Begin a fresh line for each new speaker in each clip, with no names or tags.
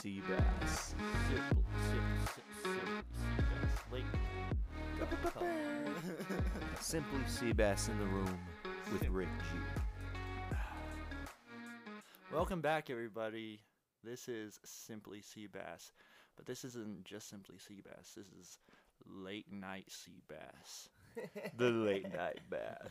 sea bass.
Simple, simple, simple, simple, simple.
Simply sea bass in the room with Rick G.
Welcome back, everybody. This is Simply Seabass, but this isn't just Simply Seabass. This is Late Night Seabass, the Late Night Bass.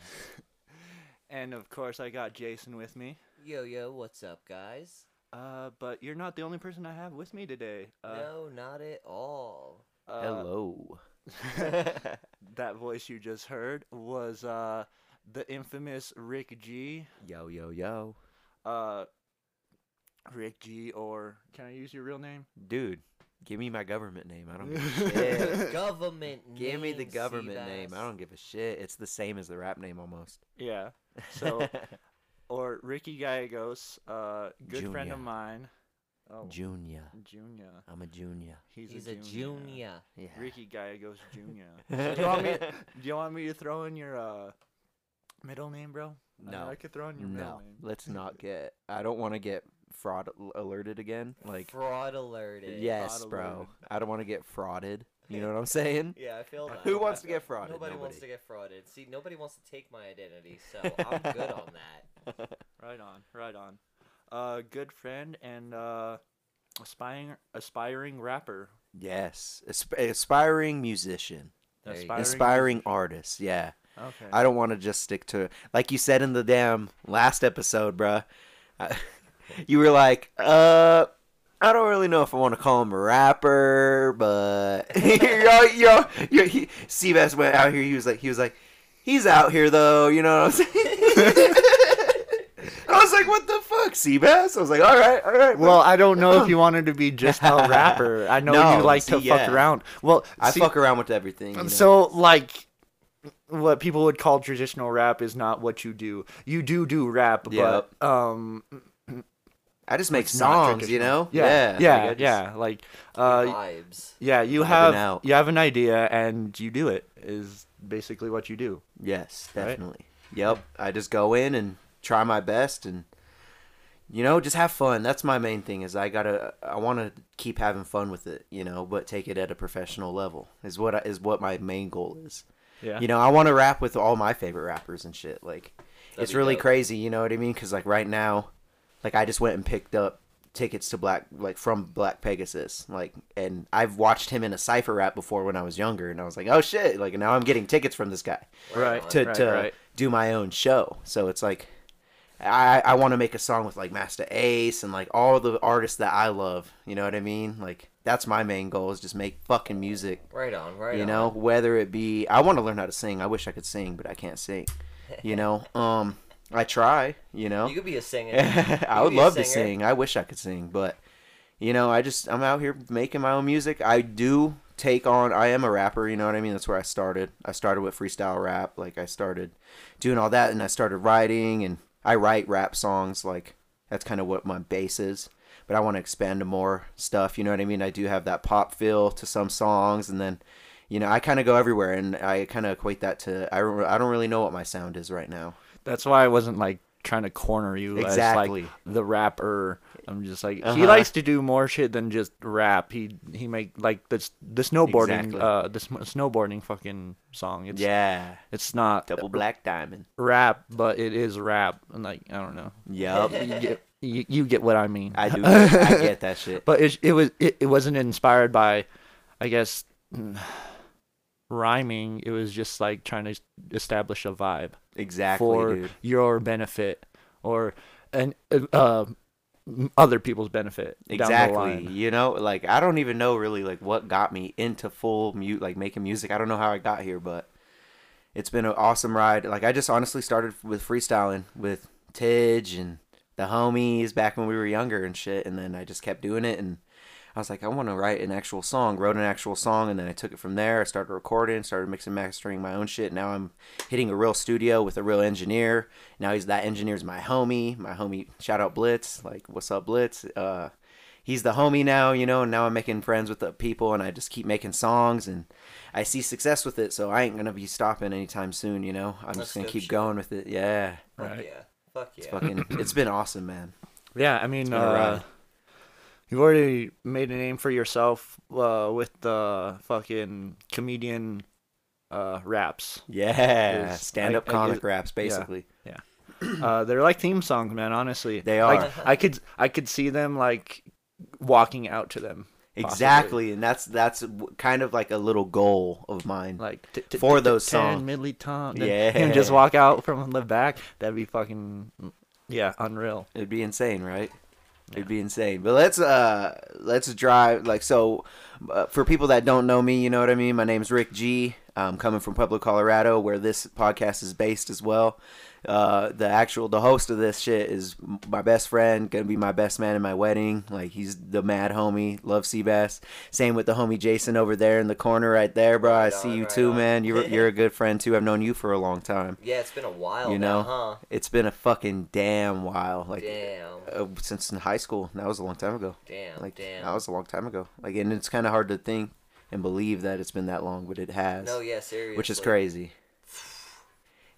and of course, I got Jason with me.
Yo, yo, what's up, guys?
Uh, but you're not the only person I have with me today. Uh,
no, not at all.
uh,
Hello.
that voice you just heard was uh, the infamous Rick G.
Yo, yo, yo.
Uh, Rick G. Or can I use your real name?
Dude, give me my government name. I don't give a Oh, shit.
The government
give me the
name,
government
Seabass.
name. I don't give a shit. It's the same as the rap name almost.
Yeah. So, or Ricky Gallegos, uh, good friend
Junior.
of mine. Oh,
Junior.
Junior.
I'm a junior.
He's,
He's a junior.
Yeah.
Ricky Gallegos Junior. do you want me? Do you want me to throw in your uh, middle name, bro? I mean,
No.
I, could throw in your middle
No,
name.
let's not get. I don't want to get fraud al- alerted again. Like,
Fraud alerted.
yes,
fraud
bro.
alerted.
I don't want to get frauded. You know what I'm saying?
Yeah, I feel that.
Who wants to get frauded?
Nobody, wants to
Nobody.
get frauded. See, nobody wants to take my identity, so I'm good on that.
Right on. Right on. Uh, good friend and uh, aspiring aspiring rapper.
Yes, Asp- aspiring musician,
There you go.
Aspiring-
aspiring artist. Yeah,
Okay.
I don't want to just stick to like you said in the damn last episode, bruh. I, you were like, uh. I don't really know if I want to call him a rapper, but yo, yo, yo, he, Seabass went out here. He was like, he was like, he's out here though. You know what I'm saying? I was like, what the fuck, Seabass? I was like, all right, all right.
Well, I don't know if you wanted to be just a rapper. I know
No,
you like to
see,
fuck
yeah.
around. Well,
I
see, um,
fuck around with everything. you know?
So, like, what people would call traditional rap is not what you do. You do do rap,
Yep.
but um,
I just make
it's not
songs, you
traditional.
know?
yeah,
Like,
yeah,
I just-
yeah. Like, uh,
Vibes.
yeah, you
Vibing
have
out.
you have an idea and you do it is basically what you do.
Yes,
Right?
definitely. Yep. I just go in and try my best and you know, just have fun. That's my main thing is I got to I want to keep having fun with it, you know, but take it at a professional level. Is what I, is what my main goal is.
Yeah,
You know, I want to rap with all my favorite rappers and shit. Like,
That'd
it's
be
really
dope.
crazy. You know what I mean? Because like right now, like I just went and picked up tickets to Black, like from Black Pegasus. Like, and I've watched him in a cipher rap before when I was younger, and I was like, oh shit! Like now I'm getting tickets from this guy
right.
to
right,
to
right.
do my own show. So it's like. I, I want to make a song with like Master Ace and like all the artists that I love. You know what I mean? Like that's my main goal is just make fucking music
Right on, right
you
on.
know whether it be i want to learn how to sing i wish i could sing but i can't sing you know um i try you know
You could be a singer.
i
You
would
be a
love to
singer.
sing i wish i could sing but you know i just i'm out here making my own music i do take on i am a rapper you know what i mean that's where i started i started with freestyle rap like i started doing all that and i started writing and i write rap songs like that's kind of what my base is but i want to expand to more stuff you know what i mean i do have that pop feel to some songs and then you know i kind of go everywhere and i kind of equate that to I, don't- I don't really know what my sound is right now
That's why I wasn't like trying to corner you as
Exactly.
like the rapper. I'm just like he
Uh-huh.
likes to do more shit than just rap. He he make like this the snowboarding
Exactly.
uh the sm- snowboarding fucking song. It's
yeah
it's not
double black diamond
rap, but it is rap. And like I don't know.
yep
You get, you, you get what I mean.
I do. I get that shit.
but it it was it, it wasn't inspired by, I guess, rhyming. It was just like trying to establish a vibe.
Exactly,
for
dude.
your benefit or an uh, m- other people's benefit. Down the
Exactly.
line.
You know, like I don't even know really like what got me into full mute like making music. I don't know how I got here, but it's been an awesome ride. Like I just honestly started with freestyling with Tidge and the homies back when we were younger and shit, and then I just kept doing it and I was like, I want to write an actual song. Wrote an actual song, and then I took it from there. I started recording, started mixing, mastering my own shit. Now I'm hitting a real studio with a real engineer. Now he's that engineer's my homie. My homie, shout out Blitz. Like, what's up, Blitz? Uh, he's the homie now, you know. And now I'm making friends with the people, and I just keep making songs, and I see success with it. So I ain't gonna be stopping anytime soon, you know. I'm
That's
just gonna
dope
keep
shit.
going with it. Yeah,
Fuck
Right.
yeah. Fuck yeah.
fucking, it's been awesome, man.
Yeah, I mean,
been a
uh,
ride.
You've already made a name for yourself uh, with the fucking comedian uh, raps.
Yeah,
Is-
stand up
I- I get-
comic raps, basically.
Uh, they're like theme songs, man. Honestly,
They
Like,
are.
I could I could see them like walking out to them, possibly.
Exactly, and that's that's w- kind of like a little goal of mine.
like t-
For those songs.
Midley Tom,
Yeah.
and just walk out from the back. That'd be fucking yeah, unreal.
It'd be insane, right? It'd be insane. But let's uh let's drive like so uh, for people that don't know me, you know what I mean? My name's Rick G. I'm coming from Pueblo, Colorado, where this podcast is based as well. Uh, the actual the host of this shit is m- my best friend, gonna be my best man in my wedding. Like he's the mad homie, love Seabass. Same with the homie Jason over there in the corner, right there, bro. I
Right
see
on,
you
right
too,
on.
man. You're you're a good friend too. I've known you for a long time.
Yeah, it's been a while
You
now,
know,
huh?
it's been a fucking damn while. Like
Damn,
uh, since in high school. That was a long time ago.
damn,
Like
Oh, damn.
that was a long time ago. Like, and it's kind of hard to think and believe that it's been that long, but it has,
no, yeah, seriously.
which is crazy.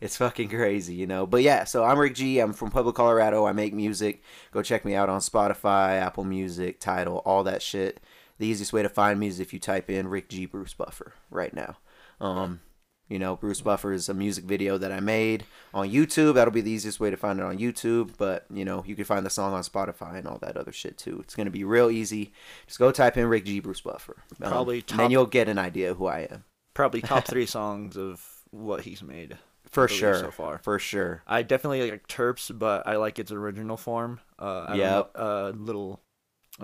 It's fucking crazy, you know. But yeah, so I'm Rick G. I'm from Pueblo, Colorado. I make music. Go check me out on Spotify, Apple Music, Title, all that shit. The easiest way to find me is if you type in Rick G. Bruce Buffer right now. Um, you know, Bruce Buffer is a music video that I made on YouTube. That'll be the easiest way to find it on YouTube. But, you know, you can find the song on Spotify and all that other shit too. It's going to be real easy. Just go type in Rick G. Bruce Buffer. Um,
Probably
and then
top-
you'll get an idea of who I am.
Probably top three songs of what he's made.
For
believe
sure.
so far.
For sure.
I definitely like Terps, but I like its original form. Uh, I
Yep.
don't know, uh, little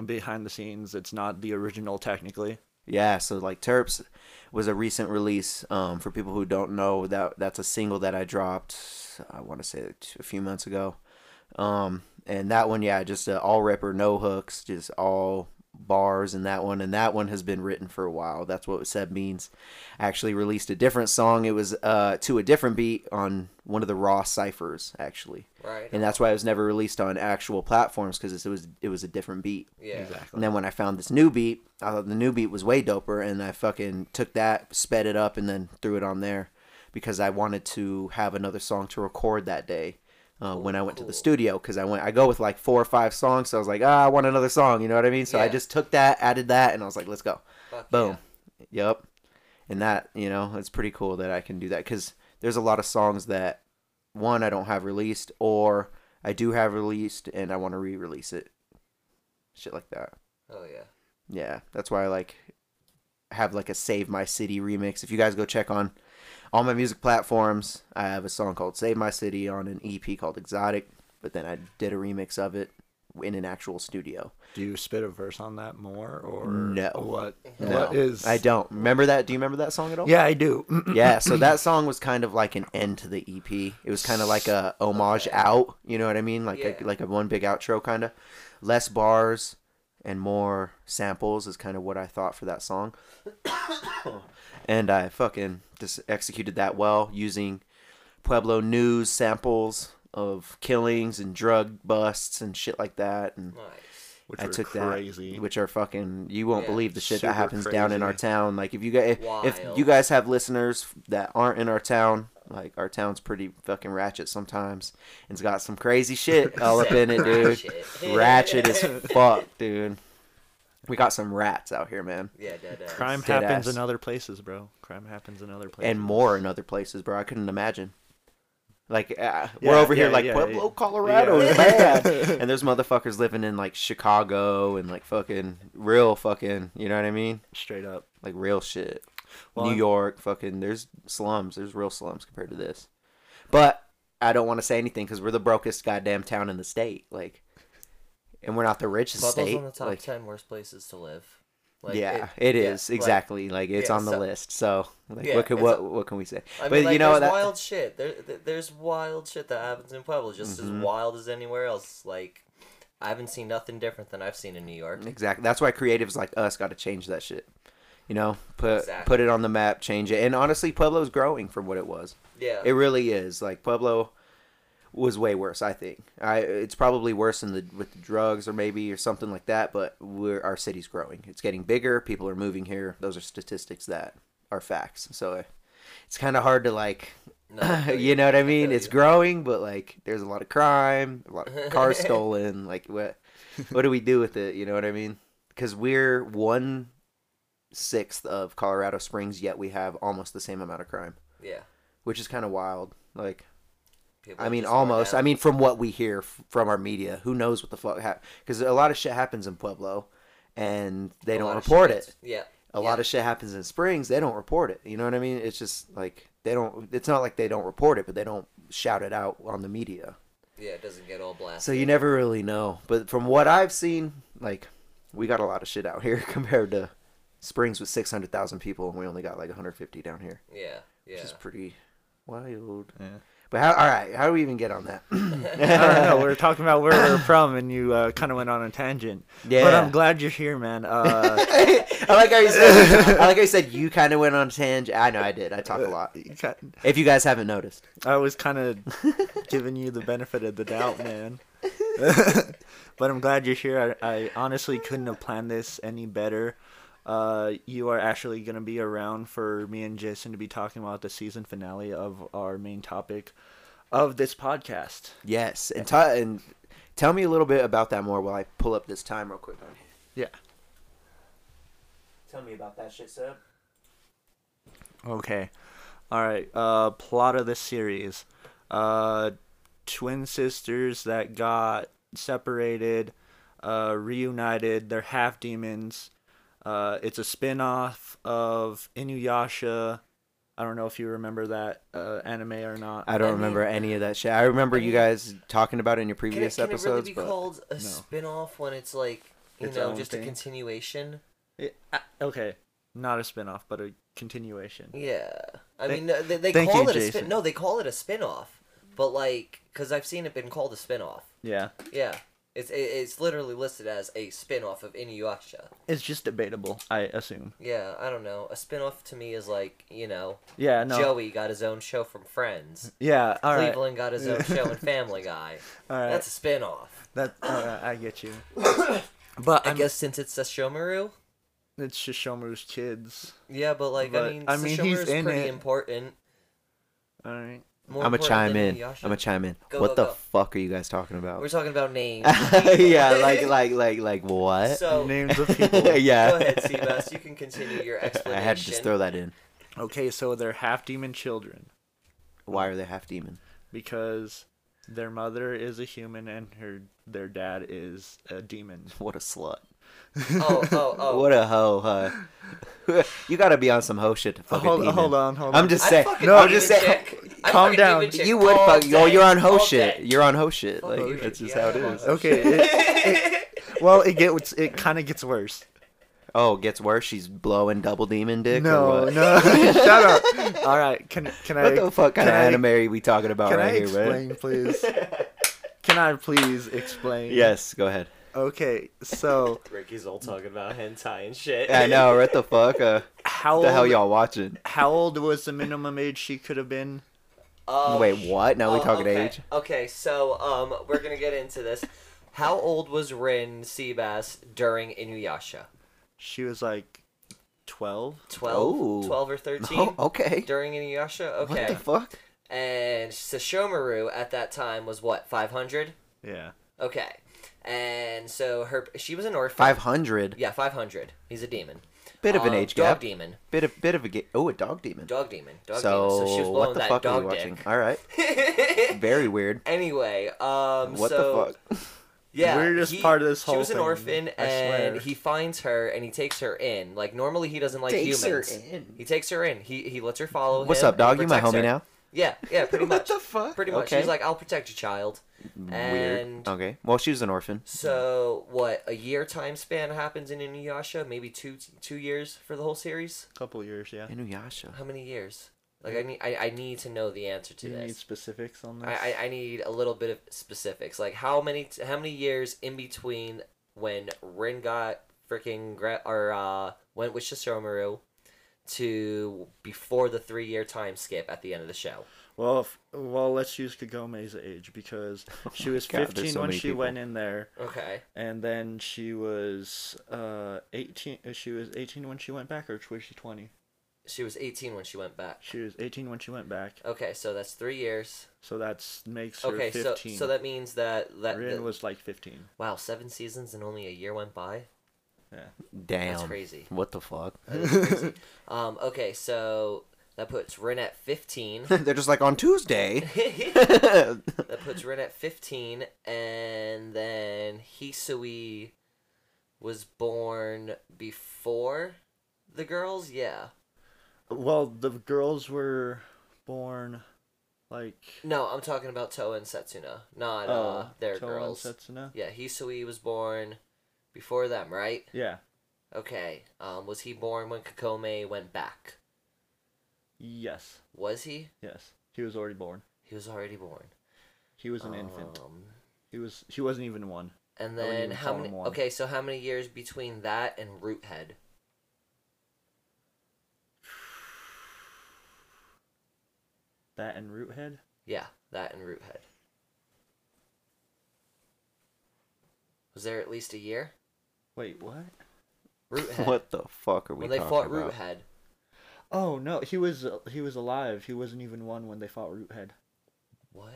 behind the scenes, it's not the original technically.
Yeah, so like Terps was a recent release. Um, for people who don't know, that that's a single that I dropped. I want to say t- a few months ago. Um, and that one, yeah, just a all rapper, no hooks, just all bars in that one. And that one has been written for a while. That's what Seb means. I actually released a different song. It was uh to a different beat on one of the raw ciphers actually,
Right.
and that's why it was never released on actual platforms because it was it was a different beat.
yeah.
And then when I found this new beat, I thought the new beat was way doper, and I fucking took that, sped it up, and then threw it on there because I wanted to have another song to record that day uh, when I went to
cool.
the studio. Because I went, I go with like four or five songs, so I was like, ah, I want another song. You know what I mean? So I
Yeah.
just took that, added that, and I was like, let's go.
Fuck
Boom. Yep. And that, you know, it's pretty cool that I can do that because there's a lot of songs that, one, I don't have released, or I do have released and I want to re release it. Shit like that.
Yeah. Oh yeah.
Yeah, that's why I like have like a Save My City remix. If you guys go check on all my music platforms, I have a song called Save My City on an EP called Exotic, but then I did a remix of it in an actual studio.
Do you spit a verse on that more, or
No.
What?
No,
What is?
I don't remember that. Do you remember that song at all?
Yeah, I do.
Yeah, so that song was kind of like an end to the EP. It was kind of like a homage
Okay.
out, you know what I mean? Like
Yeah.
a, like a one big outro kind of. Less bars and more samples is kind of what I thought for that song. and I fucking just executed that well using Pueblo news samples of killings and drug busts and shit like that and
Nice.
Which
I
were
took that,
crazy.
which are fucking. You won't
Yeah,
believe the shit
super
that happens down in our
crazy.
town. Like if you guys, if, if you
Wild.
guys have listeners that aren't in our town, like our town's pretty fucking ratchet sometimes. It's got some crazy shit all up in it, dude.
Ratchet.
Ratchet as fuck, dude. We got some rats out here, man,
Yeah, dead ass.
Crime
Dead
happens
ass.
in other places, bro. Crime happens in other places.
and more in other places, bro. I couldn't imagine. Like uh, we're
Yeah,
over here,
yeah,
like
yeah,
Pueblo,
yeah.
Colorado,
Yeah.
is bad. and there's motherfuckers living in like Chicago and like fucking real fucking, you know what I mean?
Straight up.
like real shit.
Well,
New
I'm-
York, fucking, there's slums. There's real slums compared to this. But I don't want to say anything because we're the brokest goddamn town in the state. Like, and we're not the richest
Pueblo's
state.
on the top
like,
ten worst places to live.
yeah,
it-
it
yeah,
is exactly like, it's
yeah,
on the
so-
list. So, like,
Yeah,
what could
it's
what
a-
what can we say?
I mean,
but
like,
you know
there's
that
wild shit. There, th- there's wild shit that happens in Pueblo, just
Mhm.
as wild as anywhere else. Like, I haven't seen nothing different than I've seen in New York.
exactly. That's why creatives like us got to change that shit. You know, put
Exactly.
put it on the map, change it. And honestly, Pueblo's growing from what it was.
Yeah,
It really is. Like Pueblo was way worse, I think. I it's probably worse in the with the drugs or maybe or something like that, but we're our city's growing. It's getting bigger, people are moving here. Those are statistics that are facts. So uh, it's kind of hard to like
No, I feel
you know what I
feel
mean? It's
you.
growing, but like there's a lot of crime, a lot of cars stolen, like what what do we do with it? You know what I mean? Because we're one sixth of Colorado Springs, yet we have almost the same amount of crime,
Yeah.
which is kind of wild. Like,
People
I mean,
just want
almost.
that.
I mean, from what we hear f- from our media, who knows what the fuck happened? Because a lot of shit happens in Pueblo, and they
A
don't
lot of
report
shit.
it.
Yeah.
A lot of shit happens in Springs, they don't report it. You know what I mean? It's just like they don't. It's not like they don't report it, but they don't shout it out on the media.
Yeah, it doesn't get all blasted.
So you never really know. But from what I've seen, like we got a lot of shit out here compared to Springs with six hundred thousand people, and we only got like one hundred fifty down here,
Yeah. Yeah.
which is pretty wild.
Yeah.
But how? All right, how do we even get on that?
I don't know. We were talking about where we were from, and you uh, kind of went on a tangent. But
Yeah.
I'm glad you're here, man. Uh,
I like how you said. I like how you said you kind of went on a tangent. I know I did. I talk a lot.
you ki-
If you guys haven't noticed,
I was kind of giving you the benefit of the doubt, man. but I'm glad you're here. I, I honestly couldn't have planned this any better. Uh, you are actually going to be around for me and Jason to be talking about the season finale of our main topic of this podcast.
yes. And, t- and tell me a little bit about that more while I pull up this time real quick. On here.
Yeah.
Tell me about that shit, sub.
Okay. All right. Uh, plot of the series: uh, twin sisters that got separated, uh, reunited. They're half demons. Uh, it's a spin-off of Inuyasha. I don't know if you remember that uh, anime or not.
I don't
I mean-
remember any of that shit. I remember
I
you
mean-
guys talking about it in your
Can, it,
previous
can it really
episodes,
be
but
called a
no.
spin-off when it's like you
Its
know
own
just a
thing?
continuation?
It- uh, okay, not a spin-off, but a continuation.
Yeah. I
Thank-
mean, no, they, they
thank
call
you,
it a
Jason.
spin. No, they call it a spin-off, but like because I've seen it been called a spin-off.
Yeah,
Yeah. It's it, it's literally listed as a spin-off of Inuyasha.
it's just debatable, I assume.
Yeah, I don't know. A spin-off to me is like, you know,
Yeah, no.
Joey got his own show from Friends.
Yeah, all right,
Cleveland got his own show in Family Guy.
all right.
That's a spin-off.
that, all right, I get you. But
I
I'm-
guess since it's a Shomaru.
it's Shishomaru's kids.
Yeah, but like
But,
I mean,
I mean, he's
Sashomaru's
in
pretty
it.
important.
All right.
More
I'm gonna
important
chime
than
in. I'm
Inuyasha.
gonna chime in.
Go,
what
go,
the
go.
fuck are you guys talking about?
We're talking about names.
yeah, like like like like what?
so.
Names of people.
yeah.
Go ahead, Seabass. You can continue your
I
explanation.
had to just throw that in.
okay, so they're half demon children
Why are they half demon?
because their mother is a human and her their dad is a demon.
What a slut.
Oh, oh, oh.
What a hoe, huh? you gotta be on some hoe shit to fucking
Hold,
demon.
hold on, hold on.
I'm just saying.
fucking
No, I'm
demon
just saying.
chick. I
calm
fucking
down.
demon chick
You would
all
fuck.
Day.
Oh, you're on hoe
all
shit.
day.
You're on hoe shit.
Fuck
Like
you,
that's just
yeah,
how it
I'm on
is.
hoe
okay. It, well, it gets it kind of gets worse.
Oh, it gets worse. She's blowing double demon dick. or
No,
what?
no. Shut up. All right. Can can I?
What the fuck kind
can
of
I-
anime are we talking about
Can
right
I
here, man?
explain, please? Can I please explain?
Yes, go ahead.
Okay. So
Ricky's all talking about hentai and shit.
I know. What the fuck? Uh,
how
what the hell
old-
y'all watching?
how old was the minimum age she could have been?
Um,
Wait, what? Now we
oh,
talking
okay.
age?
Okay, so um, we're gonna get into this. How old was Rin Seabass during Inuyasha?
She was like 12.
12?
Oh.
12 or 13?
Oh, okay.
During Inuyasha?
What
Okay.
the fuck?
and Sashomaru at that time was what, 500?
Yeah.
Okay. And so her she was an orphan.
Five hundred.
Yeah, 500. He's a demon.
Bit of an
Um,
age
dog
gap.
demon.
Bit of bit of a ga- oh a dog demon.
Dog demon. Dog
so,
demon. So she was blowing
what the
that
fuck are
dog
we watching?
dick.
All right. Very weird.
Anyway, um
What
so
the fuck?
Yeah,
Weirdest
he-
part of this
She
whole
was an
thing,
orphan,
I
and
swear.
he finds her, and he takes her in. Like normally, he doesn't like
Takes her
humans.
in.
He takes her in. He he lets her follow
What's
him.
up,
and
dog? You my
protects
homie
her.
now?
Yeah, yeah, pretty
What
much.
the fuck?
Pretty much.
Okay.
He's like, I'll protect you, child. And
Weird. Okay. Well, she was an orphan.
so, what? A year time span happens in Inuyasha. Maybe two two years for the whole series.
Couple years, yeah.
Inuyasha.
How many years? Like I need I, I need to know the answer to
Do Mm. you
this.
need specifics on this?
I, I, I need a little bit of specifics. Like how many t- how many years in between when Rin got freaking gra- or uh, went with Shishomaru to before the three year time skip at the end of the show.
well, if, well, let's use Kagome's age because
Oh
she was
God,
15
there's so
when
many
she
people.
went in there,
Okay.
and then she was uh 18. uh, She was 18 when she went back, or was she 20?
She was 18 when she went back.
She was 18 when she went back,
Okay, so that's three years.
so that's makes her
Okay, so
15.
so that means that that,
Rin
that-
was like 15.
wow, seven seasons and only a year went by.
Damn.
crazy.
What the fuck?
Um, okay, so that puts Rin at 15.
They're just like on Tuesday.
that puts Rin at 15, and then Hisui was born before the girls. Yeah,
Well, the girls were born like
no, I'm talking about Toa and Setsuna, not uh,
oh,
their
Toa and
girls.
Setsuna.
Yeah, Hisui was born before them, right?
Yeah.
Okay. Um, was he born when Kakome went back?
Yes.
Was he?
Yes. He was already born.
He was already born.
He was an infant.
Um,
He was. She wasn't even one.
And
I wouldn't
then
even
how
call
many?
him one.
Okay, so how many years between that and Root Head?
That and Roothead.
Yeah, that and Root Head. Was there at least a year?
Wait, what?
Root Head.
What the fuck are we
when they
talking
fought
about?
Root Head.
Oh no, he was he was alive. He wasn't even one when they fought Roothead.
What?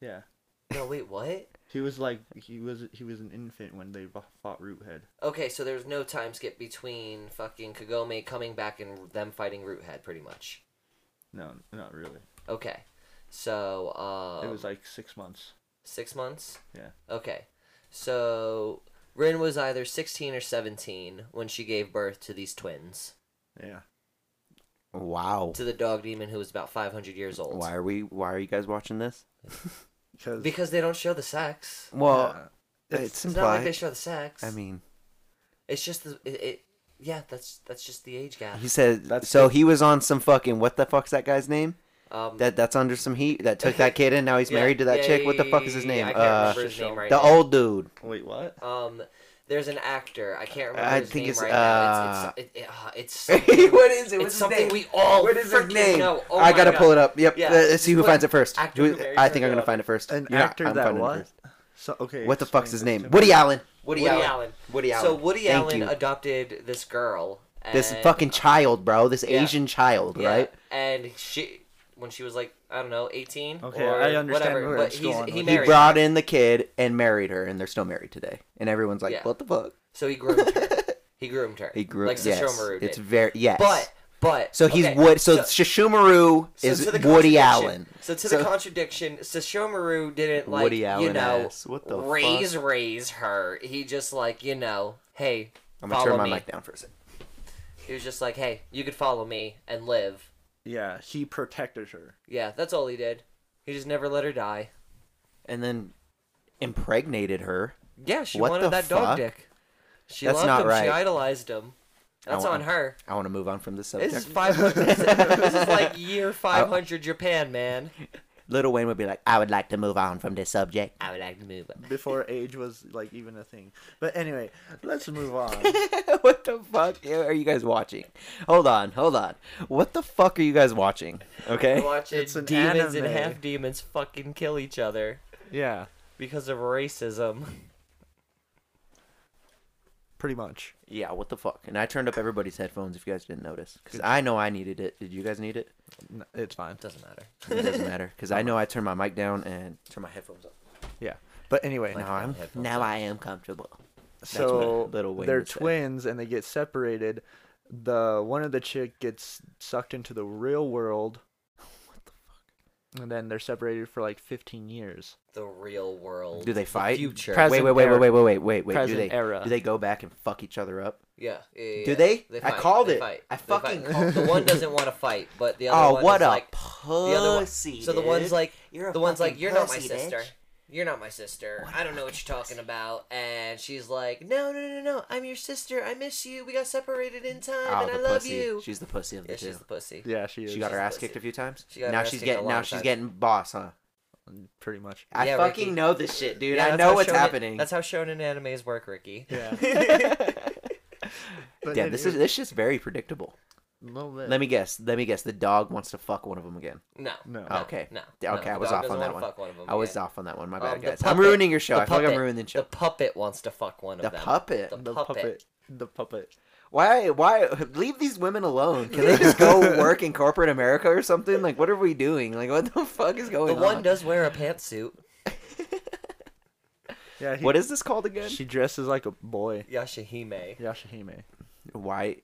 Yeah.
No, wait, what?
He was like he was he was an infant when they bu- fought Roothead.
Okay, so there's no time skip between fucking Kagome coming back and them fighting Root Head, pretty much.
No, not really.
Okay, so um,
it was like six months.
six months.
Yeah.
Okay, so Rin was either sixteen or seventeen when she gave birth to these twins,
Yeah.
Wow.
to the dog demon who was about five hundred years old.
Why are we? Why are you guys watching this?
Because
Because they don't show the sex.
Well,
Yeah.
it's
It's not like they
implied.
show the sex.
I mean,
it's just the it. it yeah, that's that's just the age gap.
he said.
That's
so
good.
he was on some fucking. What the fuck's that guy's name?
Um,
That that's under some heat. That took that kid in. Now he's
yeah,
married to that
yeah,
chick. What the
yeah,
fuck is his
yeah,
name?
I can't
Uh,
remember his name right
the
now.
old dude.
wait, what?
Um, there's an actor. I can't remember
I
his
think
name
it's,
right now.
uh,
It's it's, it, it, uh, it's
what
something-
is it?
it's something we all
What is his
freaking
name?
know. Oh
I
my
gotta
God.
pull it up. Yep.
Yeah,
Let's
just
see who
put
finds it first.
actor
Who-
who marries
I think
her
I'm gonna
daughter.
find it first.
An
Yeah,
actor
I'm
that
finding it
what?
first.
So okay.
What the
explain
fuck's his
this
name?
to me.
Woody Allen.
Woody,
Woody
Allen.
Allen. Woody
So
Allen.
Woody
Thank
Allen
you.
adopted this girl. And,
This fucking child, bro. This
Yeah.
Asian child,
yeah,
right?
And she, when she was like, I don't know, eighteen.
Okay,
or
I understand
Whatever.
where
but
it's
he's,
going with
he
He
married.
brought in the kid and married her, and they're still married today. And everyone's like,
Yeah.
"What the fuck?"
so he groomed her. He groomed her.
He grew.
like
yes,
Sesshomaru did.
it's very yes.
But but
so he's
okay,
Wood. So, Shishumaru is
to the
Woody
contradiction-
Allen.
So to
So-
the contradiction, Sashomaru didn't like
Woody Allen
you know
ass. What the
raise
fuck?
raise her. He just like you know, hey,
I'm gonna
follow
turn my
me.
mic down for a second.
He was just like, hey, you could follow me and live.
Yeah, he protected her.
Yeah, that's all he did. He just never let her die.
And then impregnated her.
Yeah, she
What the
wanted that
fuck?
dog dick. She
That's
loved
not
him.
right.
She idolized him. That's
I
on
want-
her.
I want to move on from this subject.
This is five. this is like year five hundred Japan, man.
Little Wayne would be like, "I would like to move on from this subject."
I would like to move. on.
Before age was like even a thing. But anyway, let's move on.
what the fuck are you guys watching? Hold on, hold on. What the fuck are you guys watching? Okay.
Watching
It's an
demons and
anime.
half demons fucking kill each other.
yeah,
because of racism.
pretty much.
Yeah, what the fuck? And I turned up everybody's headphones if you guys didn't notice. Because I know I needed it. Did you guys need it?
N- It's fine.
Doesn't matter.
It doesn't matter. Because I know I turned my mic down and turned my headphones up.
Yeah. But anyway,
Now I'm
headphones
now I am comfortable.
so
what Little Wayne
they're
would say.
twins and they get separated. The one of the chick gets sucked into the real world. And then they're separated for like 15 years.
The real world.
Do they fight?
future.
Wait, wait, wait, wait, wait, wait, wait, wait, wait. Do
Present
they
era.
do they go back and fuck each other up?
Yeah. yeah, yeah,
Do
yeah.
they? I
fight,
called
they
it.
Fight.
I
They
fucking
fight.
called
The
it.
one doesn't want to fight, but the other
Oh,
one
what
is
a
like
pussy!
the other one. So the one's
dude.
like
You're a
the one's
fucking
like you're not my
pussy,
sister.
bitch."
You're not my sister. I don't know what you're talking about. And she's like, no, no, no, no. I'm your sister. I miss you. We got separated in time,
Oh,
and I
the
love
pussy.
you.
She's the pussy of the
yeah,
two.
she's the pussy.
Yeah, she is.
She got her
the
ass
pussy.
kicked a few times.
She got her
now
ass
she's
kicked a
getting now
lot of
she's
times.
getting boss, huh?
mm, pretty much.
I
Yeah,
fucking
Ricky.
know this shit, dude.
Yeah,
I
that's
know
how
what's
shonen-
happening.
That's how shonen animes work, Ricky.
Yeah. But
Damn, this is
anyway,
this shit's very predictable.
a little bit.
Let me guess. Let me guess. The dog wants to fuck one of them again.
No.
No.
Oh, okay.
No.
D- Okay,
no,
I
the
was
dog
off on
doesn't
that
wanna
one.
fuck one of 'em,
I was
yeah.
off on that one. My bad,
Um, the
guys. I'm
puppet-
ruining your show.
the
I feel like I'm
puppet-
ruining the show.
The puppet wants to fuck one
The
of them.
puppet.
The
the
puppet.
The puppet.
Why? Why leave these women alone? Can they just go work in corporate America or something? Like, what are we doing? Like, what the fuck is
The
going
one
on?
does wear a pantsuit.
Yeah. He,
what is this called again?
She dresses like a boy.
Yashahime.
Yashahime.
Why?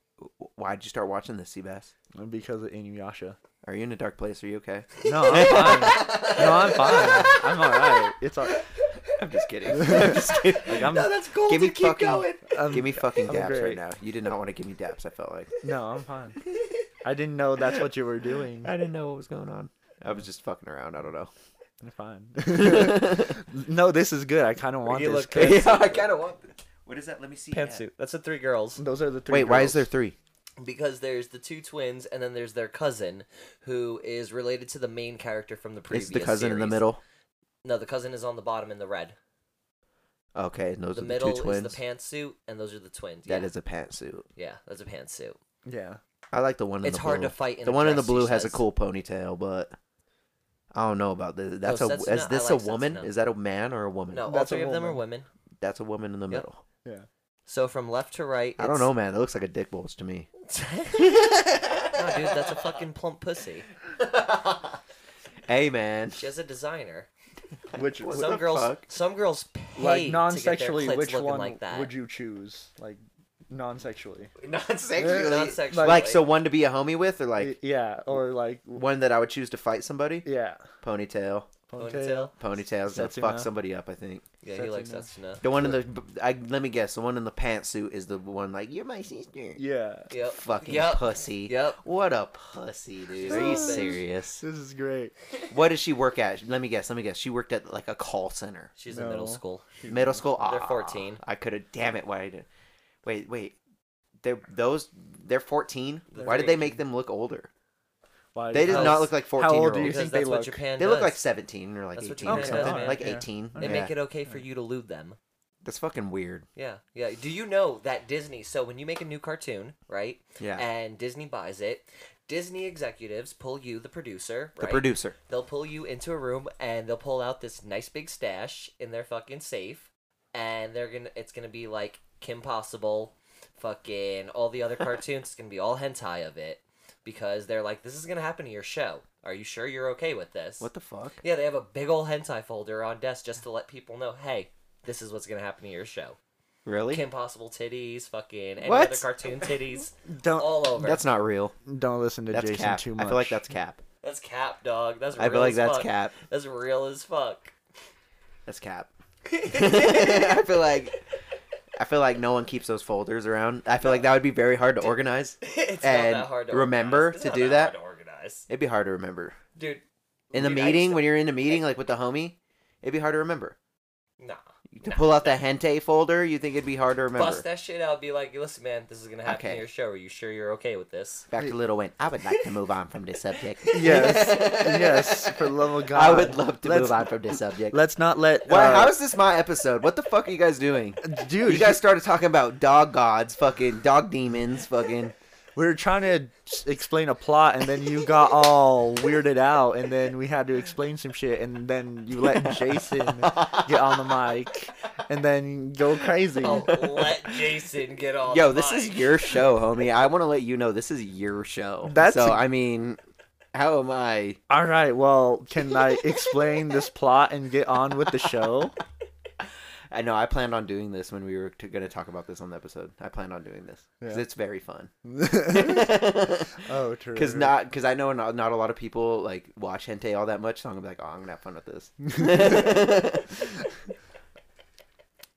Why'd you start watching this, Seabass?
Because of Inuyasha.
Are you in a dark place? Are you okay?
No, I'm fine. no, I'm fine. I'm alright. It's all.
I'm just kidding. I'm just kidding.
Like, I'm,
No, that's cool.
Give me
dude, keep
fucking-
going.
I'm-
give me fucking
I'm
daps
great.
right now. You did not want to give me daps. I felt like
No, I'm fine. I didn't know that's what you were doing.
I didn't know what was going on. I was just fucking around. I don't know.
I'm fine. no, this is good. I kind of want
You
this.
look good. I kind of want
What is that? Let me see.
pantsuit. That's the three girls.
Those are the three.
Wait, why
girls.
is there three?
because there's the two twins and then there's their cousin who is related to the main character from the previous
It's the cousin in the
series.
middle.
no the cousin is on the bottom in the red
Okay, and those
the
are the
middle
two
is
twins.
the pantsuit and those are the twins
That
yeah.
is a pantsuit.
yeah that's a pantsuit
Yeah.
I like the one in
it's
the
hard
blue.
to fight in
the
a
one in the
dress, she
blue has a
says.
cool ponytail, but I don't know about this. That's a
Oh, Setsuna- I
is this
like
a woman?
Setsuna.
Is that a man or a woman?
no all
That's a
three of them are
woman.
women
That's a woman in the
Yep.
middle.
so from left to right
I don't know, man. That looks like a dick bulge to me.
no dude that's a fucking plump pussy
Hey, man.
she has a designer
Which
What
some
the
girls
fuck?
some girls pay
like non-sexually,
non-sexually to get their clits
which
looking
one
like that
would you choose? Like non-sexually.
non-sexually non-sexually
Like, so one to be a homie with, or
Y-
like
yeah, or like w-
one that I would choose to fight somebody?
yeah,
Ponytail.
ponytail
Ponytail's gonna
Setsuna.
fuck somebody up, I think.
yeah he likes that
Setsuna.
snuff
The one in the. I, let me guess. The one in the pantsuit is the one, like, you're my sister.
Yeah,
Yep.
Fucking
Yep.
pussy.
Yep.
What a pussy, dude. Are you
Pussy.
serious?
this is great.
What does she work at? Let me guess. Let me guess. She worked at like a call center.
She's in middle
No.
school.
Middle school.
They're
Ah,
14.
I could have. Damn it! Why I didn't? Wait, wait. They're those. They're 14.
They're
why did they
14.
make them look older?
Why-
They did
how-
not look like 14
how
year
old do you
olds.
Because
think
that's
they
what
look?
Japan
They
does.
look like 17 or like
That's what
18
you
or
meant,
something.
man.
Like
Yeah.
18.
They
They
Yeah.
make it okay for you to lewd them.
That's fucking weird.
Yeah, yeah. Do you know that Disney? So when you make a new cartoon, right?
Yeah.
And Disney buys it, Disney executives pull you, the producer,
The
right?
producer.
They'll pull you into a room and they'll pull out this nice big stash in their fucking safe, and they're gonna. It's gonna be like Kim Possible, fucking all the other cartoons. it's gonna be all hentai of it because they're like, this is gonna happen to your show. Are you sure you're okay with this?
What the fuck?
Yeah, they have a big old hentai folder on desk just to let people know, hey, this is what's gonna happen to your show.
Really?
Kim Possible titties, fucking any
What?
other cartoon titties,
Don't
all over.
That's not real.
don't listen to
That's
Jason
cap.
too
I
much.
feel like that's cap.
that's cap, dog. That's real
I feel like
as
that's
fuck.
cap.
That's real as fuck.
That's cap. I feel like I feel like no one keeps those folders around. I feel like that would be very hard to organize.
it's
And
not that hard to
remember
organize. It's
to
not
do
that.
that?
Hard to organize,
It'd be hard to remember.
dude.
In the
dude, I used
meeting,
to-
when you're in a meeting like with the homie, it'd be hard to remember.
nah,
To
nah.
pull out the hente folder, you think it'd be hard to remember.
bust that shit out. Be like, listen, man, this is gonna happen
Okay.
to your show. Are you sure you're okay with this?
Back to Little Wayne. I would like to move on from this subject.
yes, yes. For the love of God,
I would love to
let's,
move on from this subject.
Let's not let.
Why,
uh,
how is this my episode? What the fuck are you guys doing?
dude?
You guys started talking about dog gods, fucking dog demons, fucking.
we were trying to s- explain a plot, and then you got all weirded out, and then we had to explain some shit, and then you let Jason get on the mic, and then go crazy.
Oh, let Jason get on.
Yo,
the
this is
mic.
your show, homie. I want to let you know this is your show.
That's-
so. I mean, how am I?
All right, well, can I explain this plot and get on with the show?
I know I planned on doing this when we were t- going to talk about this on the episode. I planned on doing this because
Yeah.
it's very fun.
oh, true.
Because not because I know not, not a lot of people like watch hentai all that much, so I'm gonna be like, oh, I'm gonna have fun with this.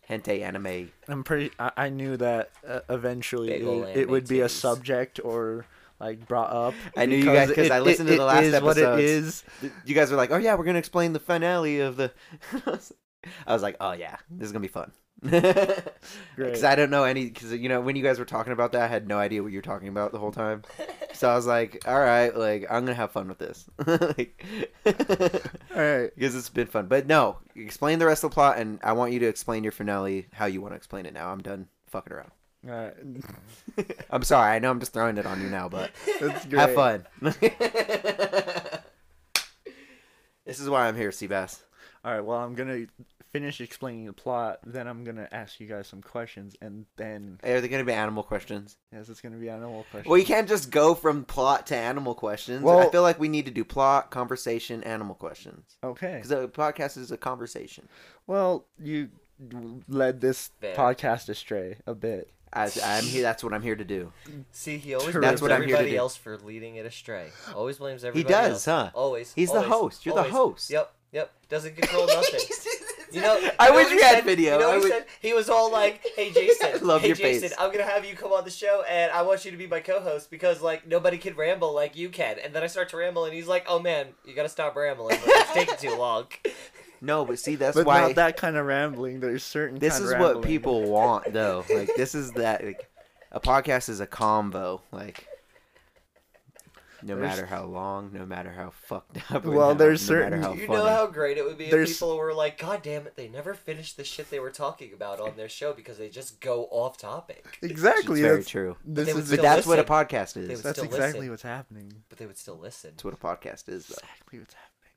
hentai anime.
I'm pretty. I, I knew that uh, eventually
Big ol'
it, it would be a
anime titties.
subject or like brought up.
I knew you guys- 'cause
it-
I listened to
it-
the last
It is what it is.
episodes. You guys were like, oh yeah, we're gonna explain the finale of the. I was like, oh yeah, this is gonna be fun. Because
Great.
I don't know any. Because you know when you guys were talking about that, I had no idea what you were talking about the whole time. So I was like, all right, like I'm gonna have fun with this. like,
All right.
because it's been fun. But no, explain the rest of the plot, and I want you to explain your finale how you want to explain it now. I'm done fucking around.
All right.
I'm sorry. I know I'm just throwing it on you now, but
That's great.
have fun. this is why I'm here, Seabass.
All right. Well, I'm gonna finish explaining the plot, then I'm gonna ask you guys some questions, and then
Are there gonna be animal questions?
yes, it's gonna be animal questions.
Well, you can't just go from plot to animal questions. I
Well-
feel like we need to do plot, conversation, animal questions
okay.
because the podcast is a conversation.
Well, you led this
Fair.
podcast astray a bit.
As I'm here, that's what I'm here to do.
See, he always
True.
blames
That's what I'm
here to
everybody
do.
else for leading it astray. Always blames
He
everybody.
does,
else.
huh?
Always.
He's the
always,
host. You're the
always.
host.
Yep. Yep. Doesn't control nothing. You know,
I
you know
wish
what
we
he
had
said?
video.
You know
I
what he
would-
said? He was all like, "Hey Jason,
Love
hey
your face.
Jason, I'm gonna have you come on the show, and I want you to be my co-host because like nobody can ramble like you can." And then I start to ramble, and he's like, "Oh man, you gotta stop rambling. Like, it's taking too long."
No, but see, that's
but
why
not that kind of rambling. There's certain.
this
kind
is
of
what
rambling.
people want, though. Like this is that. Like, a podcast is a combo. Like. No
There's-
matter how long, no matter how fucked up. and
Well,
how-
there's
no matter
certain-
how
you
funny.
know how great it would be
There's-
if people were like, "God damn it, they never finished the shit they were talking about on their show because they just go off topic."
Exactly.
It's very
that's,
true.
This
They would
is
But
still
that's what a
listen.
podcast
They
is.
would
that's
still
exactly
listen.
what's happening.
But they would still listen.
That's what a podcast is. Though.
Exactly what's happening.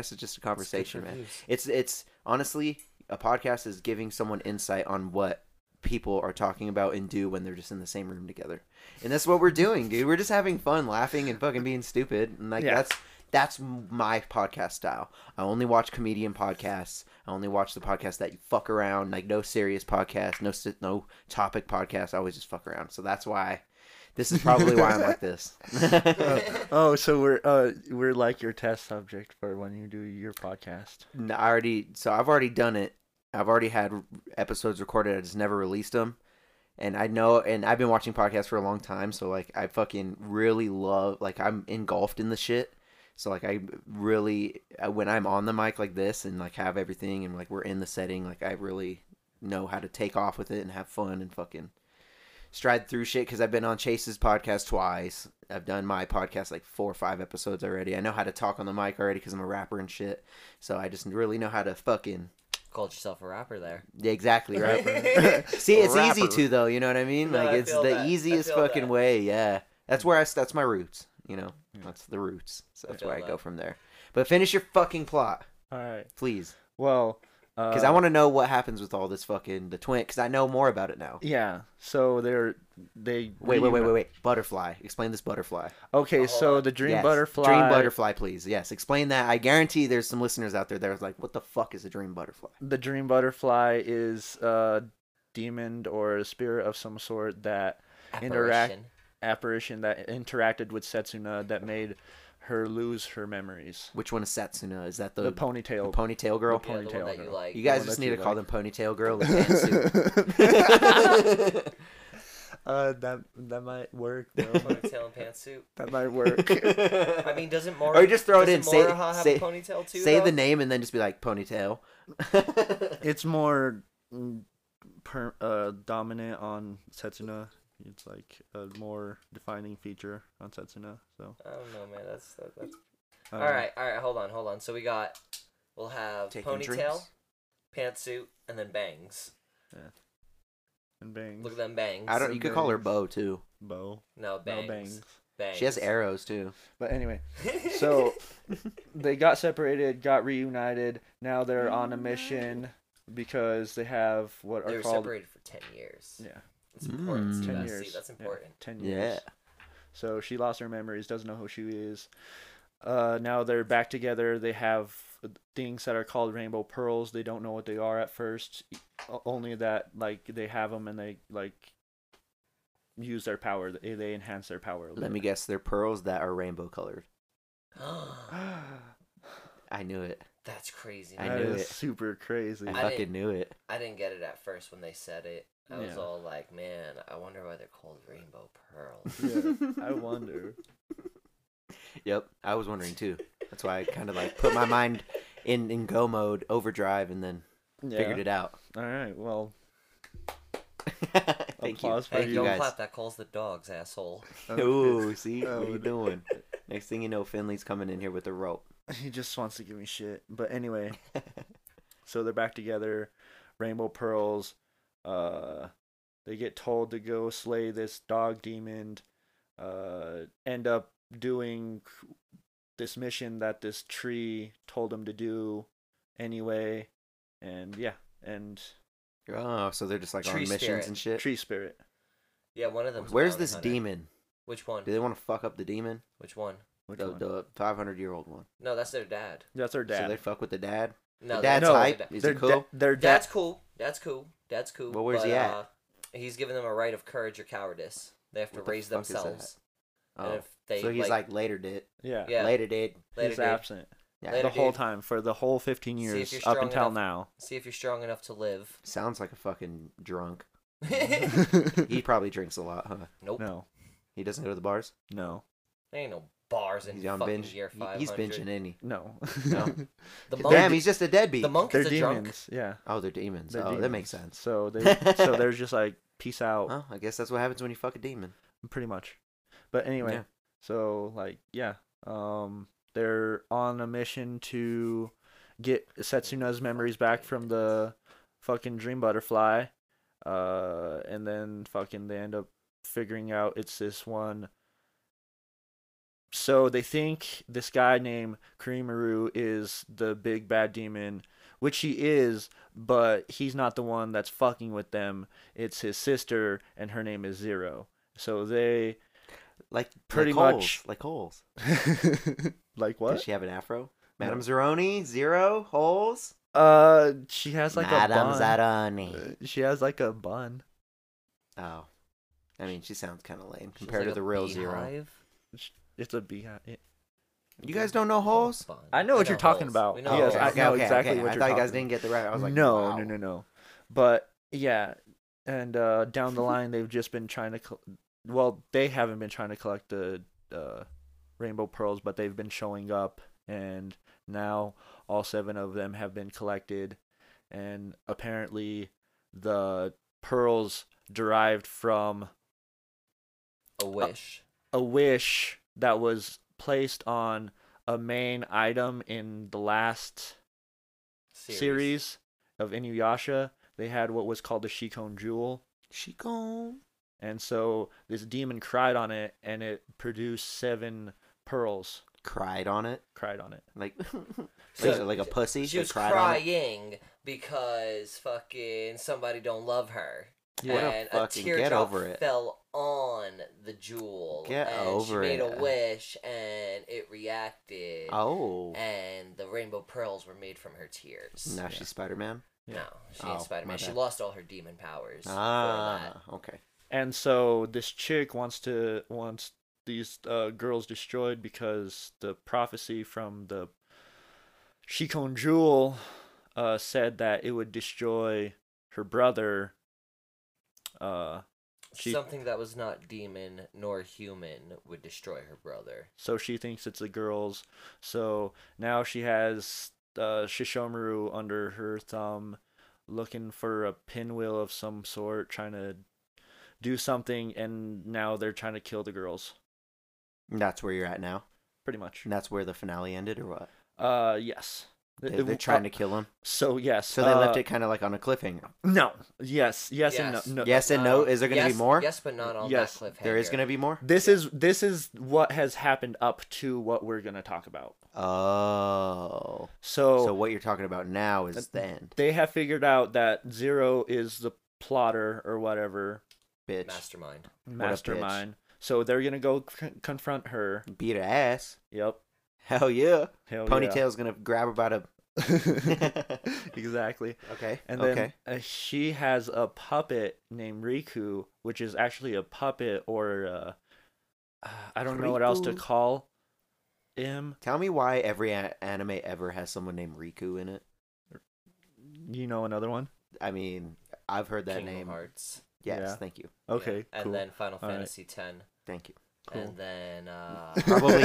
Podcast is just a conversation, man. It's it's honestly a podcast is giving someone insight on what people are talking about and do when they're just in the same room together. And that's what we're doing, dude. We're just having fun, laughing and fucking being stupid. And like
Yeah.
that's that's my podcast style. I only watch comedian podcasts. I only watch the podcasts that you fuck around, like no serious podcast, no si- no topic podcast. I always just fuck around. So that's why this is probably why I'm like this.
Oh, so we're uh we're like your test subject for when you do your podcast.
No, I already so I've already done it. I've already had episodes recorded. I just never released them. And I know, and I've been watching podcasts for a long time, so like I fucking really love, like I'm engulfed in the shit. So like I really, uh, when I'm on the mic like this and like have everything and like we're in the setting, like I really know how to take off with it and have fun and fucking stride through shit. Because I've been on Chase's podcast twice. I've done my podcast like four or five episodes already. I know how to talk on the mic already because I'm a rapper and shit. So I just really know how to fucking
Called yourself a rapper there.
yeah, exactly right.
Rapper.
See, it's
Rapper.
easy to though. You know what I mean?
No,
Like
I
it's
feel
the
that. I
easiest
feel
fucking
that.
way. Yeah, that's where I. s- That's my roots. You know, that's the roots. So
I
that's
feel
where I
that.
go from there. But finish your fucking plot,
All right.
please,
Well,
because
uh,
I want to know what happens with all this fucking the twin. Because I know more about it now.
Yeah. So they're they
Wait, wait, wait,
reuni-
wait, wait. Butterfly. Explain this butterfly.
Okay,
Oh, hold
so
on.
the dream
Yes.
butterfly.
Dream butterfly, please. Yes, explain that. I guarantee there's some listeners out there that are like, "What the fuck is a dream butterfly?"
The dream butterfly is a demon or a spirit of some sort that Interact-
Apparition.
apparition that interacted with Setsuna that made her lose her memories.
Which one is Satsuna? Is that the,
The
the
ponytail.
ponytail girl?
The
Yeah, the one
ponytail
that you
girl.
like.
You guys
one
just
that
need
you
to call them
like.
ponytail girl and pantsuit.
uh, that that might work.
ponytail and pantsuit.
that might work.
I mean, doesn't Mora?
Or just throw it in,
doesn't
say-
Mora have
say-
a ponytail too.
Say the
though?
name and then just be like ponytail.
It's more mm, per, uh, dominant on Setsuna. It's like a more defining feature on Setsuna. So
I don't know, man. That's that, that's.
uh,
Um,
all right, all right. Hold on, hold on. So we got, we'll have
Taking
ponytail,
drinks.
pantsuit, and then bangs.
And bangs.
Look at them bangs.
I don't. You could call her Bo too.
bow.
No bangs.
No bangs.
Bangs.
She has arrows too.
But anyway, so they got separated, got reunited. Now they're on a mission because they have what
they
are
were
called
separated for ten years.
yeah
It's important.
Mm.
See,
10
that's,
years.
See, that's
Yeah,
important.
10 years.
Yeah.
So she lost her memories, doesn't know who she is. Uh, now they're back together. They have things that are called rainbow pearls. They don't know what they are at first, o- only that like they have them and they like use their power. They, they enhance their power. a
Let me
little.
guess. They're pearls that are rainbow colored. I knew it.
that's crazy.
I
man.
That
knew
is
it.
Super crazy.
I
I
fucking
didn't-
knew it.
I didn't get it at first when they said it. I was
Yeah.
all like, man, I wonder why they're called rainbow pearls.
Yeah, I wonder.
Yep. I was wondering too. That's why I kind of like put my mind in in go mode, overdrive, and then
Yeah.
figured it out.
All right. Well,
Thank
Applause
you.
for
Hey,
Thank
you
you
don't
guys.
clap. That calls the dogs, asshole.
Ooh, see, what are
Oh,
you doing? Next thing you know, Finley's coming in here with a rope.
he just wants to give me shit. But anyway, so they're back together. Rainbow pearls. Uh, they get told to go slay this dog demon. Uh, end up doing this mission that this tree told them to do anyway. and yeah, and
Oh, so they're just like
Tree
on missions
spirit.
and shit.
tree spirit.
Yeah, one of them.
Where's this demon?
Which one?
Do they want to fuck up the demon?
Which one?
Which
The,
one?
the 500 year old one.
No, that's their dad.
That's our dad.
So they fuck with the dad.
No, they're-
the dad's
No,
that's
hype.
their da-
Is
Their
he cool?
da- their dad.
That's cool. That's cool. That's cool.
Well, where's he at?
uh, he's giving them a right of courage or cowardice. They have to
What the
raise
fuck is that?
themselves. And
Oh.
if they,
so he's like, later did.
yeah.
Yeah.
Later did.
later,
He's
dude,
absent
Yeah.
Later,
the whole
dude.
time for the whole 15
See if
years
you're
up
strong
until
enough.
now.
see if you're strong enough to live.
Sounds like a fucking drunk.
there
he probably drinks a lot, huh?
Nope.
No,
He doesn't go to the bars.
no,
ain't no bars in
He's on
fucking
binge.
year
he-
five.
he's binging any.
no.
No.
The monk,
Damn, he's just a deadbeat.
the monk
They're
is a drunk.
demons. Yeah.
Oh, they're demons.
They're
oh, that
demons.
makes sense.
So they so there's just like peace out,
Well, I guess that's what happens when you fuck a demon.
pretty much. But anyway,
Yeah.
so like yeah, um, they're on a mission to get Setsuna's memories back from the fucking dream butterfly, uh, and then fucking they end up figuring out it's this one. So they think this guy named Kurimaru is the big bad demon, which he is, but he's not the one that's fucking with them. It's his sister, and her name is Zero. So they
Like
Pretty
like Holes.
much.
like holes.
like
Does she have an afro? Madame Zeroni, zero holes.
Uh, she has like
Madame
a bun.
Zeroni.
Uh, She has like a bun.
Oh, I mean, she sounds kind of lame
She's
compared
like
to the
a
real zero.
beehive.
It's a beehive. it-
You guys don't know holes?
Oh, Fun.
I know
We
what you're talking
holes.
about.
We
Oh,
know
Yes,
holes.
I know exactly what
okay. I
you're
thought you guys
talking
didn't get the right. I was like,
no,
wow.
no, no, no. But yeah, and uh, down the line they've just been trying to. Col- well, they haven't been trying to collect the uh, rainbow pearls, but they've been showing up, and now all seven of them have been collected, and apparently the pearls derived from
A wish.
a wish that was placed on a main item in the last series, of Inuyasha. They had what was called the Shikon Jewel,
She gone.
and so this demon cried on it, and it produced seven pearls.
Cried on it
Cried on it.
like like,
So-
like a pussy.
She
She
was
cried on it.
crying because fucking somebody don't love her.
What a
and
fucking- get
teardrop
over it.
fell on the jewel.
Get
and
over
she made
it.
a wish and it reacted.
Oh,
And the rainbow pearls were made from her tears.
now
Yeah.
she's Spider Man.
No, she
Oh,
ain't Spider
my
Man. She
bad.
lost all her demon powers. for that.
Ah, okay.
And so this chick wants to wants these uh, girls destroyed because the prophecy from the Shikon Jewel uh, said that it would destroy her brother. Uh, She-
Something that was not demon nor human would destroy her brother.
so she thinks it's the girls. So now she has uh, Shishomaru under her thumb, looking for a pinwheel of some sort, trying to do something. And now they're trying to kill the girls,
That's where you're at now.
pretty much.
And that's where the finale ended, or what?
Uh, yes. Th-
They,
it-
they're trying
uh,
to kill him.
So yes.
So they left
uh,
it kind of like on a cliffhanger.
No. Yes. Yes,
Yes.
and no. no.
Yes and no.
Um,
Is there going to
yes-
be more?
Yes, but not on
Yes,
that cliffhanger.
There is going to be more.
This is this is what has happened up to what we're gonna talk about.
Oh.
So,
So what you're talking about now is the end,
they have figured out that Zero is the plotter or whatever
bitch.
mastermind.
mastermind. So they're gonna go c- confront her.
Beat her ass.
Yep.
Hell yeah.
Hell yeah.
Ponytail's going to grab her by the.
exactly.
okay.
And then
okay.
uh, she has a puppet named Riku, which is actually a puppet or uh, uh, I don't know what else to
Riku?
call him.
Tell me why every a- anime ever has someone named Riku in it.
You know another one?
I mean, I've heard that
Kingdom
name.
Hearts.
Yes,
Yeah.
thank you.
Yeah,
Okay,
And
cool.
then Final
All right.
Fantasy X.
Thank you.
Cool.
And then uh,
Probably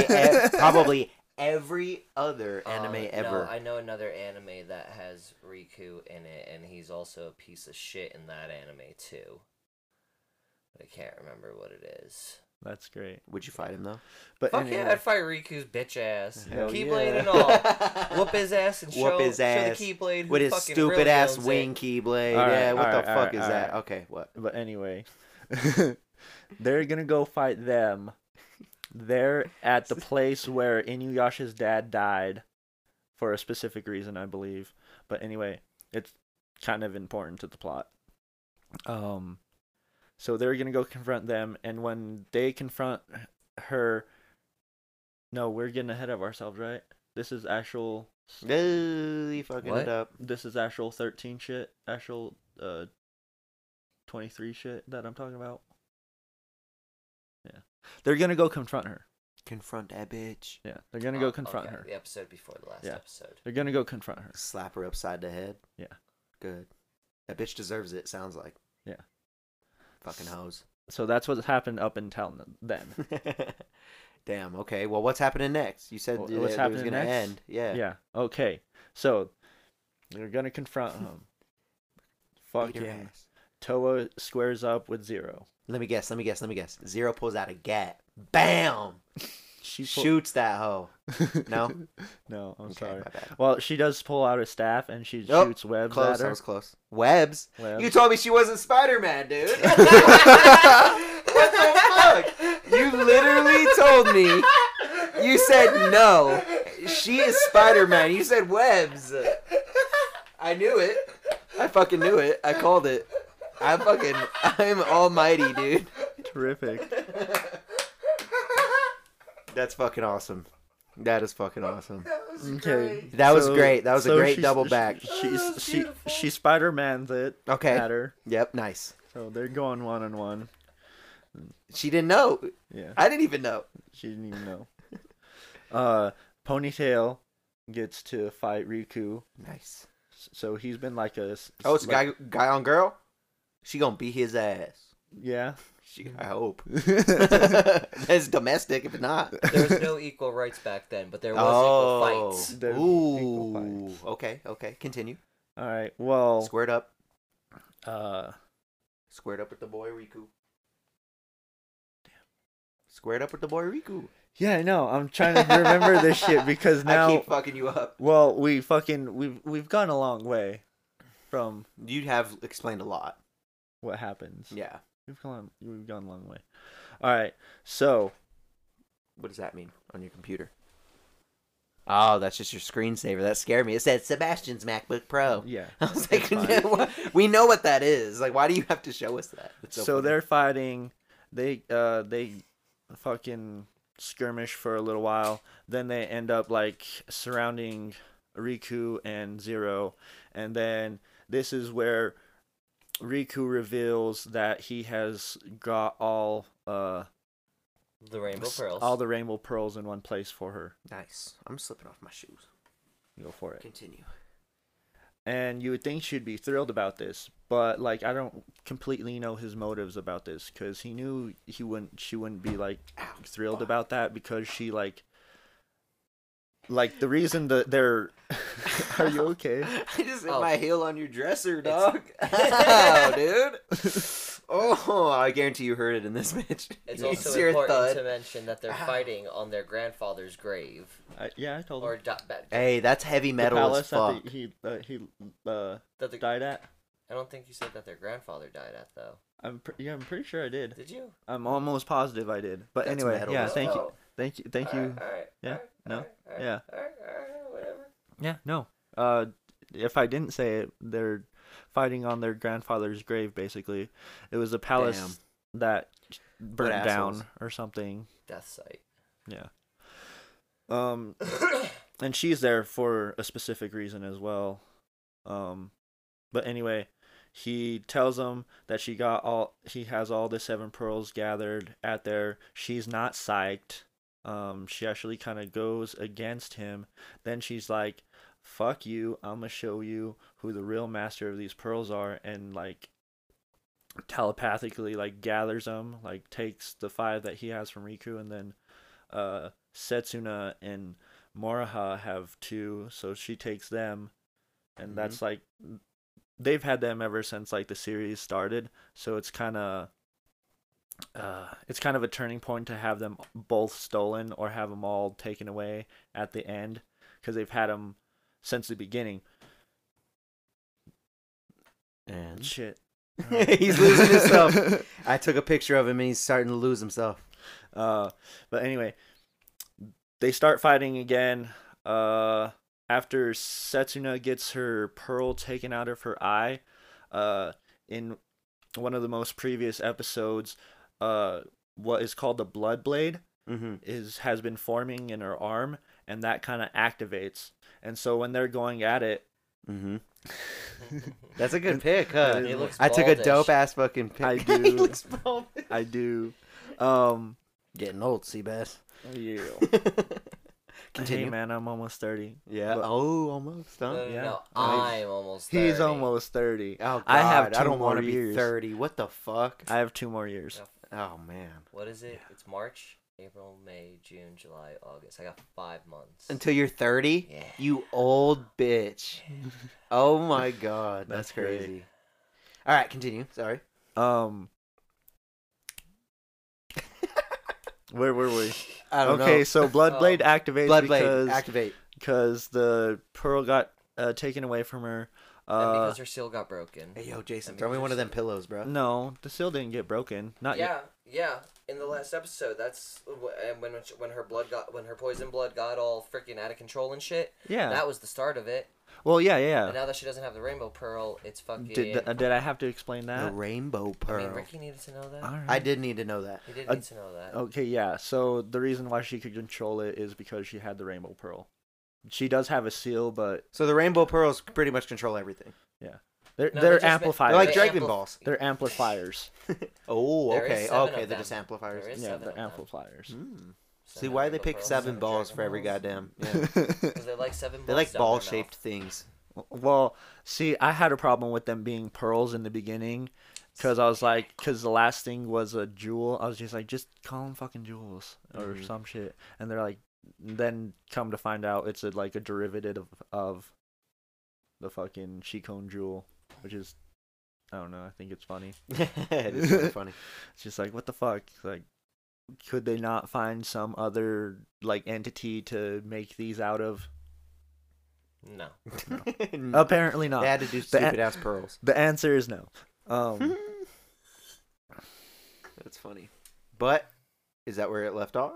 e- probably every other
Uh,
anime
um,
ever.
No, I know another anime that has Riku in it, and he's also a piece of shit in that anime too. But I can't remember what it is.
That's great.
Would you fight him though?
But
Fuck
anyway,
yeah, I'd fight Riku's bitch ass.
Hell
Keyblade
yeah.
and all. Whoop his ass and
Whoop
show,
his ass
show the Keyblade who
with his
fucking
stupid
really
ass
owns it.
wing keyblade.
All right,
yeah, what
all
the
right, all
fuck
right,
is
all
that?
right.
Okay, what?
but anyway, they're gonna go fight them. They're at the place where Inuyasha's dad died, for a specific reason, I believe. But anyway, It's kind of important to the plot. Um, so they're gonna go confront them, and when they confront her, no, we're getting ahead of ourselves, right? This is actual.
No, you fucking
What?
it up.
This is actual thirteen shit. Actual uh. Twenty three shit that I'm talking about. Yeah, they're gonna go confront her.
Confront that bitch.
Yeah, they're gonna
Oh,
go confront
okay,
her.
The episode before the last
Yeah.
episode.
They're gonna go confront her.
Slap her upside the head.
Yeah.
Good. That bitch deserves it. Sounds like.
Yeah.
Fucking hose.
So that's what's happened up in town then.
Damn. Okay. Well, what's happening next? You said
Well,
that
what's
it was
happening
gonna
next?
end. Yeah.
Yeah. Okay. So they're gonna confront him.
Beat her
Fucking
ass.
Toa squares up with Zero.
Let me guess. Let me guess. Let me guess. Zero pulls out a gat. Bam.
She
Shoots that hoe. No?
no, I'm
okay.
sorry.
My bad.
Well, she does pull out a staff and she
Nope,
shoots webs
Close.
at
That
her.
was close. Webs.
Webs.
You told me she wasn't Spider Man, dude. what the fuck? You literally told me. You said no. She is Spider Man. You said webs. I knew it. I fucking knew it. I called it. I fucking. I'm almighty, dude.
Terrific.
That's fucking awesome. That is fucking awesome.
Okay.
That was
so-
great. That was a
so
great
she's-
double
she-
back.
that
She's
was
she
beautiful.
she Spider Man's it
Okay.
at her.
Yep. Nice.
So they're going one on one.
She didn't know.
Yeah.
I didn't even know.
She didn't even know. uh Ponytail gets to fight Riku.
Nice.
S- So he's been like a s-
Oh, it's
like-
guy guy on girl. She gonna beat his ass.
Yeah.
She, I hope. That's domestic, if not.
There was no equal rights back then, but there was equal
Oh,
fights.
There was equal
ooh.
fights. Oh.
Okay, okay. Continue.
All right. Well,
Squared up.
uh,
Squared up with the boy Riku. Squared up with the boy Riku.
yeah, I know. I'm trying to remember this shit because now,
I keep fucking you up.
well, we fucking we've we've gone a long way from
You have explained a lot.
what happens.
Yeah.
We've gone we've gone a long way. All right. So
What does that mean on your computer? Oh, that's just your screensaver. That scared me. It said Sebastian's MacBook Pro.
yeah.
I was
it's
like,
fine.
"What? we know what that is. Like, why do you have to show us that? It's
so
funny.
they're fighting. They uh they fucking skirmish for a little while. Then they end up like surrounding Riku and Zero, and then this is where Riku reveals that he has got all uh
The Rainbow
s-
Pearls.
all the rainbow pearls in one place for her.
nice. I'm slipping off my shoes.
Go for it.
Continue.
And you would think she'd be thrilled about this, but like I don't completely know his motives about this because he knew he wouldn't. She wouldn't be like
Ow,
thrilled
fuck.
about that because she like like the reason that they're are you okay
I just hit
Oh.
my heel on your dresser, dog. Ow, dude. Oh, I guarantee you heard it in this bitch.
It's
You
also
sheer
important
thud.
to mention that they're fighting on their grandfather's grave
I, yeah i told
or
her
di- ba-
Ah.
Hey, that's heavy
the
metal as
palace
fuck.
that the, he uh, he uh
that the-
died at
I don't think you said that their grandfather died at though.
i'm pre- yeah i'm pretty sure i did
Did you?
i'm almost positive i did but
That's
anyway
metal
yeah
as
thank you
fuck.
thank you thank you
All right.
Yeah, no, yeah.
All right. All right. Whatever.
yeah no uh if i didn't say it they're fighting on their grandfather's grave basically it was a palace that burnt
assholes.
down or something
Death site.
yeah um and she's there for a specific reason as well. Um, but anyway, he tells him that she got all he has all the seven pearls gathered at there. She's not psyched. Um, she actually kind of goes against him. Then she's like, "Fuck you! I'm gonna show you who the real master of these pearls are," and like telepathically like gathers them, like takes the five that he has from Riku, and then uh, Setsuna and Moraha have two, so she takes them, and
Mhm.
that's like they've had them ever since like the series started. So it's kind of uh, it's kind of a turning point to have them both stolen or have them all taken away at the end because they've had them since the beginning.
And
Shit.
he's losing himself. I took a picture of him and he's starting to lose himself.
Uh, but anyway, they start fighting again. Uh, after Setsuna gets her pearl taken out of her eye, uh, in one of the most previous episodes, uh, what is called the blood blade
Mm-hmm.
is has been forming in her arm, and that kind of activates. And so when they're going at it,
Mm-hmm. That's a good pick,
huh?
He looks
I took a
baldish.
dope ass fucking pick.
I
he
do,
looks bald.
I do, um,
Getting old, Seabass.
yeah. Hey
Continue.
man, I'm almost thirty.
yeah.
Look.
Oh, almost.
No,
Huh?
no,
Yeah.
no,
Nice.
I'm almost. 30.
He's almost thirty.
Oh, God,
I have
I
two
don't want to
more
be
years.
30. What the fuck?
I have two more years.
Oh, man.
What is it? It's March, April, May, June, July, August. I got five months.
Until you're 30?
Yeah.
You old bitch. Oh, my God. That's,
That's great.
crazy. All right, continue. Sorry.
Um, where were we?
I don't
okay,
know.
so Bloodblade
Oh.
activates
Blood
because
Blade, activate.
because the pearl got uh, taken away from her.
and
Uh,
because her seal got broken.
Hey, yo,
I
Jason,
mean,
throw me one of
there's-
them pillows, bro.
no, the seal didn't get broken. Not yet.
yeah, yeah. In the last episode, that's wh- and when when her blood got when her poison blood got all freaking out of control and shit.
Yeah.
That was the start of it.
well, yeah,
And
yeah.
now that she doesn't have the rainbow pearl, it's fucking.
Did th- uh, did I have to explain
The
that?
rainbow
I
pearl.
mean, Ricky needed to know that.
All right.
I did need to know that.
He did
Uh,
need to know that.
Okay, yeah. So the reason why she could control it is because she had the rainbow pearl. She does have a seal, but
So the rainbow pearls pretty much control everything.
they're
No,
they're
just ma-
amplifiers.
They're like
They
Dragon
ampli-
Balls.
they're amplifiers.
Oh,
There is
okay,
seven
okay.
of
They're
them.
just amplifiers.
There is
yeah,
seven
they're
of them.
amplifiers.
Mm. See
Seven
why they
rainbow
pick
pearls,
seven balls
Dragon
for every
Balls.
goddamn. Yeah.
'Cause they like seven.
they
balls
like
down their
ball
mouth.
shaped things.
Well, see, I had a problem with them being pearls in the beginning because I was like, because the last thing was a jewel. I was just like, just call them fucking jewels or
Mhm.
some shit. And they're like, then come to find out it's a, like a derivative of, of the fucking she cone jewel, which is, I don't know, I think it's funny.
it is kinda funny.
It's just like, what the fuck? Like, could they not find some other like entity to make these out of?
No.
Mm.
Apparently not.
They had to do stupid ass pearls.
The answer is no. Um.
That's funny. But is that where it left off?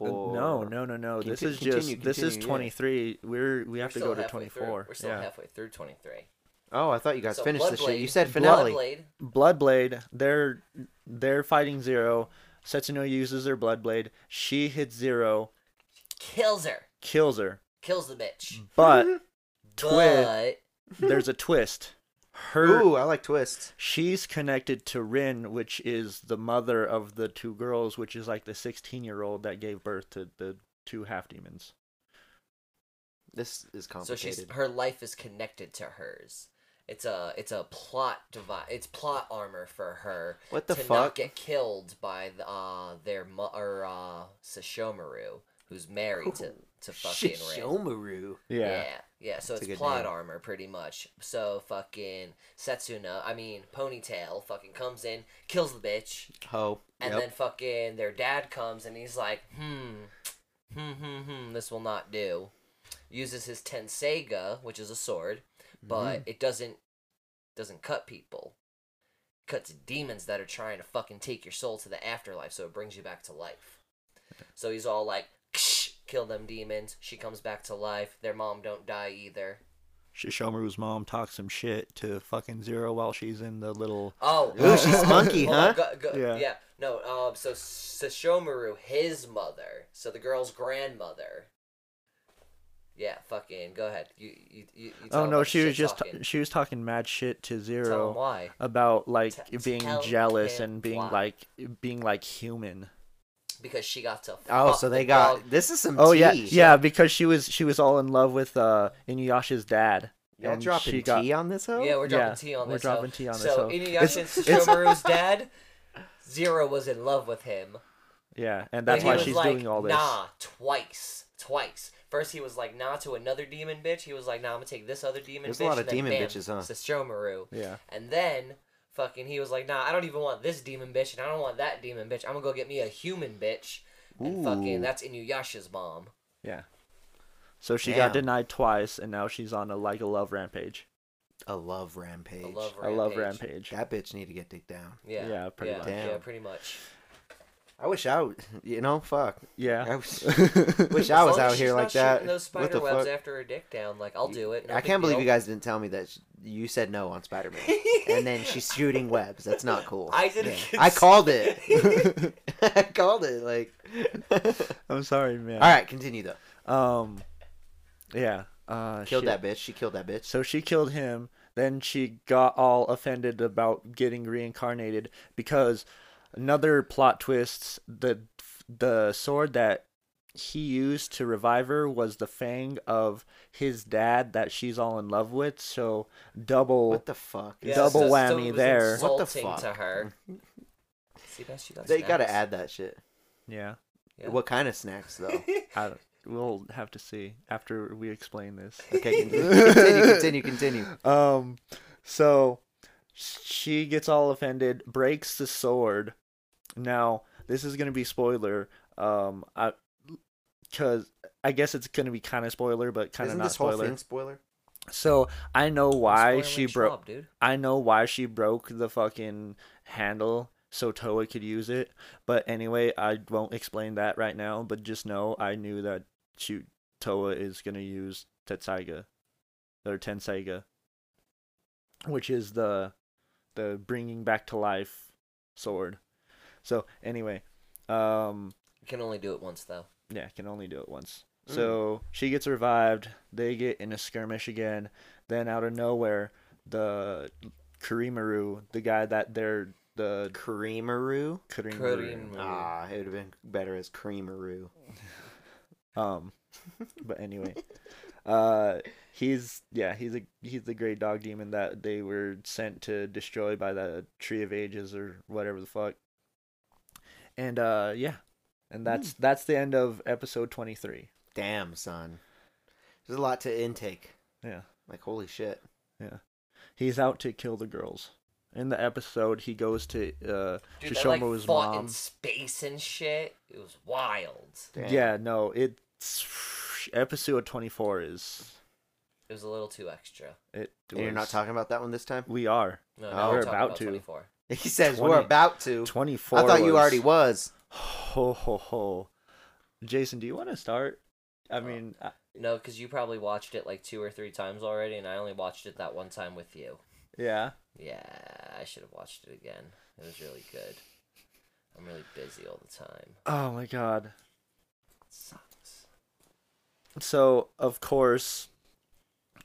Uh, no, no, no, no.
Conti-
this is
continue,
just this is
continue, yeah.
23. We're we
We're
have to
still
go to
halfway through-
24.
We're still
yeah.
halfway through 23.
Oh, I thought you guys
So
finished this shit.
Bloodblade-
You said finale.
Bloodblade.
Bloodblade, they're they're fighting Zero. Setsuno uses her Bloodblade. She hits Zero,
kills her.
kills her.
Kills the bitch.
But
But
Twit. there's a twist. Her
Ooh, I like twists.
she's connected to Rin, which is the mother of the two girls, which is like the 16-year-old that gave birth to the two half demons.
This is
so she's
complicated.
her life is connected to hers. It's a it's a plot device. It's plot armor for her
what the
to
fuck?
not get killed by the, uh their mo- or uh Sashomaru, who's married to to fucking Rin.
Shishomaru.
Yeah, yeah. So it's
That's a good
plot
name.
armor, pretty much. So fucking Setsuna, I mean Ponytail, fucking comes in, kills the bitch.
Oh,
And
yep.
then fucking their dad comes and he's like, hmm, hmm, hmm, hmm, this will not do. Uses his Tenseiga, which is a sword, but it doesn't doesn't cut people. Cuts demons that are trying to fucking take your soul to the afterlife, so it brings you back to life. So he's all like, Ksh, kill them demons. She comes back to life. Their mom don't die either.
Shishomaru's mom talks some shit to fucking Zero while she's in the little
Oh,
Ooh, she's spunky,
hold on,
huh?
go- go-
Yeah.
yeah. No. Um. So Sashomaru, his mother, so the girl's grandmother. Yeah. Fucking. Go ahead. You. You. You. you tell
Oh
him
no,
about
she
the
was
shit
just
talking.
she was talking mad shit to
Tell him
Zero
why.
about like
Te-
being
tell
jealous
him
and being
why.
like being like human.
Because she got to.
Oh,
fuck
so
the
they got
dog.
this is some.
Oh
tea.
yeah, yeah, because she was she was all in love with uh Inuyasha's dad.
Y'all
and
dropping
Um, she got-
tea on this hoe?
Yeah, we're dropping
yeah,
tea on
we're
this. hoe.
dropping tea on this
So
hoe.
Inuyasha and
It's- it's-
Sashomaru's dad. Zero was in love with him.
Yeah, and that's
And he
why
was
she's
like,
doing all this.
Nah, twice, twice. First he was like, nah to another demon bitch. He was like, nah, I'm gonna take this other demon.
There's
bitch.
a lot of
and then
demon
bam,
bitches, huh?
Sashomaru.
Yeah.
And then fucking he was like, nah, I don't even want this demon bitch, and I don't want that demon bitch. I'm gonna go get me a human bitch. And
Ooh.
fucking that's Inuyasha's mom.
Yeah. So she got
Damn.
denied twice and now she's on a like a love rampage.
A love rampage.
I love
A love rampage.
That bitch need to get dicked down.
Yeah.
Yeah, pretty much.
Yeah,
Damn.
pretty much.
I wish I, would, you know, fuck. I
Yeah.
wish, wish I was out here like that.
Those
What
spider
the
webs
fuck?
after her dick down. Like I'll do it.
I can't believe you guys didn't tell me that sh- you said no on Spider Man. and then she's shooting webs. That's not cool.
I didn't
I called it. I called it. Like, all
I'm sorry, man.
right, continue though.
Um, yeah. Uh,
Killed
shit.
that bitch. She killed that bitch.
So she killed him. Then she got all offended about getting reincarnated because another plot twists the the sword that he used to revive her was the fang of his dad that she's all in love with. So double.
What the fuck?
Yeah,
Double
so- so it
whammy
was
there.
What the
insulting
fuck?
to her. See, that's she got
They gotta
snacks.
add that shit.
yeah.
Yeah.
What kind of snacks though?
I don't- we'll have to see after we explain this.
Okay, continue, continue, continue, continue.
Um, so she gets all offended, breaks the sword. Now this is gonna be spoiler. Um, I, cause I guess it's gonna be kind of spoiler, but kind of
Isn't
not
this whole
spoiler.
thing spoiler?
So I know why
Spoiling
she broke.
Schwab, dude.
I know why she broke the fucking handle so Toa could use it. But anyway, I won't explain that right now. But just know I knew that she, Toa is gonna use Tetsaiga, or Tenseiga, which is the the bringing back to life sword. So anyway, um,
You can only do it once though.
yeah, can only do it once.
Mm.
So she gets revived. They get in a skirmish again. Then out of nowhere, the Kurimaru, the guy that they're the
Creamaroo.
Kurimaru,
Korean
Ah, it would have been better as Creamaroo.
um, but anyway, uh, he's yeah, he's a he's the great dog demon that they were sent to destroy by the Tree of Ages or whatever the fuck. And uh, yeah, and that's that's the end of episode twenty three.
Damn, son. There's a lot to intake.
Yeah.
Like holy shit.
he's out to kill the girls. In the episode, he goes to uh,
Dude, they like
Shishomaru's
fought
mom.
in space and shit. It was wild.
Damn.
Yeah, no, it's episode twenty four is
It was a little too extra.
it.
And you're not
was-
talking about about that one this time.
We are
No,
Oh.
no, we're
We're
talking
about
about
to.
24.
He says
20.
we're about to.
twenty four.
I thought you already was.
Ho ho ho! Jason, do you want to start?
Oh.
I mean, uh, I-
No, because you probably watched it like two or three times already, and I only watched it that one time with you.
yeah.
Yeah, I should have watched it again. It was really good. I'm really busy all the time.
Oh my god.
It sucks.
So of course,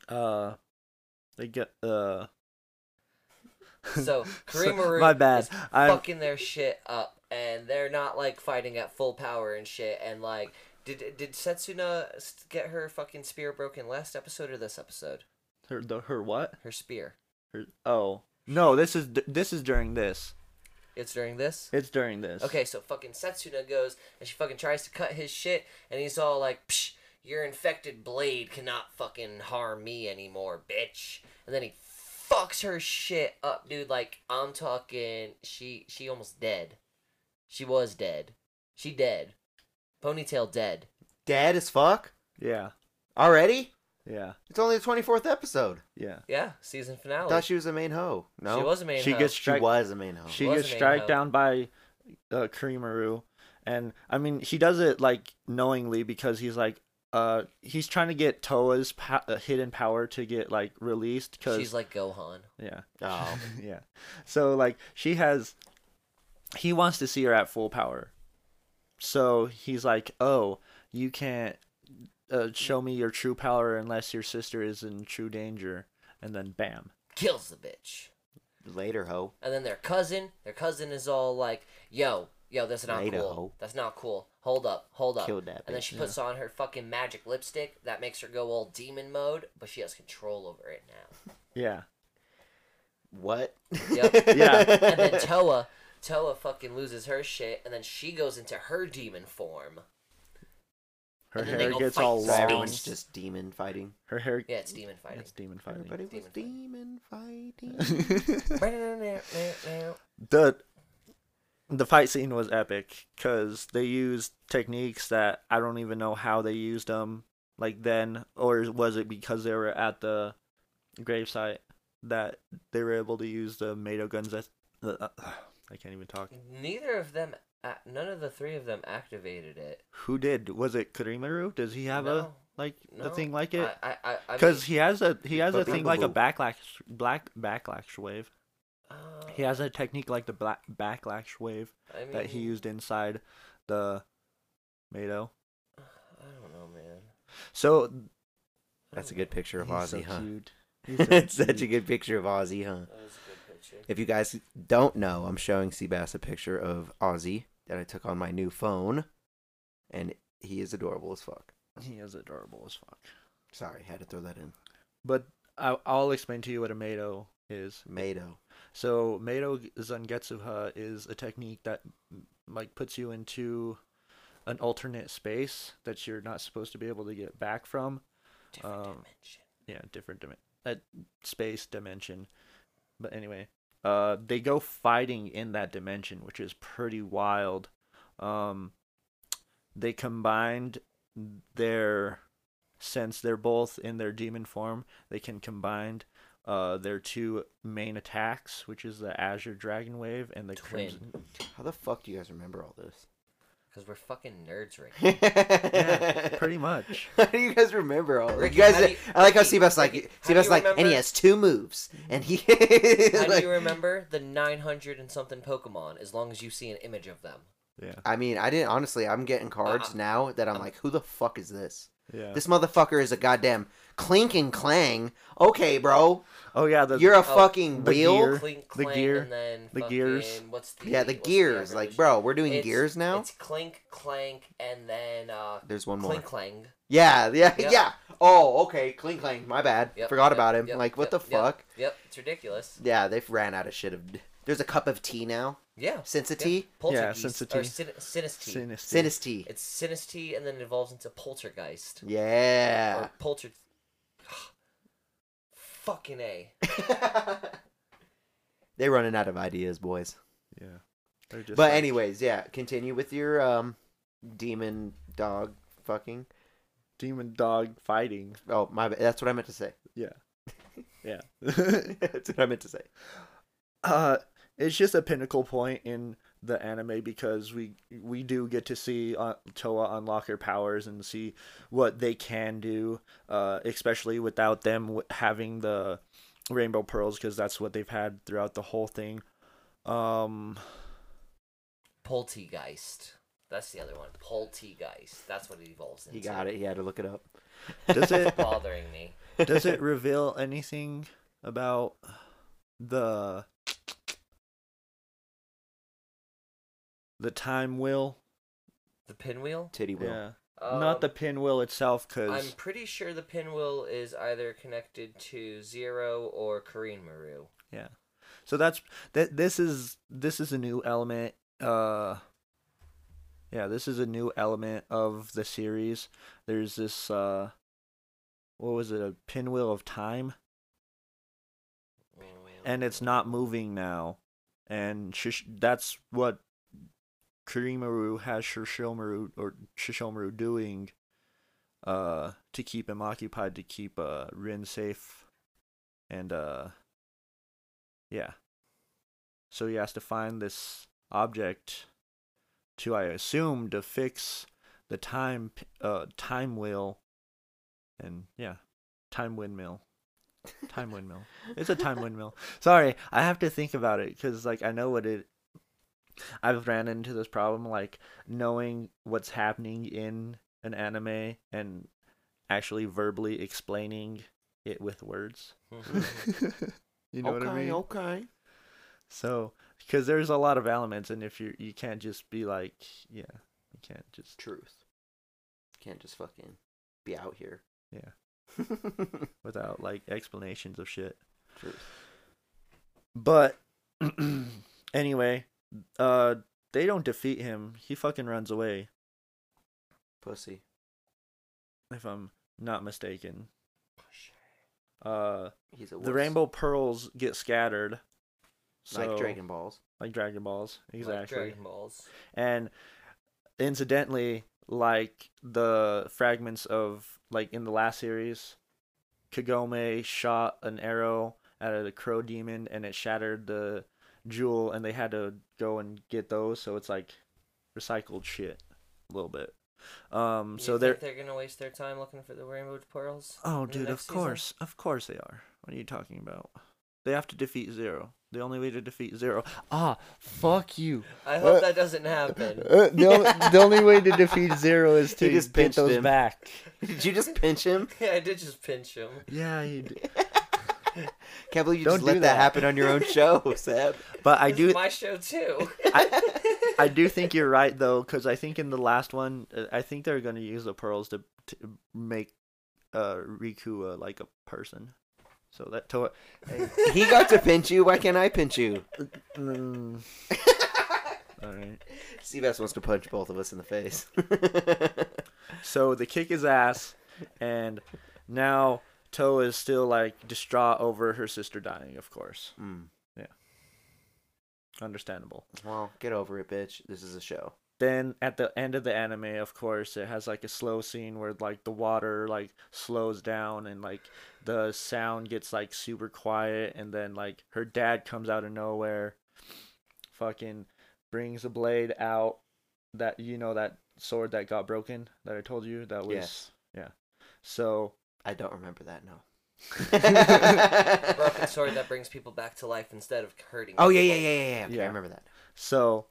uh, they get uh.
So Kareem Maru
my bad.
is
I'm
fucking their shit up, and they're not like fighting at full power and shit. And like, did did Setsuna s- get her fucking spear broken last episode or this episode?
her. The her what?
Her spear.
Her, oh no! This is this is during this.
It's during this.
It's during this.
Okay, so fucking Setsuna goes and she fucking tries to cut his shit, and he's all like, Psh, "Your infected blade cannot fucking harm me anymore, bitch." And then he fucks her shit up, dude. Like I'm talking, she she almost dead. She was dead. She dead. Ponytail dead.
Dead as fuck
Yeah.
already.
Yeah.
It's only the 24th episode.
Yeah.
Yeah, season
I
finale.
thought she was a main hoe. No,
Oh. She was a main.
She
hoe.
gets
She
strike.
was a main hoe.
She
Was
gets
a main
strike
hoe.
down by uh, Kurimaru, and I mean he does it like knowingly because he's like uh he's trying to get Toa's po- uh, hidden power to get like released because
She's like Gohan.
yeah
oh,
yeah so like she has he wants to see her at full power so he's like oh you can't uh, show me your true power unless your sister is in true danger and then bam
Kills the bitch.
later hoe.
And then their cousin, their cousin is all like, "Yo, yo, that's not
Later,
cool.
ho.
That's not cool. Hold up, hold up."
Killed that
and then
bitch,
she puts on her fucking magic lipstick that makes her go all demon mode, but she has control over it now.
yeah
What?
Yep.
Yeah.
and then Toa, Toa fucking loses her shit, and then she goes into her demon form.
her
And then they
hair
go
gets
fight
all
so
zombies.
long
everyone's just demon fighting.
her hair
Yeah, it's demon fighting.
it's demon fighting
Everybody was demon fighting.
the the fight scene was epic because they used techniques that I don't even know how they used them like then or was it because they were at the gravesite that they were able to use the Mato guns that uh, uh, I can't even talk
Neither of them Uh, none of the three of them activated it.
Who did? Was it Kurimaru? Does he have a
No.
like
No.
a thing like it?
I, I, I, I
Because
mean,
he has a he has a
But
thing like a
Bumblebee-
backlash black backlash wave.
uh,
He has a technique like the black backlash wave
I mean,
that he used inside the Mado.
I don't know, man.
So
I
That's a
don't
good
know.
picture of
he's so
Ozzy, huh?
cute. He's so
it's such a
cute.
good picture of Ozzy, huh?
That was a good picture.
If you guys don't know, I'm showing Seabass a picture of Ozzy that I took on my new phone, and he is adorable as fuck.
He is adorable as fuck.
Sorry, had to throw that in.
But I, I'll explain to you what a Mado is.
Mado.
So Mado Zangetsuha is a technique that m- like puts you into an alternate space that you're not supposed to be able to get back from.
Different
um,
dimension.
yeah, different dimension, that space dimension. But anyway, uh, they go fighting in that dimension, which is pretty wild. Um, they combined their since they're both in their demon form, they can combine uh their two main attacks, which is the Azure Dragon Wave and the
Twin.
Crimson.
How the fuck do you guys remember all this?
Because we're fucking nerds right now.
yeah,
Pretty much.
How do you guys remember all? This?
Ricky,
You guys,
how do you-
I like how
Ricky,
Seabass like
Ricky, how do
Seabass
you
like, and he
remember- Mm-hmm.
has two moves, and he.
How do
like-
you remember the 900 and something Pokemon as long as you see an image of them?
Yeah.
I mean, I didn't honestly. I'm getting cards
Uh-uh.
now that I'm
Um,
like, who the fuck is this?
Yeah.
This motherfucker is a goddamn clink and clang. Okay, bro,
oh yeah, the
you're a
oh,
fucking
the
wheel.
gear.
Clink,
the
clank,
gear,
and then
the gears.
fucking- What's the,
Yeah, the
what's
gears.
other
like,
version?
bro, we're doing
It's-
gears now.
It's clink, clank, and then uh,
There's one more.
clink, clang.
Yeah, yeah,
Yep.
yeah. Oh, okay, clink clang. My bad.
Yep,
Forgot
yep,
about him.
yep,
like, what
yep,
the
yep,
fuck?
Yep, it's ridiculous.
Yeah, they've ran out of shit. Of there's a cup of tea now.
Yeah.
Sensa
yeah.
tea.
Poltergeist, Or
Sensity.
sin- Sinisty.
Sinisty.
Sinus tea.
it's Sinisty and then it evolves into Poltergeist.
Yeah.
Or Polter... Fucking A. Oh.
they running out of ideas, boys.
Yeah. They're just
but
like-
anyways, yeah. Continue with your um, demon dog fucking.
demon dog fighting.
Oh my, bad. that's what I meant to say.
Yeah.
that's what I meant to say.
uh it's just a pinnacle point in the anime because we we do get to see uh, Toa unlock her powers and see what they can do, uh, especially without them w- having the rainbow pearls because that's what they've had throughout the whole thing. Um,
Poltergeist. That's the other one. Poltergeist. That's what it evolves into.
He got it. He had to look it up.
Does it-
Bothering me.
does it reveal anything about the the time wheel?
The pinwheel?
Titty will.
Yeah. Not the
Um,
pinwheel itself,
I'm
because
pretty sure the pinwheel is either connected to Zero or Korean Maru.
yeah. So that's that. This is this is a new element. Uh, yeah, this is a new element of the series. There's this. Uh, what was it? A pinwheel of time, and it's not moving now. And shish, that's what Kurimaru has Shishomaru or Shishomaru doing. Uh, to keep him occupied, to keep uh Rin safe, and uh Yeah. So he has to find this object to, I assume, to fix the time p- uh time wheel, and yeah, time windmill, time windmill. It's a time windmill. Sorry, I have to think about it because like I know what it. I've ran into this problem like knowing what's happening in an anime and actually verbally explaining it with words. you know
okay,
what I mean?
okay.
So, because there's a lot of elements, and if you you can't just be like, yeah, you can't just
Truth. Can't just fucking be out here.
Yeah.
Truth.
without like explanations of shit. But anyway, uh, they don't defeat him. He fucking runs away,
Pussy.
if I'm not mistaken. Uh,
He's a
the
wuss.
rainbow pearls get scattered, so-
like Dragon Balls.
like Dragon Balls, exactly.
Like Dragon Balls.
and incidentally like the fragments of like in the last series kagome shot an arrow at a crow demon and it shattered the jewel and they had to go and get those so it's like recycled shit a little bit. Um,
You
so
think
they're
they're gonna waste their time looking for the rainbow pearls.
Oh,
in the
dude,
next
of
season?
course. Of course they are. What are you talking about? They have to defeat Zero. The only way to defeat Zero. Ah, fuck you.
I hope
Uh,
that doesn't happen.
Uh, the, only, the only way to defeat Zero is
He
to
just
get
pinched
those
him.
back.
Did you just pinch him?
yeah, I did just pinch him.
Yeah, you d
Can't believe you
Don't
just let
do
that.
that.
happen on your own show, Seb.
but I
This
do
is my show too.
I do think you're right though, because I think in the last one, uh, I think they're gonna use the pearls to, to make uh Riku uh, like a person. So that to hey,
He got to pinch you. Why can't I pinch you?
mm. all right.
Seabass wants to punch both of us in the face.
So they kick his ass, and now Toa is still like distraught over her sister dying. Of course,
Mm.
understandable.
Well, get over it, bitch. This is a show.
Then at the end of the anime, of course, it has like a slow scene where like the water like slows down and like the sound gets like super quiet, and then like her dad comes out of nowhere, fucking brings a blade out that you know that sword that got broken that I told you that was
Yes.
yeah. So
I don't remember that. No.
A broken sword that brings people back to life instead of hurting.
Oh yeah, yeah,
people.
yeah, yeah, yeah. Okay,
Yeah.
I remember that.
So,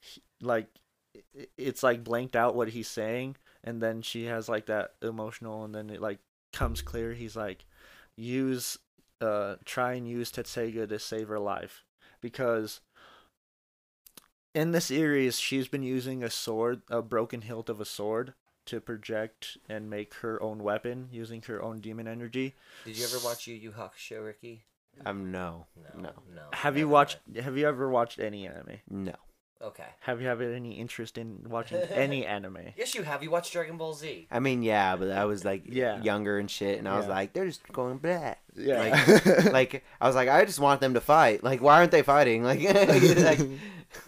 he- like, i- it's like blanked out what he's saying, and then she has like that emotional, and then it like comes clear. He's like, use, uh, try and use Tetsega to save her life because in the series she's been using a sword, a broken hilt of a sword. To project and make her own weapon using her own demon energy.
Did you ever watch Yu Yu Hakusho, Ricky?
Um, no,
No.
No.
Have you
never
watched? Have you ever watched any anime?
no.
mind. Okay.
Have you have any interest in watching any anime?
Yes, you have. You watched Dragon Ball Z.
I mean, yeah, but I was like
Yeah.
younger and shit, and I was
Yeah.
like, they're just going black.
Yeah.
Like I was like, I just want them to fight. Like, why aren't they fighting? Like, like,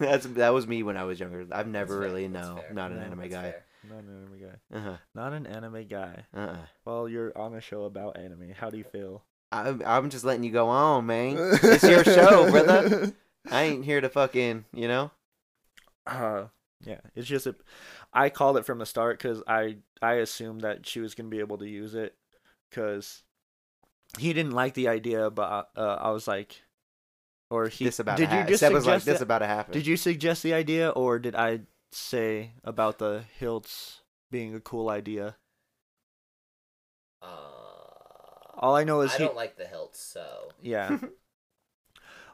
that's that was me when I was younger. I've never
fair,
really
that's
no,
fair.
not an
No,
anime
That's
guy.
fair.
not an anime guy.
Uh huh.
Not an anime guy.
Uh uh-uh.
Well, you're on a show about anime. How do you feel?
I'm I'm just letting you go on, man. It's your show, brother. I ain't here to fucking, you know.
Uh-huh.
Uh, yeah, it's just a. I called it from the start because I I assumed that she was gonna be able to use it, because he didn't like the idea, but uh, I was like, or he
this about
did
to
you
hap-
just
Seb was like,
suggest
this
that-
about to happen.
Did you suggest the idea, or did I say about the hilts being a cool idea?
Uh,
All I know is
I
he.
don't like the hilt, so
Yeah.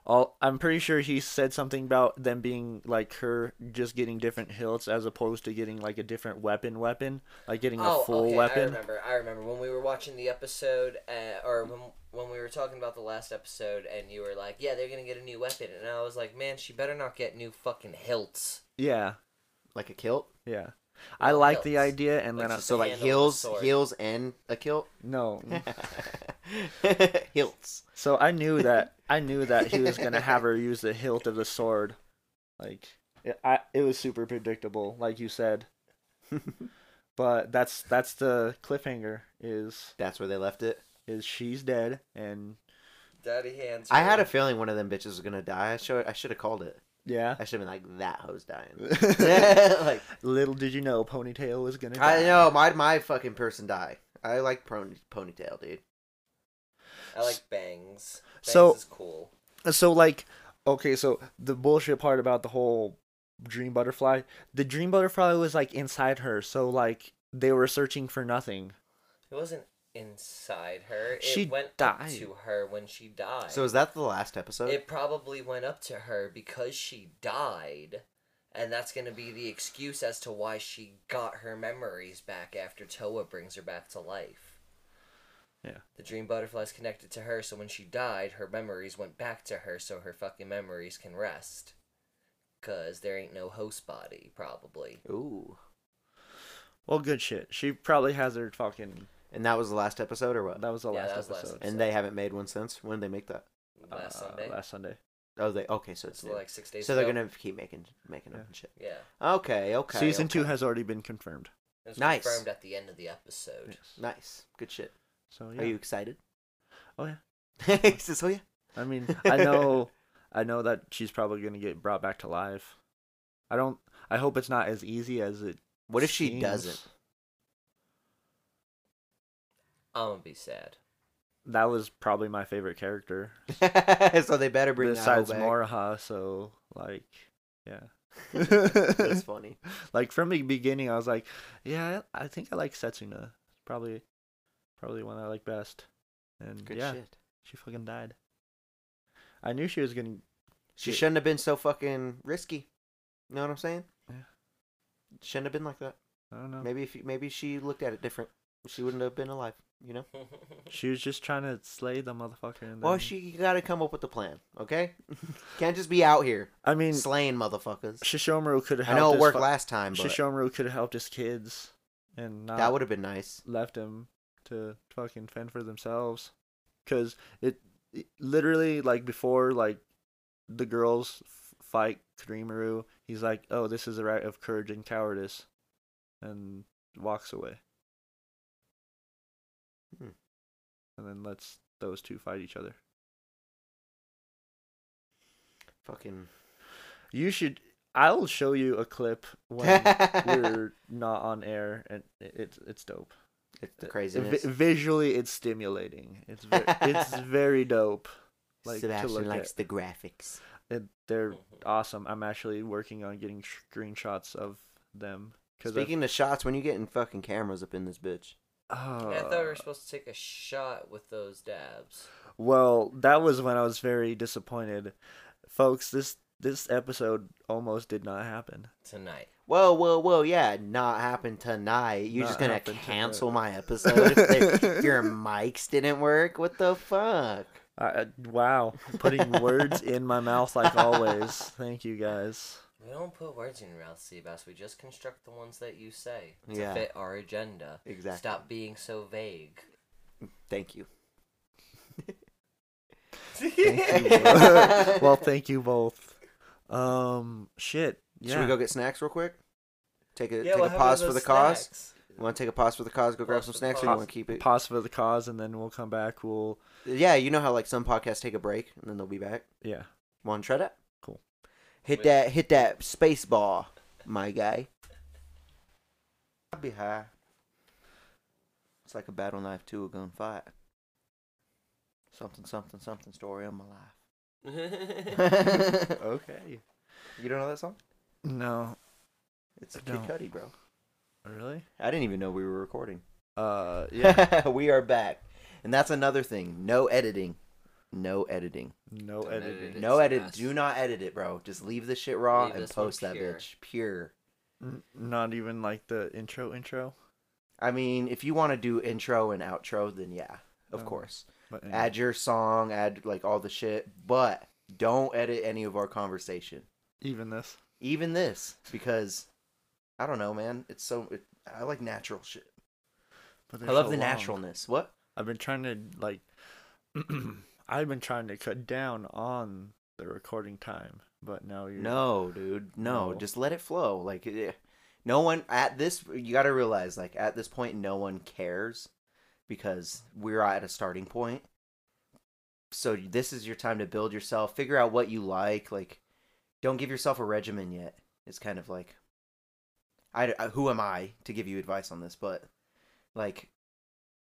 All, I'm pretty sure he said something about them being like her just getting different hilts as opposed to getting like a different weapon weapon, like getting
oh,
a full
okay, I
weapon.
remember. I remember when we were watching the episode, uh, or when when we were talking about the last episode, and you were like, "Yeah, they're gonna get a new weapon," and I was like, "Man, she better not get new fucking hilts."
Yeah,
like a kilt?
yeah. I like the
hilts.
idea, and
Like
then I,
just-
So like
Handle the
heels,
sword.
heels, and a kilt.
no.
Hilts.
So I knew that I knew that he was gonna have her use the hilt of the sword. Like it, I, it was super predictable, like you said. but that's that's the cliffhanger. Is
That's where they left it.
is she's dead and
Daddy hands.
I had
her.
a feeling one of them bitches was gonna die. I should I should have called it.
yeah.
I should have been like that hoe's dying. like
Little did you know, Ponytail was gonna.
I
die.
know my my fucking person die. I like pron- ponytail, dude.
I like bangs. bangs
So-
is cool.
So like, okay, so the bullshit part about the whole dream butterfly, the dream butterfly was like inside her. So like, they were searching for nothing.
It wasn't inside her. It
She
went up
died.
to her when she died.
So is that the last episode?
it probably went up to her because she died, and that's going to be the excuse as to why she got her memories back after Toa brings her back to life.
Yeah.
The dream butterfly's connected to her, so when she died, her memories went back to her, so her fucking memories can rest. Cause there ain't no host body, probably.
Ooh.
Well, good shit. She probably has her fucking.
And that was the last episode, or what?
That was the
Yeah,
last
that was last
episode.
And they haven't made one since. When did they make that?
Last
Uh,
Sunday,
Last Sunday.
Oh, they okay. So it's
so
new.
like six days.
so they're
ago.
gonna keep making making up
Yeah.
and shit.
Yeah.
Okay, okay.
Season two
okay.
has already been confirmed.
It was
Nice.
confirmed at the end of the episode.
Yes.
nice, good shit.
So
Are
yeah.
you excited?
Oh yeah.
He says, oh yeah.
I mean, I know, I know that she's probably gonna get brought back to life. I don't. I hope it's not as easy as it.
What if she
seems.
doesn't?
I'm gonna be sad.
That was probably my favorite character
so they better bring
besides
besides more.
Maraha. So like, yeah.
That's funny.
Like from the beginning, I was like, yeah, I think I like Setsuna. Probably, probably one I like best. And
Good
yeah,
shit.
she fucking died. I knew she was gonna.
She
Yeah.
shouldn't have been so fucking risky. You know what I'm saying?
Yeah.
Shouldn't have been like that.
I don't know.
Maybe if maybe she looked at it different, she wouldn't have been alive. You know?
She was just trying to slay the motherfucker. And
Well,
then-
she you gotta come up with a plan. Okay? Can't just be out here
I mean,
slaying motherfuckers.
Shishomaru could have.
I know it worked last time, but
Shishomaru could have helped his kids, and not
that would have been nice.
left him to fucking fend for themselves. Cause it, it literally like before like the girls f- fight Kurimaru, he's like, "Oh, this is a right of courage and cowardice," and walks away.
Hmm.
And then lets those two fight each other.
Fucking.
You should. I'll show you a clip when we're not on air, and it, it's it's dope.
it's
Uh,
the
vi-
craziness.
visually, it's stimulating. It's ver- it's very dope. like, to look
Sebastian
at.
likes the graphics.
It, they're awesome. I'm actually working on getting screenshots of them because
Speaking of shots, when you getting fucking cameras up in this bitch?
oh.
I thought
Uh.
we were supposed to take a shot with those dabs.
well, that was when I was very disappointed, folks. This this episode almost did not happen.
Tonight.
Whoa, whoa, whoa! Yeah, not happen tonight. You're just
Not
gonna
happen
cancel my episode if, they- if your mics didn't work. What the fuck?
I, I, wow, putting words in my mouth like always. Thank you guys.
We don't put words in your mouth, Seabass. We just construct the ones that you say to
Yeah.
fit our agenda.
Exactly.
Stop being so vague.
Thank you.
Thank you both. well, thank you both. Um, shit. Yeah.
Should we go get snacks real quick? Take a
Yeah,
take
what
a
happened
pause
to
for the
those
cause.
snacks?
Want to take a pause for the cause? Go grab
Pause
some
for the
snacks. Or you
cause.
want to keep it?
pause for the cause, and then we'll come back. We'll
Yeah, you know how like some podcasts take a break and then they'll be back.
yeah.
Want to try that?
Cool.
Hit
Wait.
that. Hit that space bar, my guy. I'll be high. It's like a battle knife to a gunfight. Something, something, something. Story of my life.
Okay.
you don't know that song?
No,
It's
I
Kid
don't.
Cudi, bro.
really.
I didn't even know we were recording.
Uh, yeah.
Yeah, we are back, and that's another thing. No editing. No editing.
No
Don't edit
editing.
it.
No
It's
edit.
mess.
Do not edit it, bro. Just leave the shit raw
Leave
and
this one
post that
pure.
bitch pure.
N- Not even like the intro. Intro.
I mean, if you want to do intro and outro, then yeah, of
Oh.
course.
But
Add your song, add like all the shit, but don't edit any of our conversation,
even this.
even this, because I don't know, man. It's so it, I like natural shit.
But
I
they're
love
so
the
long.
naturalness. What?
I've been trying to like. I've been trying to cut down on the recording time, but now you're
No, dude. No,
No.
just let it flow. Like, eh, no one at this, you got to realize, like, at this point, no one cares because we're at a starting point. So, this is your time to build yourself, figure out what you like. Like, don't give yourself a regimen yet. It's kind of like, I, I- who am I to give you advice on this? But, like,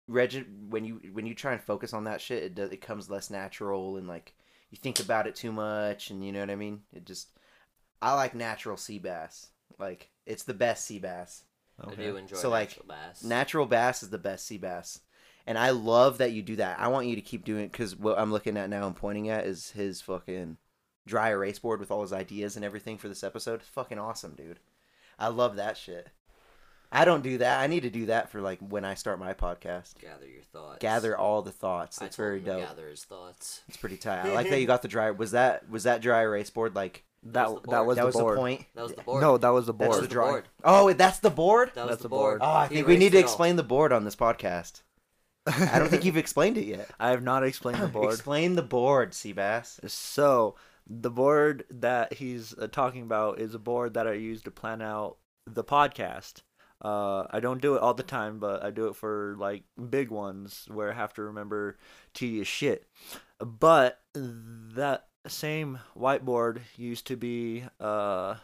regi- when you when you try and focus on that shit, it does, it comes less natural and like you think about it too much, and you know what I mean. It just I like natural sea bass. Like it's the best sea bass.
I
Okay.
do enjoy
So, like,
natural bass.
Natural bass is the best sea bass. And I love that you do that. I want you to keep doing it because what I'm looking at now and pointing at is his fucking dry erase board with all his ideas and everything for this episode. Fucking awesome, dude. I love that shit. I don't do that. I need to do that for like when I start my podcast.
gather your thoughts.
Gather all the thoughts.
I
It's
told
very
him to
dope.
Gather his thoughts.
It's pretty tight. I like that you got the dry. Was that was that dry erase board like
That
was the
that
board.
was
that
the
was
board.
the point?
That was the board.
No, that was the
That's
board.
the
the
drawing.
board.
Oh, that's the board.
that was
that's the
the
board.
board.
Oh, I
He
think we
erased
need to
it all.
explain the board on this podcast. I don't think you've explained it yet.
I have not explained the board.
Explain the board, Seabass.
So the board that he's uh, talking about is a board that I use to plan out the podcast. Uh, I don't do it all the time, but I do it for like big ones where I have to remember tedious shit. But that same whiteboard used to be uh,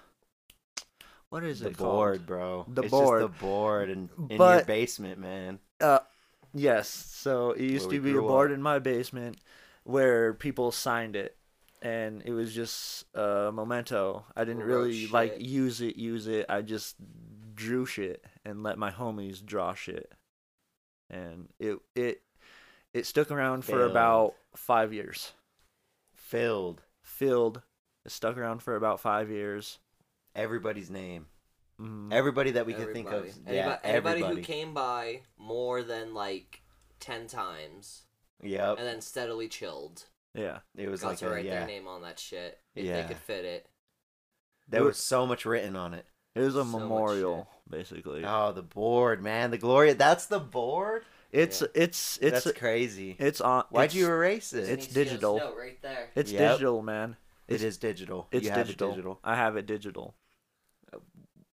What is
the
it
board, bro.
The
it's
board.
Just the board and in your
But-
basement, man.
Called? Uh, yes. So it used
Where
to be
we
a
grew up.
board in my basement where people signed it, and it was just a memento. I didn't
Wrote
really like
shit.
use it, use it. I just drew shit and let my homies draw shit, and it it it stuck around for
Failed.
about five years.
Filled
Filled. It stuck around for about five years.
everybody's name.
Mm.
Everybody that we can think of.
Everybody-
Yeah,
anybody,
everybody.
who came by more than like ten times
Yep.
and then steadily chilled
Yeah.
It was
got
like
to
a,
write
yeah.
their name on that shit if
Yeah.
they could fit it.
There
It
was so much written on it.
It was a
So much
memorial, basically.
Oh, the board, man. The Gloria. That's the board.
It's it's it's
that's crazy.
it's on.
Why'd
it's,
you erase
it's
it?
And you see us
digital.
know right there.
It's
Yep.
digital, man.
it is digital.
It's
you have it
digital.
digital.
I have it digital.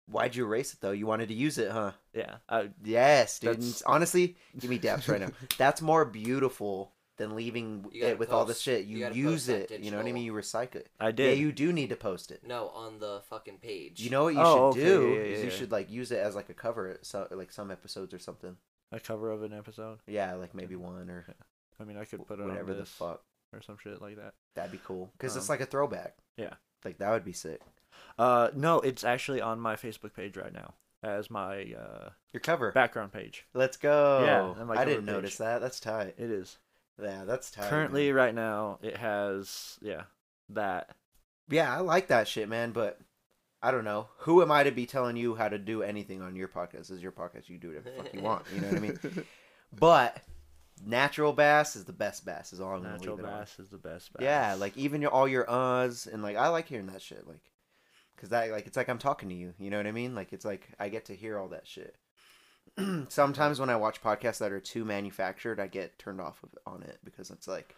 Why'd you erase it though? You wanted to use it, huh?
Yeah. I,
Yes, dude.
That's-
Honestly, give me depth right now. That's more beautiful than leaving
You gotta
it with all this
post-
shit.
you
You,
gotta
use
post that
it. You know what I mean? You recycle it.
I
Yeah,
did.
you do need to post it.
No, on the fucking page.
You know what you
Oh,
should
okay,
do
yeah, yeah,
is
yeah.
you should like use it as like a cover, at so like some episodes or something.
a cover of an episode.
Yeah, like maybe one or
I mean, I could put it
whatever
on
the
this
fuck.
or some shit like that.
That'd be cool because it's
Um,
like a throwback.
yeah.
like that would be sick.
Uh, no, it's actually on my Facebook page right now as my uh
Your cover.
background page.
Let's go.
Yeah, and my
I
cover
didn't
page.
notice that. That's tight.
It is
Yeah, that's tight.
currently
man.
right now. It has yeah that
Yeah, I like that shit, man. But I don't know. Who am I to be telling you how to do anything on your podcast? This is your podcast. You do whatever the fuck you want. You know what I mean? But natural bass is the best bass. Is all I'm gonna
natural
leave it on.
bass is the best. Bass.
Yeah, like even your all your uhs and like I like hearing that shit. Like, cause that like it's like I'm talking to you. You know what I mean? Like it's like I get to hear all that shit. Sometimes when I watch podcasts that are too manufactured, I get turned off of, on it because it's like,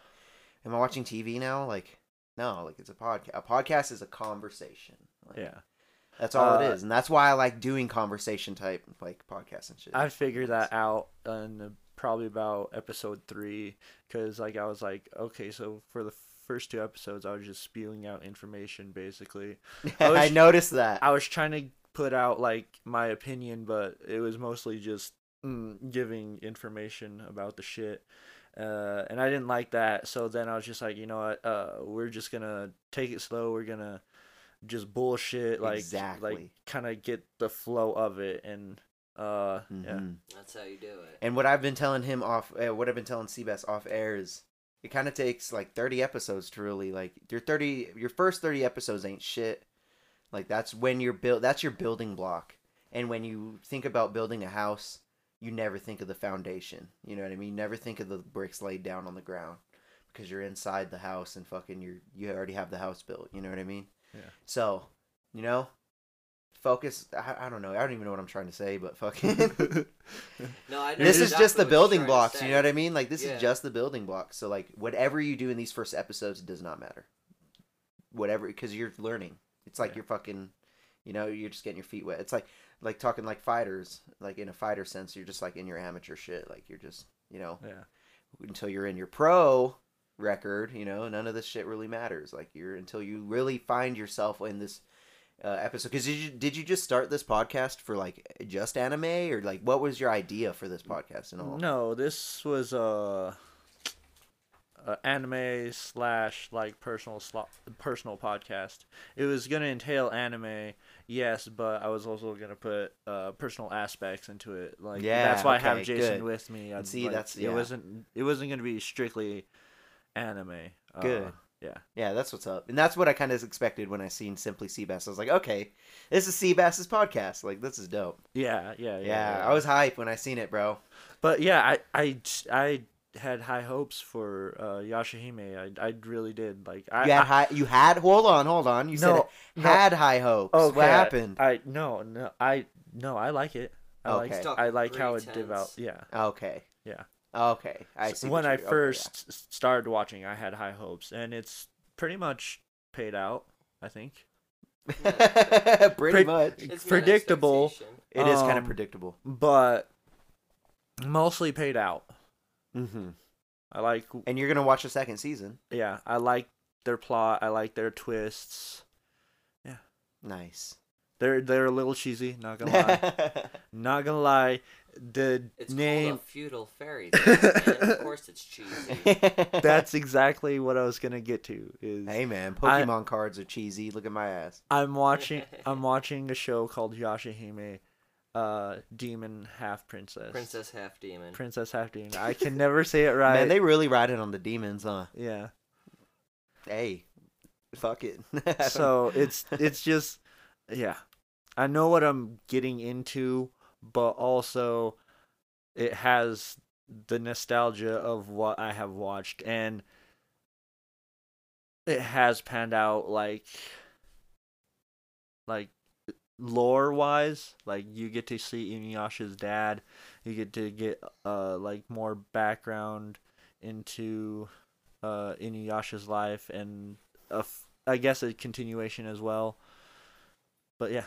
am I watching TV now? Like, no, like it's a podcast. A podcast is a conversation. Like,
yeah.
that's all
Uh,
it is, and that's why I like doing conversation type like podcasts and shit.
I figured that out in probably about episode three, because like I was like, okay, so for the first two episodes, I was just spewing out information basically. I was-
I noticed that.
I was trying to put out like my opinion, but it was mostly just mm, giving information about the shit. Uh, and I didn't like that, so then I was just like, you know what? Uh, we're just gonna take it slow. We're gonna just bullshit, like, like
Exactly.
kind of get the flow of it, and uh, yeah.
Mhm.
That's how you do it.
And what I've been telling him off, uh, what I've been telling Seabass off air is, it kind of takes like 30 episodes to really like your 30, your first 30 episodes ain't shit. Like that's when you're build, that's your building block. And when you think about building a house, you never think of the foundation. You know what I mean? You never think of the bricks laid down on the ground because you're inside the house and fucking you're you already have the house built. You know what I mean?
Yeah.
So, you know, focus. I, I don't know. I don't even know what I'm trying to say, but fucking.
No, I know
this is
exactly
just
what
the
you're
building
trying to
blocks. You
say.
know what I mean? Like this
Yeah.
is just the building blocks. So like whatever you do in these first episodes, it does not matter. Whatever, because you're learning. It's like
Yeah.
you're fucking, you know, you're just getting your feet wet. It's like like talking like fighters, like in a fighter sense. You're just like in your amateur shit. Like you're just, you know,
Yeah.
until you're in your pro record, you know, none of this shit really matters. Like you're until you really find yourself in this uh, episode. Because did you did you just start this podcast for like just anime or like what was your idea for this podcast and all?
No, this was a, uh anime slash like personal slo- personal podcast. It was gonna entail anime, yes, but I was also gonna put uh, personal aspects into it. Like
Yeah,
that's why I have
okay,
Jason
good.
with me. I'd
see,
like-
that's-
it
yeah.
wasn't it wasn't gonna be strictly anime. Uh,
Good.
Yeah.
Yeah, that's what's up, and that's what I kind of expected when I seen Simply Seabass. I was like, okay, this is Seabass's podcast. Like this is dope.
Yeah. Yeah. Yeah.
Yeah, I was hype when I seen it, bro.
But yeah, I I j- I had high hopes for uh, Yashahime. I I really did. Like I
You had
I-
high. You had. Hold on, hold on. You said
No,
it
no.
had high hopes.
Oh,
What happened?
I no no I no I like it. I
Okay.
like I like how it
Pretense.
developed. Yeah.
Okay.
Yeah.
Okay. I see.
when
what
I
you're- okay, yeah.
first s- started watching, I had high hopes, and it's pretty much paid out. I think
pretty
Pre-
much. It
It's met
predictable.
expectation.
is kind of
Um,
predictable.
but mostly paid out.
Mm-hmm.
I like
And you're gonna watch the second season.
yeah. I like their plot. I like their twists.
Nice.
They're they're a little cheesy. Not gonna lie. not gonna lie. The
It's
name.
called a feudal fairy tale. man. of course, it's cheesy.
That's exactly what I was gonna get to. Is
hey man,
I-
Pokemon cards are cheesy. Look at my ass.
I'm watching I'm watching a show called Yashahime, uh, Demon Half Princess.
Princess half demon.
Princess Half Demon. I can never say it right.
Man, they really ride it on the demons, huh?
Yeah.
Hey, fuck it.
So it's it's just yeah. I know what I'm getting into, but also it has the nostalgia of what I have watched and it has panned out like like lore wise like you get to see inuyasha's dad you get to get uh like more background into uh inuyasha's life and a f- i guess a continuation as well but yeah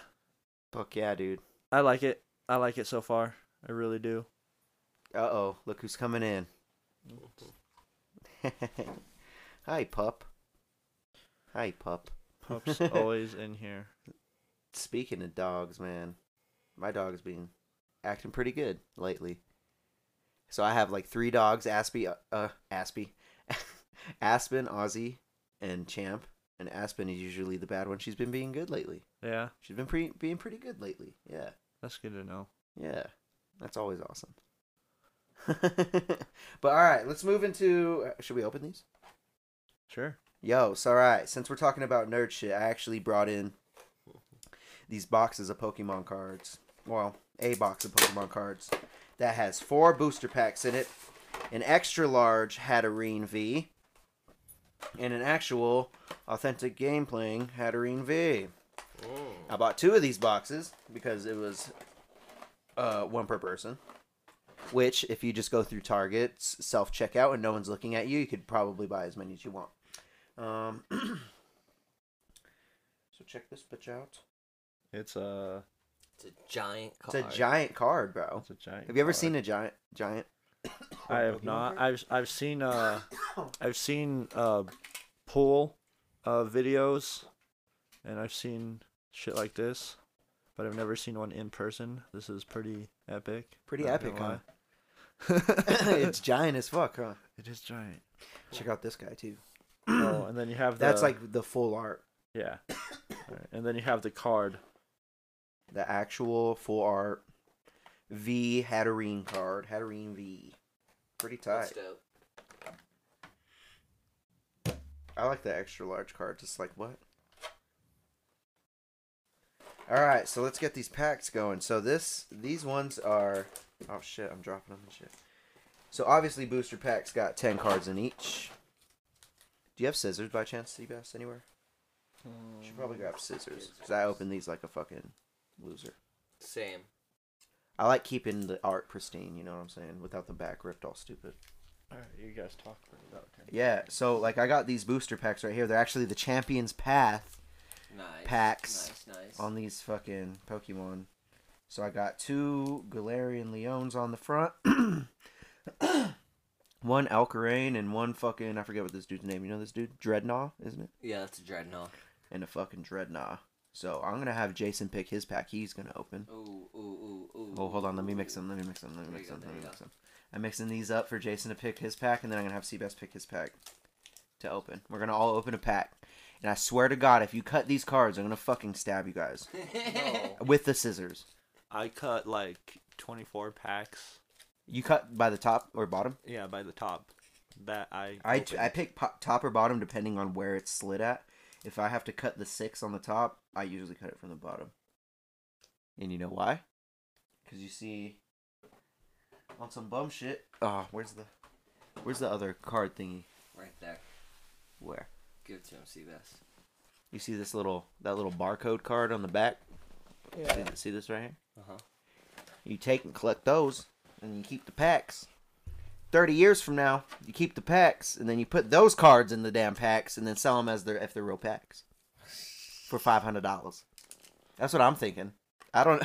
fuck yeah, dude.
i like it i like it so far i really do
Uh oh, look who's coming in. Hi, pup. Hi, pup.
pups Oh, always in here
Speaking of dogs, man, my dog's been acting pretty good lately. So I have like three dogs: Aspie, uh, uh Aspie, Aspen, Aussie, and Champ. And Aspen is usually the bad one. She's been being good lately.
yeah
She's been pre- being pretty good lately. Yeah.
that's good to know
Yeah, that's always awesome. but all right, let's move into. uh, Should we open these?
sure
Yo, so all right. Since we're talking about nerd shit, I actually brought in these boxes of Pokemon cards. Well, a box of Pokemon cards that has four booster packs in it, an extra large Hatterene V, and an actual authentic game playing Hatterene V.
Mm.
I bought two of these boxes because it was uh, one per person. Which, if you just go through Target's self checkout and no one's looking at you, you could probably buy as many as you want. Um, so check this bitch out.
it's a
It's a giant
It's
card.
a giant card, bro.
it's a giant
Have you ever seen a giant giant?
I have not. I've I've seen uh I've seen uh pool uh videos and I've seen shit like this, but I've never seen one in person. This is pretty epic.
Pretty
not
epic,
gonna lie.
huh? it's giant as fuck, huh?
It is giant.
Check out this guy too.
Oh, and then you have the,
That's like the full art,
yeah. Alright, And then you have the card.
the actual full art V Hatterene card, Hatterene V. Pretty tight.
That's dope.
I like the extra large card. Just like what? All right, so let's get these packs going. So this, these ones are. Oh shit! I'm dropping them and shit. So obviously, booster packs got ten cards in each. Do you have scissors by chance, Seabass? Anywhere? Should probably grab scissors because I open these like a fucking loser.
Same.
I like keeping the art pristine. You know what I'm saying? Without the back ripped all stupid.
Alright, you guys talk for about ten.
Yeah. So like, I got these booster packs right here. They're actually the Champions Path
Nice.
Packs
Nice, nice.
on these fucking Pokemon. So I got two Galarian Leones on the front, one Alcarane, and one fucking I forget what this dude's name. You know this dude, Dreadnought, isn't it?
Yeah, that's a dreadnought.
And a fucking Dreadnought. So I'm gonna have Jason pick his pack. He's gonna open.
Ooh, ooh, ooh, ooh.
Oh, hold on. Let me
ooh,
mix
ooh.
them. Let me mix them. Let me
There
mix
you go,
them.
there
Let me
you
mix them. I'm mixing these up for Jason to pick his pack, and then I'm gonna have Seabass pick his pack to open. We're gonna all open a pack. And I swear to God, if you cut these cards, I'm gonna fucking stab you guys with the scissors.
I cut like twenty four packs.
You cut by the top or bottom?
Yeah, by the top. That I
I,
opened.
I pick po- top or bottom depending on where it's slid at. If I have to cut the six on the top, I usually cut it from the bottom. And you know why? Because you see, on some bum shit. Oh, where's the, where's the other card thingy?
Right there.
Where?
Give it to him, see this.
You see this little that little barcode card on the back? Yeah. See, see this right here?
Uh huh.
You take and collect those, and you keep the packs. 30 years from now, you keep the packs, and then you put those cards in the damn packs, and then sell them as their if they're real packs for $500. That's what I'm thinking. I don't.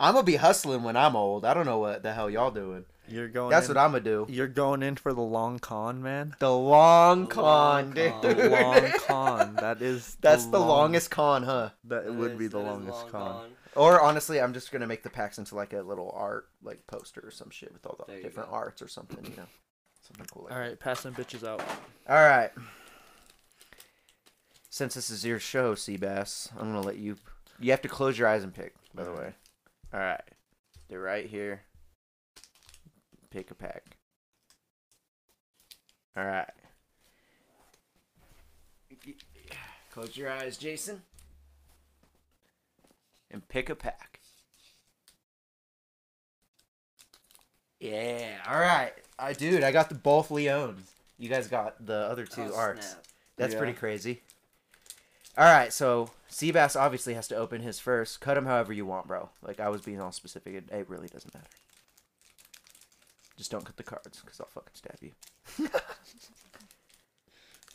I'm gonna be hustling when I'm old. I don't know what the hell y'all doing.
You're going.
That's
in,
what I'm gonna do.
You're going in for the long con, man.
The long
The
con,
long
dude.
con.
The long con. That is.
That's the
long-
longest con, huh?
That,
That
would
is-
be the
that is
longest
long
con.
Or honestly, I'm just gonna make the packs into like a little art, like poster or some shit with all
There
the
you
different
go.
arts or something, you know, something cool. Like
All right, pass them bitches out.
All right. Since this is your show, Seabass, I'm gonna let you. You have to close your eyes and pick. By the way. All right. They're right here. Pick a pack. All right. Close your eyes, Jason. And pick a pack. Yeah. All right. I dude, I got the both Leones. You guys got the other two
Oh,
arcs.
snap.
That's
Yeah.
pretty crazy. All right, so Seabass obviously has to open his first. Cut him however you want, bro. Like I was being all specific. It, it really doesn't matter. Just don't cut the cards, cause I'll fucking stab you.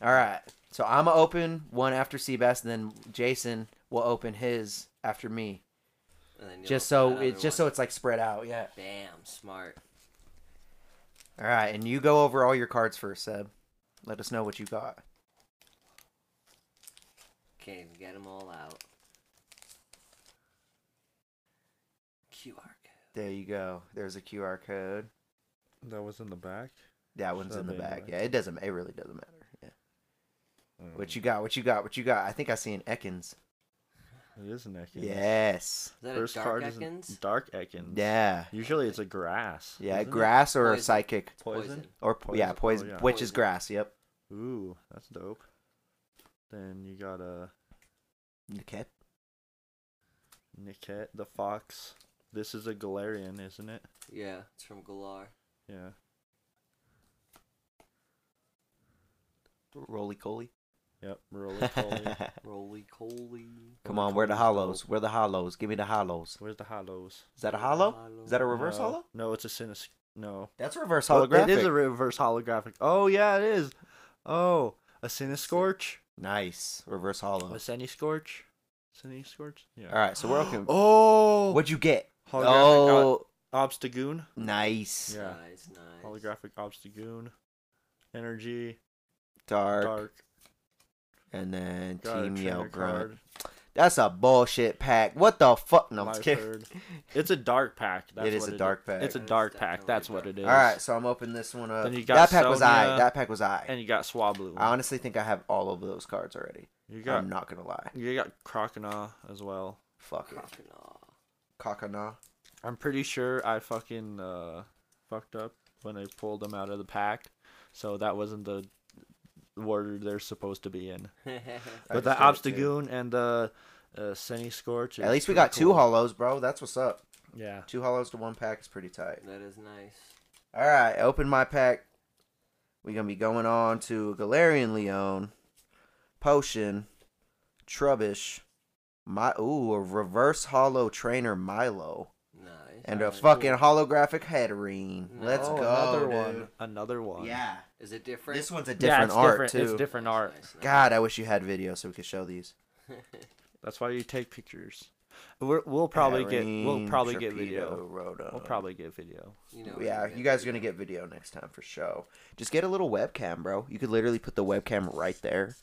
all right, so I'm gonna open one after Seabass, and then Jason will open his after me.
And then you'll
just
open
so it,
another
just so
one.
it's like spread out. Yeah.
Bam, smart.
All right, and you go over all your cards first, Seb. Let us know what you got.
Okay, get them all out. QR code.
There you go. There's a QR code.
That was in the back.
That one's
So
in the
maybe
back.
like-
Yeah, it doesn't. It really doesn't matter. Yeah.
Mm, Mm-hmm.
What you got? What you got? What you got? I think I see an Ekans.
It is an Ekans.
Yes.
Is that
First
a dark
card
Ekans?
is a dark Ekans.
Yeah.
Usually it's a grass.
Yeah.
isn't it?
grass or a
Poison.
psychic
Poison.
or po- yeah,
Poison. Oh,
poison,
yeah.
which is
Poison.
grass. Yep.
Ooh, that's dope. Then you got a
Okay.
Niket, the fox. This is a Galarian, isn't it?
Yeah, it's from Galar.
Yeah.
Roly coly.
Yep. Roly poly.
Roly Coly.
Come on, where the hollows? Where the hollows? Give me the hollows.
Where's the hollows?
Is that a hollow? Is that a reverse
no.
hollow?
No, it's a Sinus. No.
That's reverse
Oh,
holographic.
It is a reverse holographic. Oh yeah, it is. Oh, a Siniscorch.
nice reverse
A
hollow.
Siniscorch. Siniscorch. Yeah.
All right, so we're okay.
Oh.
What'd you get?
holographic
oh,
Ob- Obstagoon.
nice.
Yeah.
Nice, nice.
Holographic Obstagoon. Energy.
Dark.
Dark.
and then
Got a
Team Yell
trainer
Grunt.
card.
That's a bullshit pack. What the fuck? No, I'm just
Life
kidding.
Herd. It's a dark pack. That's
It is
what
a dark pack.
It's a
That is
dark pack.
definitely
That's
a
what
dark
it is.
All right, so I'm opening this one up.
Then you got
that pack was I.
Sonya.
That pack was I.
And you got Swablu.
I honestly think I have all of those cards already.
you got
I'm not gonna lie.
you got Croconaw as well.
Fuck it.
Croconaw.
Kakana.
I'm pretty sure I fucking uh, fucked up when I pulled them out of the pack, so that wasn't the order they're supposed to be in.
I
But the
just did it, too.
Obstagoon and the uh, Senny Scorch. is
At least we
pretty
got two
cool.
hollows, bro. That's what's up.
Yeah.
Two hollows to one pack is pretty tight.
that is nice.
All right, open my pack. We're gonna be going on to Galarian Leon, Potion, Trubbish, my ooh a reverse hollow trainer Milo,
Nice.
and uh, a
Alright.
fucking holographic Hatterene. Let's
Oh,
go,
Another
dude.
one. Another one.
Yeah,
Is it different?
this one's a
Yeah,
different
it's
art
different.
too.
It's different art.
Nice, nice.
God, I wish you had video so we could show these.
That's why you take pictures. We're, we'll probably get we'll
Hatterene,
probably get
Torpedo,
video.
Rotom.
We'll probably get video.
You know.
Yeah, you guys are gonna get video next time for show. Just get a little webcam, bro. You could literally put the webcam right there,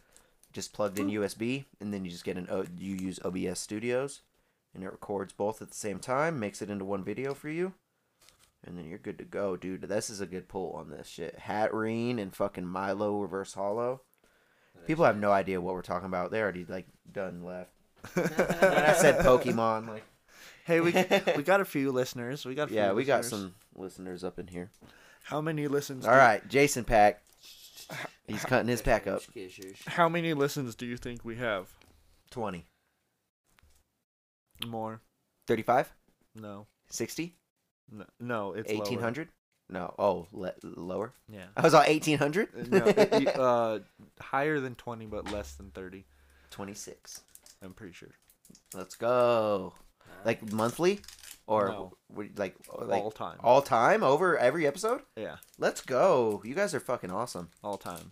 just plugged in USB, and then you just get an o- you use OBS Studios, and it records both at the same time, makes it into one video for you, and then you're good to go, dude. This is a good pull on this shit. Hatreen and fucking Milo Reverse Hollow. People have no idea what we're talking about. They already like done left. When I said Pokemon, like
Hey, we we got a few listeners. We got a few
yeah, we got
listeners.
some listeners up in here.
How many listens?
All
do-
right, Jason Pack. He's cutting his pack up.
How many listens do you think we have?
20.
More?
35?
No.
60?
No, no it's lower.
1800? No. Oh, le- lower?
Yeah.
I was all 1800?
no, it- you- uh, higher than 20, but less than 30.
26.
I'm pretty sure.
Let's go. Like monthly? Or
No.
w- like, like
all time.
all time over every episode?
yeah,
Let's go. You guys are fucking awesome.
all time.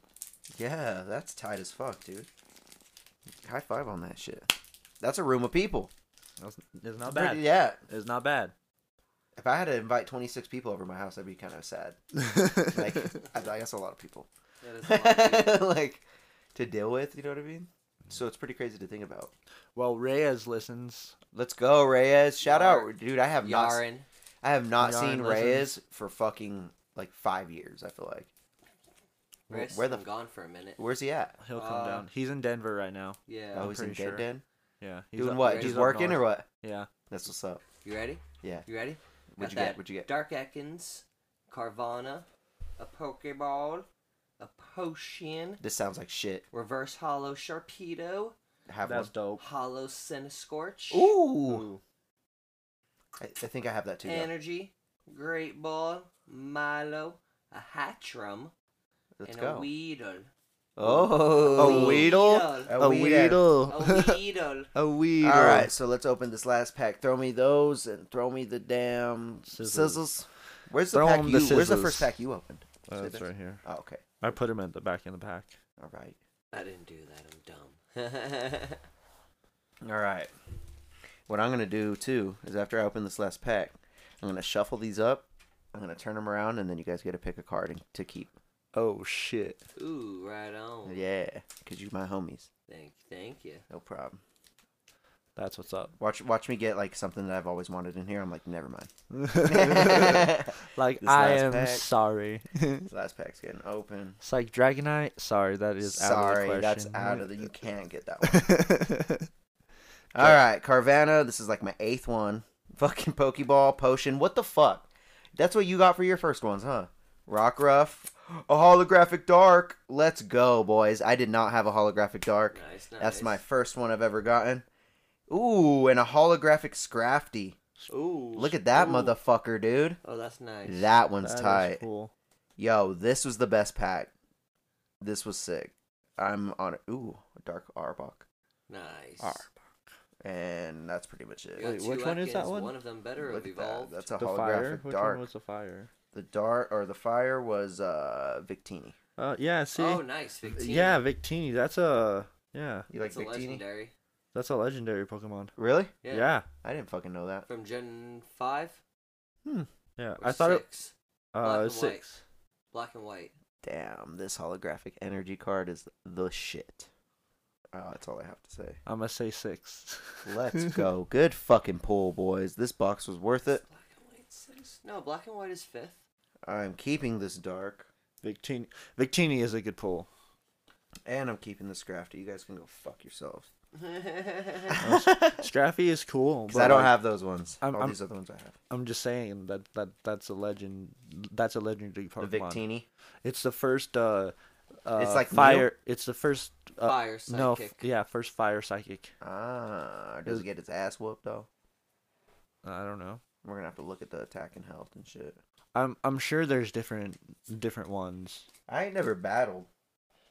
Yeah, that's tight as fuck, dude. High five on that shit. That's a room of people.
That's, it's not
Pretty-
bad.
yeah.
It's not bad.
If I had to invite 26 people over my house, that'd be kind of sad. Like, I, that's a lot of people.
That is a lot of people.
like, to deal with, you know what I mean? So it's pretty crazy to think about.
well, Reyes listens.
Let's go, Reyes. Shout
Yar-
out, dude. I have not, s-
Yaren.
I have not
Yarn
seen
listens.
Reyes for fucking like five years. I feel like. Where-
Chris,
where the
I'm
f-
gone for a minute.
Where's he at?
He'll come
Uh,
down. He's in Denver right now.
Yeah.
oh, he's in
pretty
Dead
sure.
Den.
Yeah. He's
Doing
up-
what?
he's
Just
up
working
north.
or what?
Yeah.
That's what's up.
You ready?
Yeah.
You ready? Got
What'd you get?
that
What'd you get?
Dark Ekans, Carvana, a Pokeball, a Potion,
This sounds like shit.
Reverse Hollow Sharpedo,
Have
That's
one.
dope.
Hollow Cinescorch,
Oh. Ooh. I, I think I have that too. though.
Energy, Great Ball, Milo, a Hatchram,
Let's
and a
go.
Weedle.
Oh.
A Weedle?
A
A
weedle.
Weedle.
A Weedle.
A Weedle.
All right, so let's open this last pack. Throw me those and throw me the damn
Sizzles.
sizzles. Where's the
Throw
pack
'em
you?
the
Where's the
sizzles.
first pack you opened?
Oh,
Say
that's
this.
right here.
Oh, okay.
I put him at the back in the pack.
All right.
I didn't do that. I'm dumb.
All right. What I'm gonna do too is after I open this last pack, I'm gonna shuffle these up. I'm gonna turn them around, and then you guys get to pick a card and, to keep.
Oh shit.
Ooh, right on.
Yeah, cause you my homies.
Thank, thank you.
No problem.
That's what's up.
Watch, watch me get like something that I've always wanted in here. I'm like, never mind.
Like
This
I
last
am
pack.
sorry.
This last pack's getting open.
It's like Dragonite. Sorry, that is
Sorry,
out of the
that's
question.
out of the. You can't get that one.
the.
All right, Carvana. This is like my eighth one. Fucking Pokeball potion. What the fuck? That's what you got for your first ones, huh? Rockruff, a holographic dark. Let's go, boys. I did not have a holographic dark.
Nice, nice.
That's my first one I've ever gotten. Ooh, and a holographic Scrafty.
Ooh.
Look at that
Ooh.
motherfucker, dude.
Oh, that's nice.
That one's
That is
tight.
cool.
Yo, this was the best pack. This was sick. I'm on it. Ooh, Dark Arbok.
Nice.
Arbok. And that's pretty much
You
it.
got
Wait,
two
which one is that
Ekans,
one?
One of them better
Look
have
at that.
evolved.
That's a
The fire.
holographic
Which
dark.
one was the fire?
The dark or the fire was uh Victini.
Uh, yeah. See.
Oh, nice. Victini.
yeah, Victini. That's a. Yeah,
You
That's
like
a
Victini?
legendary.
that's a legendary Pokemon.
Really?
Yeah.
Yeah.
Yeah.
I didn't fucking know that.
From Gen 5
Hmm.
or
I thought it.
6.
Uh,
Black and white.
six.
Black and white.
Damn, this holographic energy card is the shit. Oh, that's all I have to say.
I'm gonna say six.
Let's go. Good fucking pull, boys. This box was worth it.
Black and white 6. No, black and white is 5th.
I'm keeping this dark.
Victini. Victini is a good pull.
And I'm keeping this grafty. You guys can go fuck yourselves.
Straffy is cool.
Because
But
I don't
like,
have those ones.
I'm-
all
I'm-
these other ones I have.
I'm just saying that that that's a legend. That's a legendary Pokemon.
The Victini.
It's the first. Uh, uh,
It's like new?
fire. It's the first. Uh,
Fire
No. f-
psychic.
yeah, first fire psychic.
Ah, does it get its ass whooped though?
I don't know.
We're gonna have to look at the attack and health and shit.
I'm I'm sure there's different different ones.
I ain't never battled.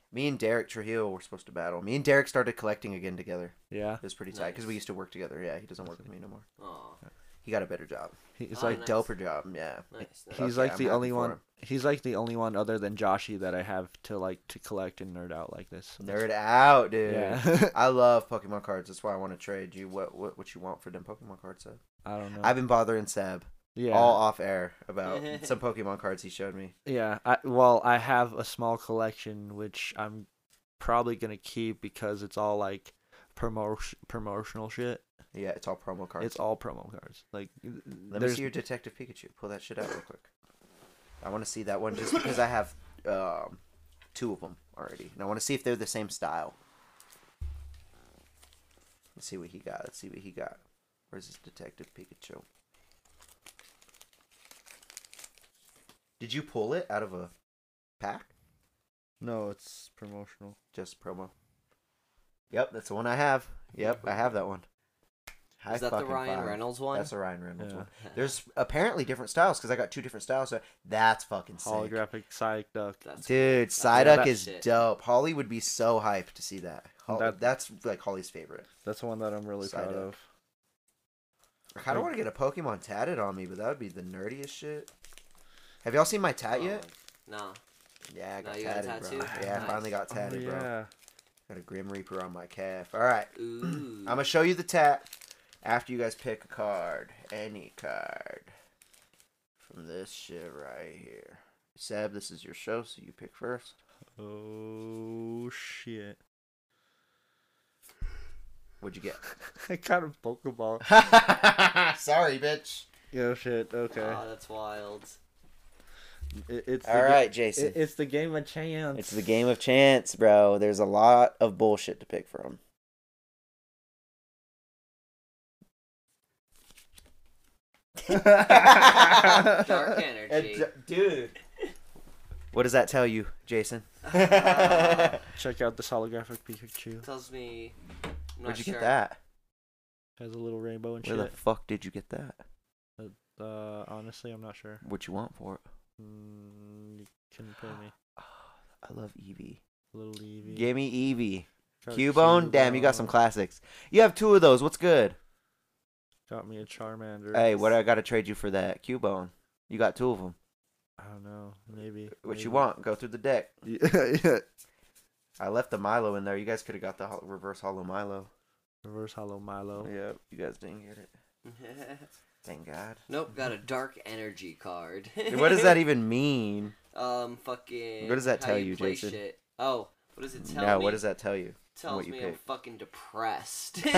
Me and Derek Trujillo were supposed to battle. Me and Derek started collecting again together.
Yeah.
It was pretty tight because we
Nice.
used to work together. Yeah, he doesn't work with me no more.
Aw,
He got a better job.
He- It's
Oh,
like
A
nice.
doper job. Yeah.
nice. nice.
he's
Okay,
like
I'm
the
happy
only
for
one.
him.
He's like the only one other than Joshi that I have to like to collect and nerd out like this.
Nerd out, dude.
Yeah.
I love Pokemon cards. That's why I want to trade you. What what what you want for them Pokemon cards? Seb?
I don't know.
I've been bothering Seb
yeah.
all off air about some Pokemon cards he showed me.
Yeah. I, well, I have a small collection which I'm probably gonna keep because it's all like promotion promotional shit.
Yeah, it's all promo cards.
It's all promo cards. Like
Let me
there's
see your Detective Pikachu. Pull that shit out real quick. I want to see that one just because I have um, two of them already, and I want to see if they're the same style. Let's see what he got. Let's see what he got. Where's his Detective Pikachu? Did you pull it out of a pack?
no. It's promotional.
Just promo. Yep, that's the one I have. Yep, I have that one. High
Is that the
fucking
Ryan
five.
Reynolds one?
That's a Ryan Reynolds
Yeah.
one. There's apparently different styles because I got two different styles. So that's fucking sick.
Holographic psych duck.
That's love
Dude, Psyduck
that
is
shit.
dope. Holly would be so hyped to see that. Hol-
That-
That's like Holly's favorite.
That's the one that I'm really proud
Psyduck.
of.
I kind of want to get a Pokemon tatted on me, but that would be the nerdiest shit. Have y'all seen my tat yet?
No.
Yeah, I
Oh, No,
got
you got a
tatted, bro.
tattoo?
Yeah, I
Nice.
finally got
Oh,
tatted, bro.
yeah.
Got a Grim Reaper on my calf. All right,
Ooh.
I'm gonna show you the tat after you guys pick a card, any card. this shit right here. Seb, this is your show, so you pick first.
Oh shit!
What'd you get?
I got a Pokeball.
Sorry, bitch.
Yo shit. Okay.
Aw, that's wild.
It- it's the
Ah. All
ga-
right,
it-
Jason.
it's the game of chance.
It's the game of chance, bro. There's a lot of bullshit to pick from.
Dark energy.
dude. What does that tell you, Jason?
Uh,
Check out this holographic Pikachu.
tells me. I'm not
Where'd you
sure.
get that?
Has a little rainbow and
Where the
shit.
fuck did you get that?
Uh, honestly, I'm not sure.
What you want for it?
Mm, you can pay me.
I love Eevee.
Little Eevee.
Gimme Eevee.
Got
Cubone? Damn, you got some
Cubone.
classics. You have two of those. What's good?
Got me a Charmander.
Hey, what I got to trade you for that? Cubone. You got two of them.
I don't know. Maybe.
What
maybe.
you want? Go through the deck.
Yeah.
I left the Milo in there. You guys could have got the hol- reverse hollow Milo.
Reverse Hollow Milo.
Yep. You guys didn't get it. Thank God.
nope, got a dark energy card.
what does that even mean?
Um, fucking.
What does that
how
tell you,
play
Jason?
Shit. Oh, what does it tell
Now,
me?
what does that tell you?
Tells
what you
me I'm
pick?
fucking depressed.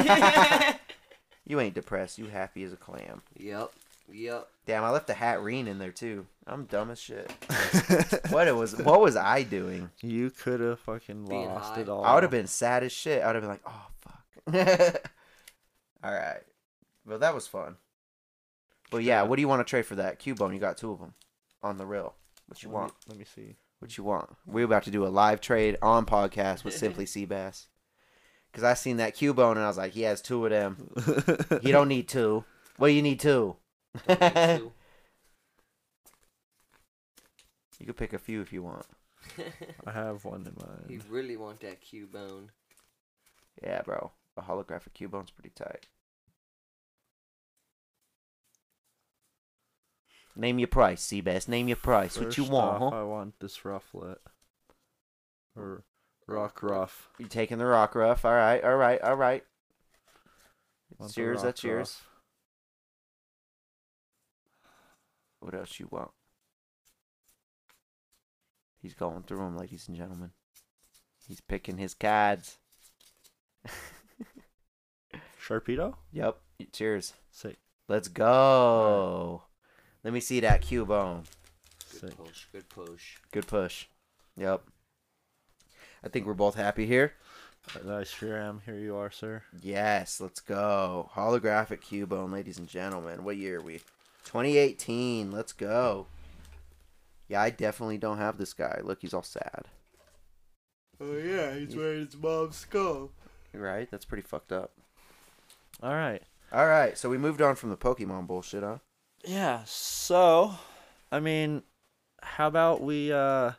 You ain't depressed. You happy as a clam.
yep, yep.
Damn, I left the hat reen in there too. I'm dumb as shit. what it was? What was I doing?
You could have fucking
Being
lost
high.
it all.
I would have been sad as shit. I would have been like, oh fuck. All right. Well, that was fun. But yeah, what do you want to trade for that Cubone? You got two of them on the reel. What you
Let me-
want?
Let me see.
What you want? We're about to do a live trade on podcast with Simply Seabass. Cause I seen that Cubone and I was like, he has two of them. You don't need two. What do you need two?
Don't need to.
You can pick a few if you want.
I have one in
you
mind.
really want that Cubone.
Yeah, bro. A holographic Cubone's pretty tight. Name your price, Seabass. Name your price. what you
First off,
want,
uh,
huh?
I want this rufflet. Or rock ruff.
You taking the rock rough. All right, all right, all right.
Want
It's
the
yours,
rock
that's yours.
ruff.
What else you want? He's going through them, ladies and gentlemen. He's picking his cards.
Sharpedo?
Yep. Cheers.
Sick.
Let's go. Let me see that Cubone.
Good
Sick.
push, good push.
Good push. Yep. I think we're both happy here.
I sure am. Here you are, sir.
Yes, let's go. Holographic Cubone, ladies and gentlemen. What year are we? 2018. Let's go. Yeah, I definitely don't have this guy. Look, he's all sad.
Oh yeah, he's wearing his mom's skull.
Right? That's pretty fucked up.
All right.
All right, so we moved on from the Pokemon bullshit, huh?
Yeah, so I mean, how about we uh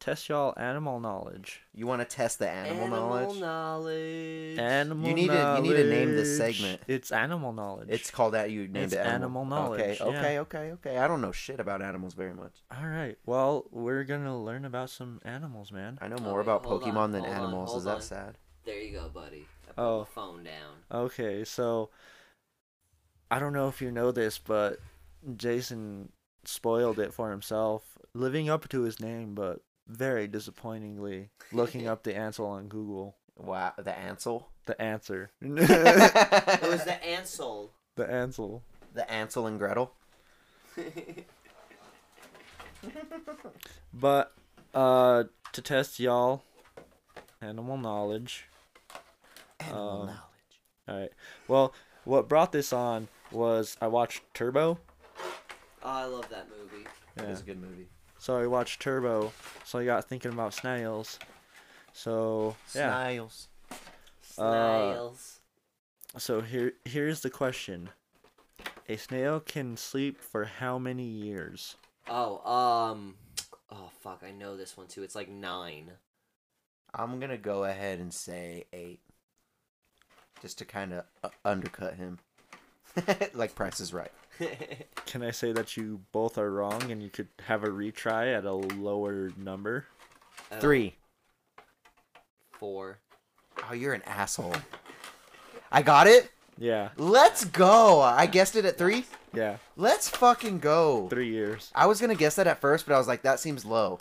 test y'all animal knowledge?
You want to test the animal, knowledge?
knowledge.
Animal
need to- you need to name this
knowledge.
segment.
It's animal knowledge.
It's called that. You named
It's
it
animal knowledge,
Okay,
yeah.
okay, okay, okay. I don't know shit about animals very much.
All right. Well, we're going to learn about some animals, man.
I know
Oh,
more
wait,
about
hold on,
Pokemon than
hold on,
animals. Is
hold
that
on.
sad?
There you go, buddy. I put
Oh.
the phone down.
Okay, so I don't know if you know this, but Jason spoiled it for himself, living up to his name, but very disappointingly looking up the answer on Google.
Wow, the Ansel.
The answer. the
It was
the
the Ansel.
answer.
Ansel and Gretel.
But uh to test y'all animal knowledge.
Animal
Um,
knowledge.
All right. Well, what brought this on was I watched Turbo.
Oh, I love that movie.
It
Yeah.
was a good movie.
So I watched Turbo. So I got thinking about snails. So yeah.
Snails. Uh,
Snails.
So here here's the question. A snail can sleep for how many years?
oh, um. Oh, fuck. I know this one too. It's like nine.
I'm gonna go ahead and say eight, just to kind of uh, undercut him, like Price is Right.
Oh,
Can I say that you both are wrong and you could have a retry at a lower number?
Oh,
Uh, Three.
Four.
Oh, you're an asshole. I got it.
Yeah.
Let's go. I guessed it at three.
Yeah,
Let's fucking go.
three years.
I was gonna guess that at first, but I was like, that seems low.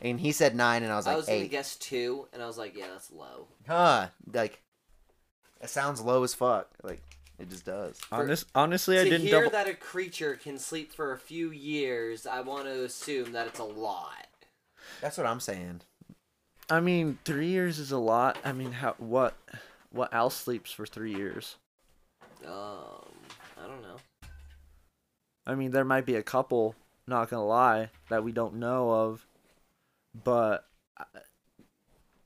And he said nine, and I was like,
I was gonna
eight.
guess two, and I was like, yeah, that's low.
huh? Like, it sounds low as fuck. Like, it just does.
Honest, honestly, I
to
didn't
hear
double.
that a creature can sleep for a few years, I want to assume that it's a lot.
That's what I'm saying.
I mean, three years is a lot. I mean, how what what owl sleeps for three years?
Um, I don't know.
I mean, there might be a couple. Not gonna lie, that we don't know of, but uh,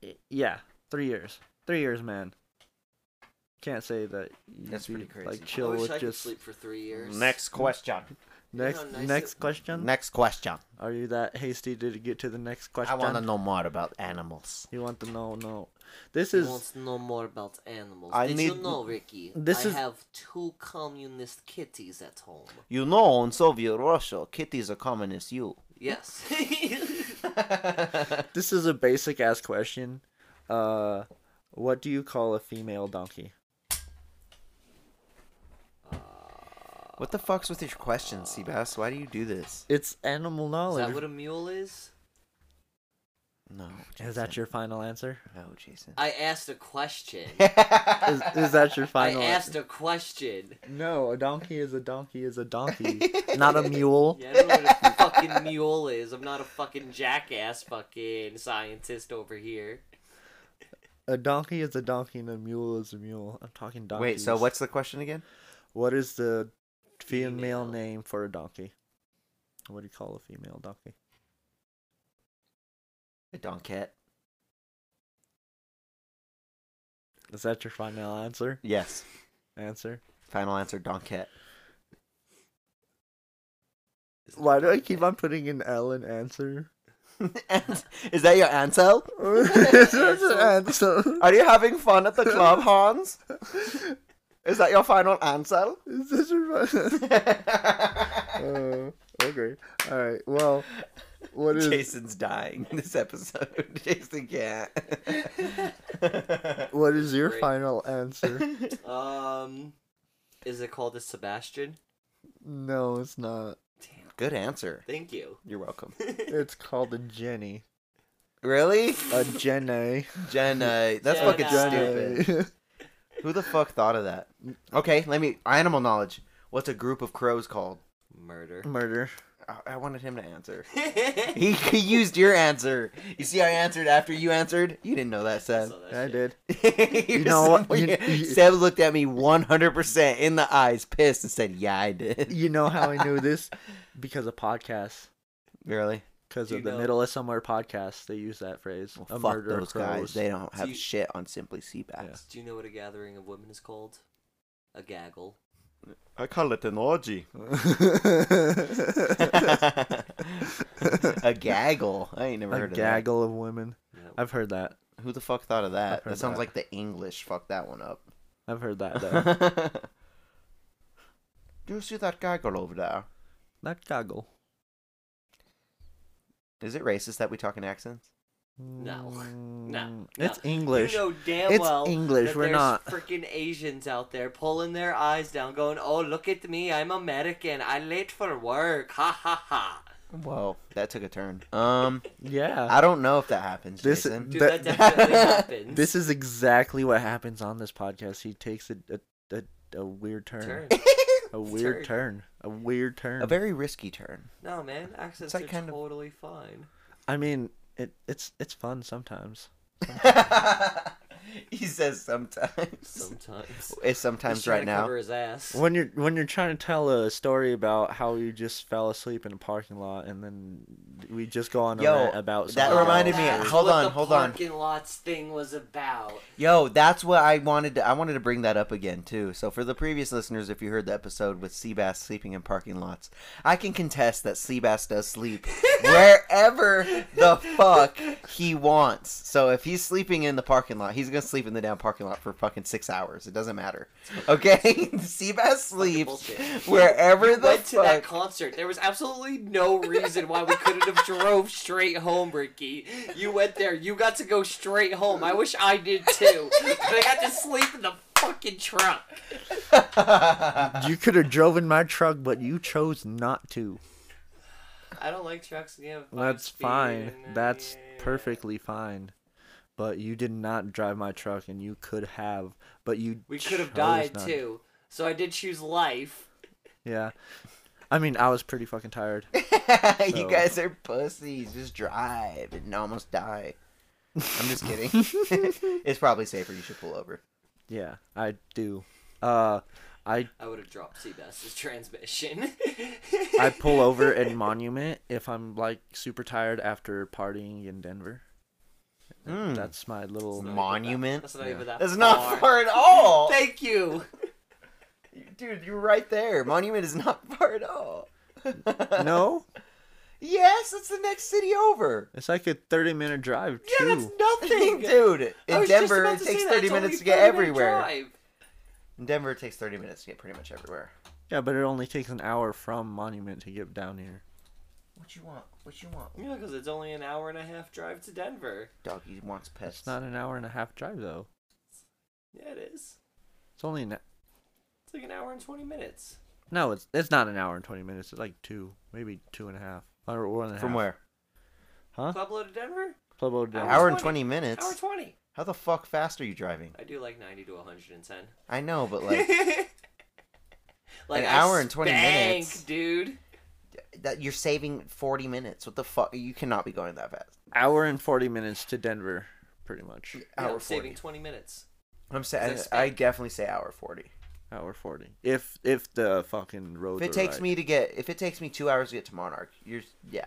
y- yeah, three years. Three years, man. Can't say that. you'd
That's
be,
pretty crazy.
Like
I
chill
I wish
with
I could
just
sleep for three years.
question.
next
know how nice
next
it-
question.
Next question.
Are you that hasty to get to the next
I
question?
want to know more about animals.
You want to know? No. This
He
is
wants to know more about animals.
I
Did
need-
you know, Ricky?
this
I
is-
have two communist kitties at home.
You know, in Soviet Russia, kitties are communist. You.
Yes.
this is a basic ass question. Uh, what do you call a female donkey?
What the fuck's with your questions, Seabass? Why do you do this?
It's animal
is
knowledge.
that what a mule is?
No.
is that your final answer?
No, Jason.
I asked a question.
Is, is that your
I
final?
asked a question.
No, a donkey is a donkey is a donkey, not a mule.
Yeah, I don't know what a fucking mule is. I'm not a fucking jackass fucking scientist over here.
A donkey is a donkey and a mule is a mule. I'm talking donkeys.
Wait. So what's the question again?
What is the female
Female.
name for a donkey? What do you call a female donkey?
A donkette.
Is that your final answer?
Yes.
Answer.
Final answer. Donkette.
Why do I keep on putting an L in answer?
Is that your answer?
That's an answer.
Are you having fun at the club, Hans? Is that your final answer?
Is this your fi- Uh, okay. All right. Well, what is
Jason's dying this episode. Jason can't.
what is your
Great.
final answer?
Um, is it called a Sebastian?
no, it's not.
Damn.
Good answer.
Thank you.
You're welcome.
It's called a Jenny.
Really?
A Jenny.
Jenna. That's
Jenna.
fucking
Jenny.
stupid. Who the fuck thought of that? Okay, let me. Animal knowledge. What's a group of crows called?
Murder.
Murder.
I, I wanted him to answer.
I
He, he used your answer. You see, I answered after you answered. You didn't know that, Seb.
saw that
I
shit.
did.
you
know what? You-
Yeah.
you-
Seb looked at me 100% in the eyes, pissed, and said, Yeah, I did.
You know how I knew this because of podcasts.
Really?
Because
You
of the
know-
Middle of Somewhere podcast, they use that phrase.
Well,
a
fuck
murder of
those guys.
crows.
They don't have
you-
shit on Simply Seabass.
Do you know what a gathering of women is called? A gaggle.
I call it an orgy. a gaggle. I ain't never
a
heard of
gaggle of women.
No.
I've heard that.
that. Who the fuck thought of that?
I've heard
That sounds
that.
like the English fucked that one up.
I've heard that though.
Do you see that gaggle over there?
that gaggle.
Is it racist that we talk in accents?
No.
Mm,
no.
It's English.
You know damn
It's
well
English,
that
we're
there's
not-
freaking Asians out there pulling their eyes down, going, "Oh, look at me! I'm American. I'm late for work. Ha ha ha."
Whoa, that took a turn. Um,
Yeah.
I don't know if that happens,
This-
Jason.
Dude,
That-
that, definitely happens.
This is exactly what happens on this podcast. He takes a a, a, a weird turn.
Turn.
A weird turn. A weird turn.
a very risky turn.
No, man, accents
like
are
kind of-
totally fine.
I mean, it it's it's fun sometimes.
he says sometimes.
Sometimes.
It's
He's
sometimes
trying
right
to
now.
Cover his ass.
When you're when you're trying to tell a story about how you just fell asleep in a parking lot and then we just go on a
Yo,
rant about
that
something
reminded
else.
me-
That's
hold
what
on,
the
hold on.
Parking lots thing was about.
Yo, that's what I wanted to I wanted to bring that up again too. So for the previous listeners, if you heard the episode with Seabass sleeping in parking lots, I can contest that Seabass does sleep wherever the fuck he wants. So if he's sleeping in the parking lot, he's gonna sleep in the damn parking lot for fucking six hours. It doesn't matter. Okay? Seabass sleeps
bullshit.
wherever
We
the
went to that
fuck
concert. There was absolutely no reason why we couldn't have drove straight home, Ricky. You went there. You got to go straight home. I wish I did too. But I got to sleep in the fucking truck.
You could have drove in my truck, but you chose not to.
I don't like trucks. Yeah,
That's fine. That's perfectly fine. But you did not drive my truck, and you could have. But you
We could have
chose
died
not-
too. So I did choose life.
Yeah. I mean, I was pretty fucking tired.
you
So-
guys are pussies. Just drive and almost die. I'm just kidding. it's probably safer. You should pull over.
Yeah, I do. Uh, I
I would have dropped Seabass's transmission.
I pull over in Monument if I'm like super tired after partying in Denver.
Mm.
That's my little.
It's Monument?
That's not
Yeah.
even that.
That's not
far.
far at all.
Thank you.
Dude, you're right there. Monument is not far at all.
no,
Yes, it's the next city over.
it's like a thirty-minute drive too.
Yeah, that's nothing.
Dude,
I
in
was just
Denver,
about
it
to say
takes
that.
30
It's only
minutes to get
30 minute
everywhere.
drive.
In Denver, it takes 30 minutes to get pretty much everywhere.
Yeah, but it only takes an hour from Monument to get down here.
What you want? What you want?
Yeah, because it's only an hour and a half drive to Denver.
Doggy wants pets.
It's not an hour and a half drive though.
Yeah, it is.
It's only an,
It's like an hour and twenty minutes.
no, it's it's not an hour and twenty minutes. It's like two, maybe two and a half, or one and a
From
half.
where?
Huh?
Pueblo to Denver,
Pueblo Denver.
hour and
20.
20 minutes?
hour twenty.
How the fuck fast are you driving?
I do like ninety to one hundred and ten.
I know, but like.
like
An
I
hour and 20
spank,
minutes.
dude.
that you're saving 40 minutes. What the fuck? You cannot be going that fast.
hour and forty minutes to Denver, pretty much.
Yeah, I'm
Hour
saving
40.
twenty minutes.
I'm saying
Is it
I
spec?
definitely say hour 40. Hour
Hour forty. If if the fucking road.
If it takes me to get if it takes me 2 hours to get to Monarch, you're yeah.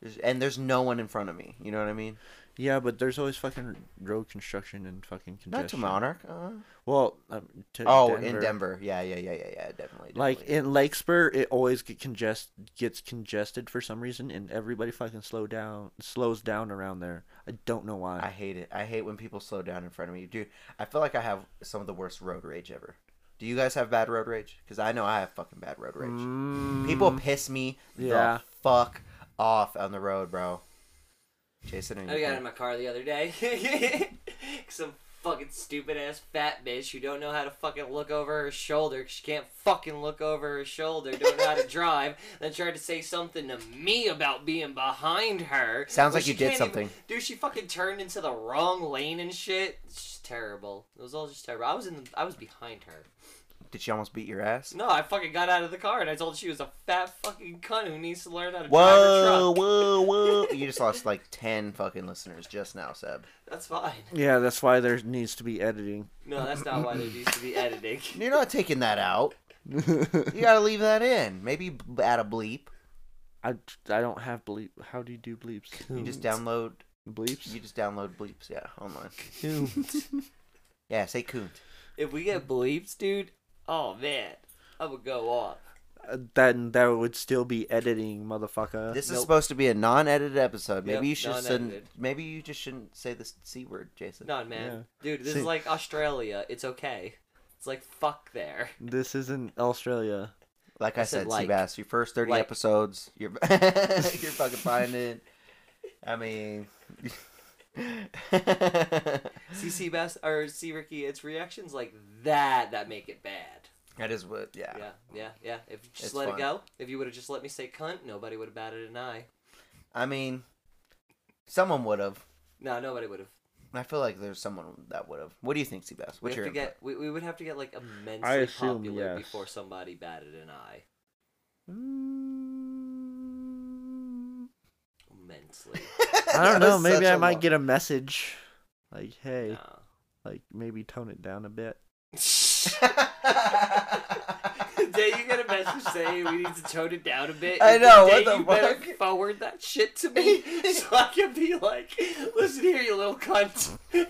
There's, and there's no one in front of me. You know what I mean?
Yeah, but there's always fucking road construction and fucking congestion.
Not to Monarch. Uh,
Well, um, to
oh, in Denver. Yeah, yeah, yeah, yeah, yeah, definitely.
Like
definitely.
in Lakespur, it always get congest gets congested for some reason, and everybody fucking slow down slows down around there. I don't know why.
I hate it. I hate when people slow down in front of me. Dude, I feel like I have some of the worst road rage ever. Do you guys have bad road rage? Because I know I have fucking bad road rage. People piss me
Mm, yeah.
the fuck off on the road, bro. Jason, are you
I got
okay?
in my car the other day. Some fucking stupid ass fat bitch who don't know how to fucking look over her shoulder 'cause she can't fucking look over her shoulder, don't know how to drive, then tried to say something to me about being behind her.
Sounds
when
like you
she
did
can't even-
something.
dude, she fucking turned into the wrong lane and shit. It's just terrible. It was all just terrible. I was in the, I was behind her.
did she almost beat your ass?
No, I fucking got out of the car and I told her she was a fat fucking cunt who needs to learn how to drive her
Whoa,
truck.
whoa, whoa! you just lost like ten fucking listeners just now, Seb.
That's fine.
Yeah, that's why there needs to be editing.
No, that's not why there needs to be editing.
You're not taking that out. You gotta leave that in. Maybe b- add a bleep.
I, I don't have bleep. How do you do bleeps?
You just download.
bleeps.
You just download bleeps. Yeah, online. Yeah, say coont.
If we get bleeps, dude, oh man, I would go off.
Uh, then that would still be editing, motherfucker.
This is
Uh, Nope.
supposed to be a non-edited episode. Maybe
Yep,
you should. Send,
non-edited.
maybe you just shouldn't say the c word, Jason.
None, man, dude. This
See-
is like Australia. It's okay. It's like fuck there.
This isn't Australia.
Like I,
I said
said,
like.
Seabass, your first thirty
Like.
episodes, you're you're fucking finding. I mean, that
See, C Bass or C Ricky, it's reactions like that that make it bad.
is what. Yeah.
Yeah, yeah, yeah. If you just
It's
let it
fun.
go, if you would have just let me say cunt, nobody would have batted an eye.
I mean, someone would have.
No, nobody would have.
I feel like there's someone that would have. What do you think, Seabass?
We
What's
have
your
to
input?
get. We, we would have to get like immensely
assume
popular
yes.
before somebody batted an eye.
Mm,
Immensely.
I don't
That was
know. Maybe
such
I
a
might
lo-
get a message, like, "Hey,
Nah.
like maybe tone it down a bit."
day you get a message saying we need to tone it down a bit.
I
is
know,
day
what the
you better
fuck?
Forward that shit to me so I can be like, listen here, you little cunt.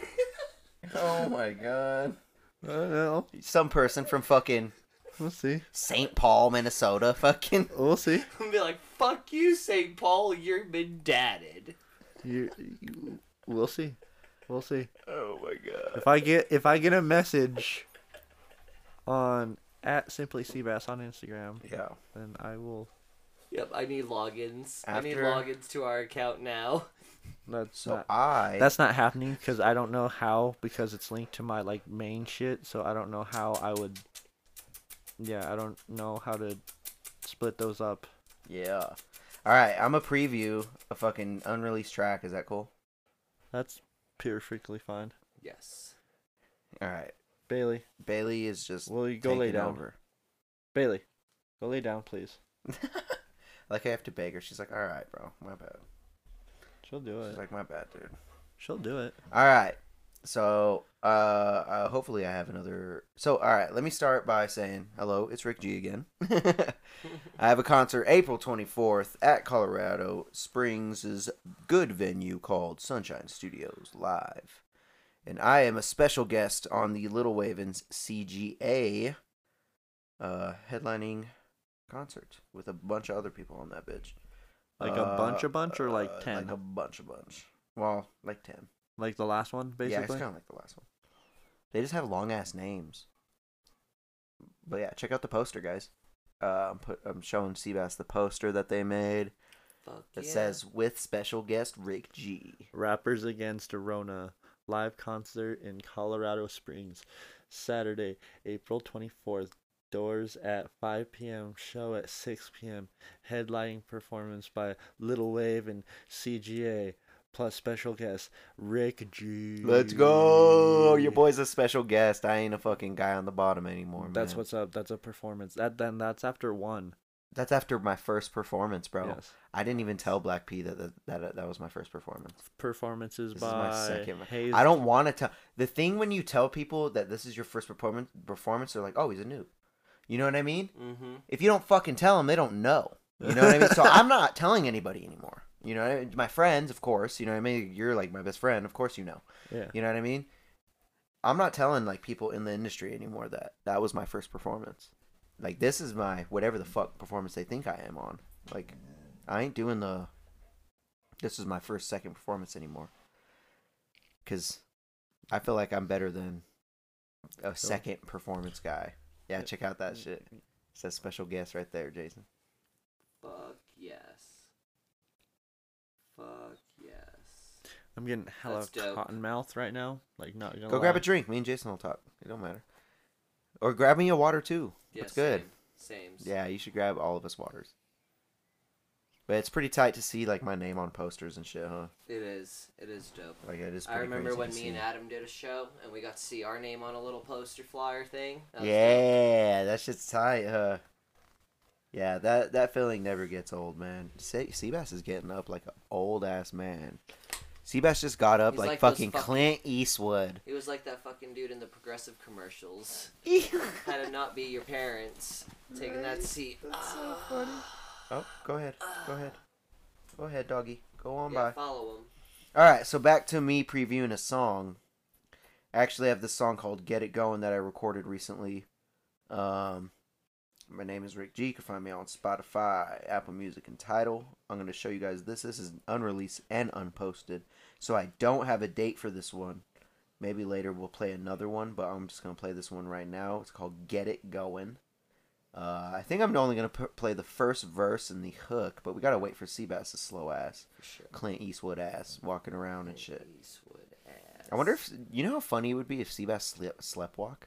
oh my god!
I don't know.
Some person from fucking
We'll see.
St. Paul, Minnesota, fucking.
We'll see.
and be like, fuck you, St. Paul, you've been dadded.
You, you, we'll see. We'll see.
Oh my god!
If I get if I get a message on at simply seabass on Instagram,
Yeah.
then I will.
Yep, I need logins. I need
After-
logins to our account now.
That's
So
not,
I
that's not happening because I don't know how because it's linked to my like main shit. So I don't know how I would. Yeah, I don't know how to split those up.
yeah. All right, I'm a preview a fucking unreleased track. Is that cool?
That's perfectly fine.
Yes.
All right,
Bailey,
Bailey is just
will you go lay
taking
down?
over.
Bailey, go lay down, please.
like I have to beg her. She's like, "All right, bro, my bad."
She'll do
She's
it.
like, "My bad, dude."
She'll do it.
All right. So, uh, uh, hopefully I have another. So, all right, let me start by saying hello. It's Rick G again. I have a concert April 24th at Colorado Springs' good venue called Sunshine Studios Live. And I am a special guest on the Little Ravens CGA uh, headlining concert with a bunch of other people on that bitch.
Like a bunch, a bunch, or like
uh,
10?
Like a bunch, a bunch. Well, like 10.
Like the last one,
Yeah, it's
basically.
kind of like the last one. They just have long ass names. But yeah, check out the poster, guys. Uh, I'm, put, I'm showing Seabass the poster that they made
Fuck
that
yeah.
says with special guest Rick G.
Rappers Against Arona live concert in Colorado Springs, Saturday, April 24th. Doors at 5 p.m. Show at 6 p.m. Headlining performance by Little Wave and CGA, plus special guest Rick G.
Let's go! Your boy's a special guest. I ain't a fucking guy on the bottom anymore.
That's
man.
what's up. That's a performance. That then that's after one.
That's after my first performance, bro.
Yes.
I didn't even tell Black P that that, that, that was my first performance.
Performances
This is
by
my second. one.
Hayes.
I don't want to tell. The thing when you tell people that this is your first performance, performance, they're like, "Oh, he's a noob." You know what I mean?
Mm-hmm.
If you don't fucking tell them, they don't know. You know what I mean? So I'm not telling anybody anymore. You know, what I mean? my friends, of course. You know what I mean? You're like my best friend, of course you know.
Yeah.
You know what I mean? I'm not telling like people in the industry anymore that that was my first performance. Like this is my whatever the fuck performance they think I am on. Like I ain't doing the this is my first second performance anymore. Cuz I feel like I'm better than a second performance guy. Yeah, check out that shit. It's that special guest right there, Jason.
Fuck yes. Fuck yes.
I'm getting hella
That's dope.
cotton mouth right now. Like not gonna
Go grab
lie.
a drink. Me and Jason will talk. It don't matter. Or grab me a water too.
Yeah,
That's good.
Same. same.
Yeah, you should grab all of us waters. But it's pretty tight to see like my name on posters and shit, huh?
It is. It is dope.
Like it is.
I
pretty
remember
crazy
when
to
me
see.
and Adam did a show and we got to see our name on a little poster flyer thing. That was dope.
Yeah, that shit's tight, huh? Yeah, that that feeling never gets old, man. Se- Seabass is getting up like an old ass man. Seabass just got up
He's
like,
like those
fucking
fucking-
Clint Eastwood.
It was like that fucking dude in the progressive commercials. Had to not be your parents taking that seat.
Oh, go ahead, go ahead, go ahead, doggy. Go on
yeah,
by.
follow him.
All right, so back to me previewing a song. I actually have this song called "Get It Going" that I recorded recently. Um, my name is Rick G. You can find me on Spotify, Apple Music, and Tidal. I'm going to show you guys this. This is unreleased and unposted, so I don't have a date for this one. Maybe later we'll play another one, but I'm just going to play this one right now. It's called "Get It Going." Uh, I think I'm only going to p- play the first verse and the hook, but we got to wait for Seabass to slow ass.
For sure.
Clint Eastwood ass walking around and shit.
Eastwood ass.
I wonder if you know how funny it would be if Seabass slept sleptwalk.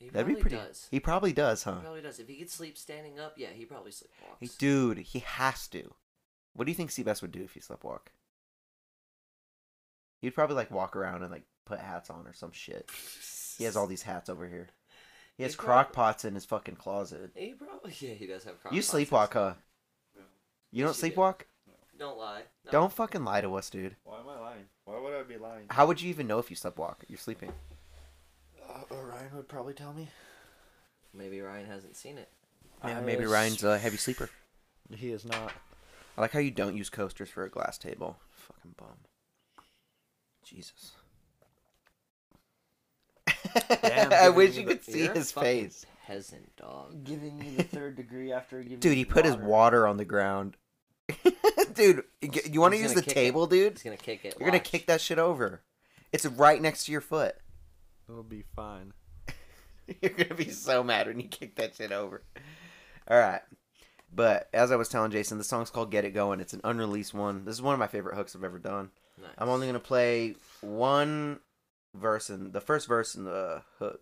He
That'd be
probably
pretty.
Does.
He probably does, huh?
He probably does. If he could sleep standing up, yeah, he probably sleepwalks.
Hey, dude, he has to. What do you think Seabass would do if he sleptwalk? He'd probably like walk around and like put hats on or some shit. He has all these hats over here. He has
He'd probably-
crock pots in his fucking closet.
He probably yeah he does have.
You
crossbones.
sleepwalk, huh? You don't
Yes, you do.
sleepwalk?
Don't lie. No.
Don't fucking lie to us, dude.
Why am I lying? Why would I be lying?
How would you even know if you sleptwalk? You're sleeping.
Orion Uh, would probably tell me.
Maybe Ryan hasn't seen it.
Yeah, maybe Ryan's a heavy sleeper.
He is not.
I like how you don't use coasters for a glass table. Fucking bum. Jesus.
Damn,
I
giving
wish
you
you
the-
could see
You're a
his
fucking
face.
Peasant dog.
Giving me the third degree after giving
Dude, he put his water on the ground. dude, you- you want to
He's
use the
gonna kick it.
table,
He's
dude?
gonna kick it.
You're going
Watch.
to kick that shit over. It's right next to your foot.
It'll be fine.
You're going to be so mad when you kick that shit over. All right. But as I was telling Jason, the song's called "Get It Going." It's an unreleased one. This is one of my favorite hooks I've ever done.
Nice.
I'm only gonna play one verse and the first verse in the hook.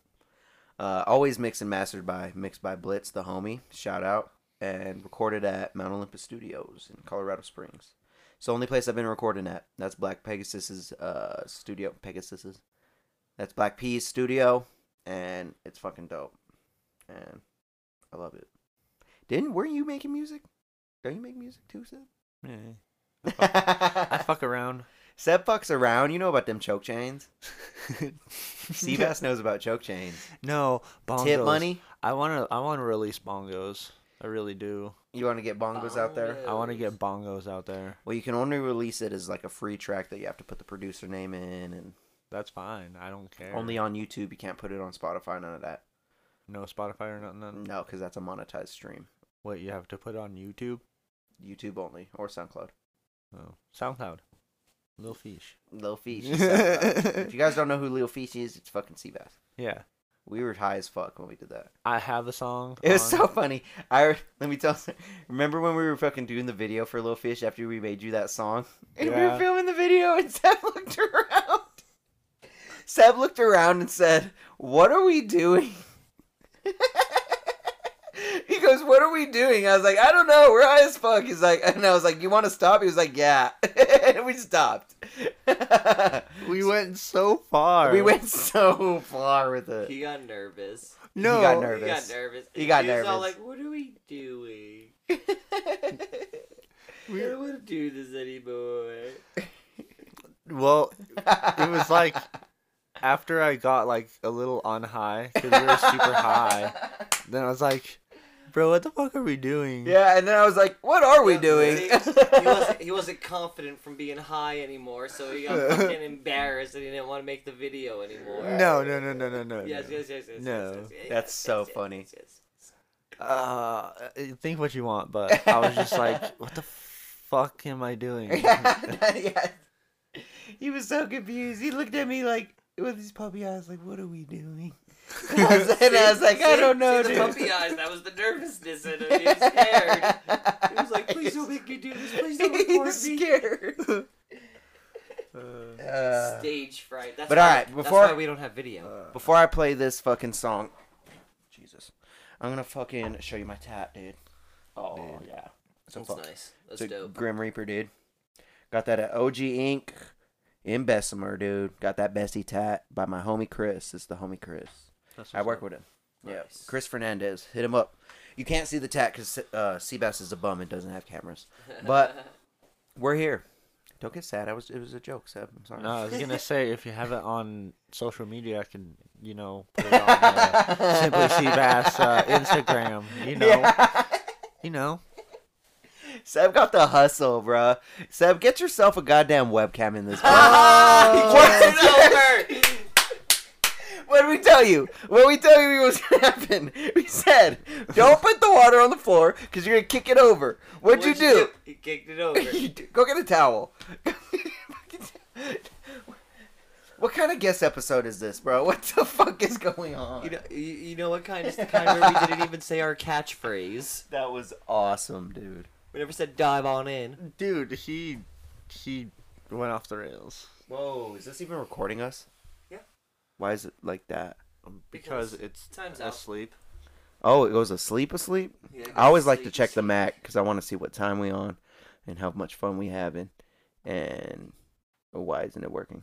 Uh, always mixed and mastered by mixed by Blitz, the homie. Shout out and recorded at Mount Olympus Studios in Colorado Springs. It's the only place I've been recording at. That's Black Pegasus's uh, studio. Pegasus's. That's Black P's studio, and it's fucking dope. And I love it. Didn't were you making music? Don't you make music too,
Yeah. I
Seb?
fuck around.
Seb fucks around. You know about them choke chains. Seabass knows about choke chains.
no bongos.
Tip money.
I wanna I wanna release bongos. I really do.
You want to get bongos
Oh,
out there?
Bongos.
I wanna get bongos out there.
Well, you can only release it as like a free track that you have to put the producer name in, and
That's fine. I don't care.
only on YouTube. You can't put it on Spotify. None of that.
no Spotify or nothing. nothing?
No, because that's a monetized stream.
Wait, you have to put it on YouTube?
YouTube only or SoundCloud.
Oh. SoundCloud. Lil Fish.
Lil Fish. SoundCloud. if you guys don't know who Lil Fish is, it's fucking Seabass.
Yeah.
We were high as fuck when we did that.
I have the song.
It was
on-
so funny. I let me tell. Remember when we were fucking doing the video for Lil Fish after we made you that song, and we were
Yeah.
filming the video, and Seb looked around. Seb looked around and said, "What are we doing?" he goes, "What are we doing?" I was like, "I don't know. We're high as fuck." He's like, and I was like, "You want to stop?" He was like, "Yeah," and we stopped.
We went so far.
we went so far with it.
He got nervous.
No.
got
He got
Nervous.
nervous.
He got
was all
nervous.
like, "What are we doing? I don't want to do this anymore."
Well, it was like after I got like a little on high because we were super high. Then I was like, "Bro, what the fuck are we doing?"
Yeah, and then I was like, "What are we
Yeah,
doing?"
he- he wasn't he wasn't confident from being high anymore, so he got fucking embarrassed and he didn't want to make the video anymore.
No, no, no, no, no, no.
Yes, yes, yes, yes.
No.
yes, yes, yes,
That's
yes,
so
yes, yes,
funny.
yes, yes.
no. Uh, think what you want, but I was just like, "What the fuck am I doing?"
yeah. He was so confused. He looked at me like with his puppy eyes, like, "What are we doing?" and I was, and I was like, "I
See-
don't know,
see
dude."
The puppy eyes. That was the nervousness in him. He was scared. He was like, "Please don't make me do this. Please don't record
He's
me."
scared. Uh,
Stage fright. That's
But
why,
alright,
that's
before-
why we don't have video.
before I play this fucking song, Jesus, I'm gonna fucking show you my tat, dude.
Oh
dude.
yeah,
It's a
that's
fuck-
nice.
it's
That's
a
dope.
Grim Reaper, dude. Got that at OG Inc. in Bessemer, dude. Got that Bessie tat by my homie Chris. It's the homie Chris. I work with him. Yeah,
Nice.
Chris Fernandez. Hit him up. You can't see the tat because uh, Seabass is a bum and doesn't have cameras. But we're here. Don't get sad. I was. It was a joke, Seb. I'm sorry.
No, I was gonna say if you have it on social media, I can you know put it on uh, Simply Seabass uh, Instagram. You know,
Yeah.
you know.
Seb got the hustle, bruh. Seb, get yourself a goddamn webcam in this.
Ah, he turned Oh, it over.
What did we tell you? What we tell you was gonna happen? We said, don't put the water on the floor because you're gonna kick it over. What'd, you do?
He kicked it over.
You d- Go get a towel. what kind of guest episode is this, bro? What the fuck is going on?
You know, you, you know what kind? It's the kind where we didn't even say our catchphrase.
that was awesome, dude.
We never said dive on in.
Dude, he he went off the rails
Whoa, is this even recording us?
Yeah.
Why is it like that?
Because
Because
it's
time's out.
asleep.
Oh, it goes asleep, asleep.
Yeah,
I always
because
like
you
to
can
check the
see-
Mac because I want to see what time we on, and how much fun we having, and why isn't it working?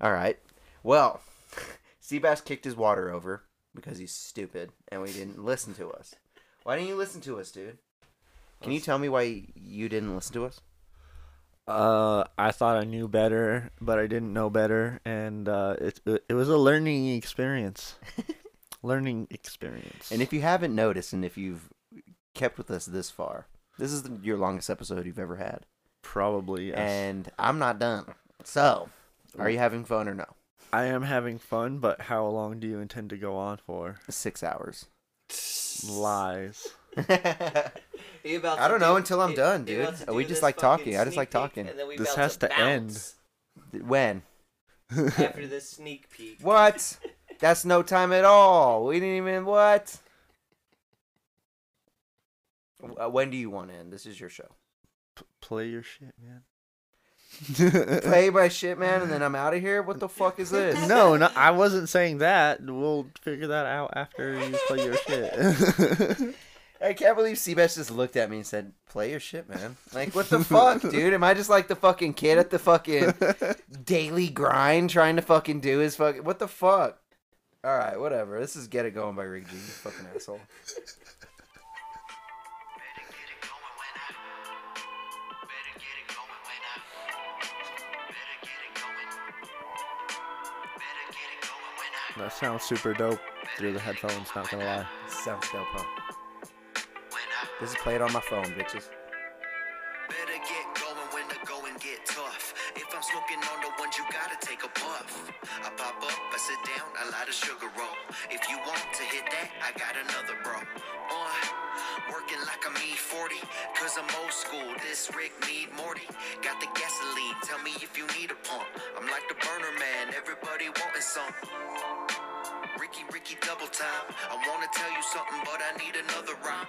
All right. Well, Seabass kicked his water over because he's stupid and we didn't listen to us. Why didn't you listen to us, dude? Can you tell me why you didn't listen to us?
Uh, I thought I knew better, but I didn't know better, and uh, it it, it was a learning experience. learning experience.
And if you haven't noticed, and if you've kept with us this far, this is the, your longest episode you've ever had.
probably yes.
and I'm not done. So, are you having fun or no?
I am having fun, but how long do you intend to go on for?
Six hours.
Lies.
He about
I
to
don't
do-
know until I'm
he-
done,
he
dude.
about to
We
do
just
this
like
fucking
talking. I just
sneak
like
peek,
talking.
and then we
This
about
has to end.
bounce
when?
after this sneak peek.
What? That's no time at all. We didn't even what. W- uh, When do you want to end? This is your show.
P- play your shit, man.
Play my shit, man, and then I'm out of here. What the fuck is this?
no, no, I wasn't saying that. We'll figure that out after you play your shit.
I can't believe Seabass just looked at me and said, "Play your shit, man." Like, what the fuck, dude? Am I just like the fucking kid at the fucking daily grind trying to fucking do his fucking? What the fuck? All right, whatever. This is "Get It Going" by Rig G. You fucking asshole.
that sounds super dope through the headphones. Not gonna lie.
Sounds dope, huh? This is played on my phone, bitches.
Better get going when the going get tough. If I'm smoking on the ones, you gotta take a puff. I pop up, I sit down, I light a sugar roll. If you want to hit that, I got another bro. On, working like I'm E40, cause I'm old school. This Rick Mead Morty. Got the gasoline, tell me if you need a pump. I'm like the burner man, everybody wanting some. Ricky, Ricky, double time. I wanna tell you something, but I need another rhyme.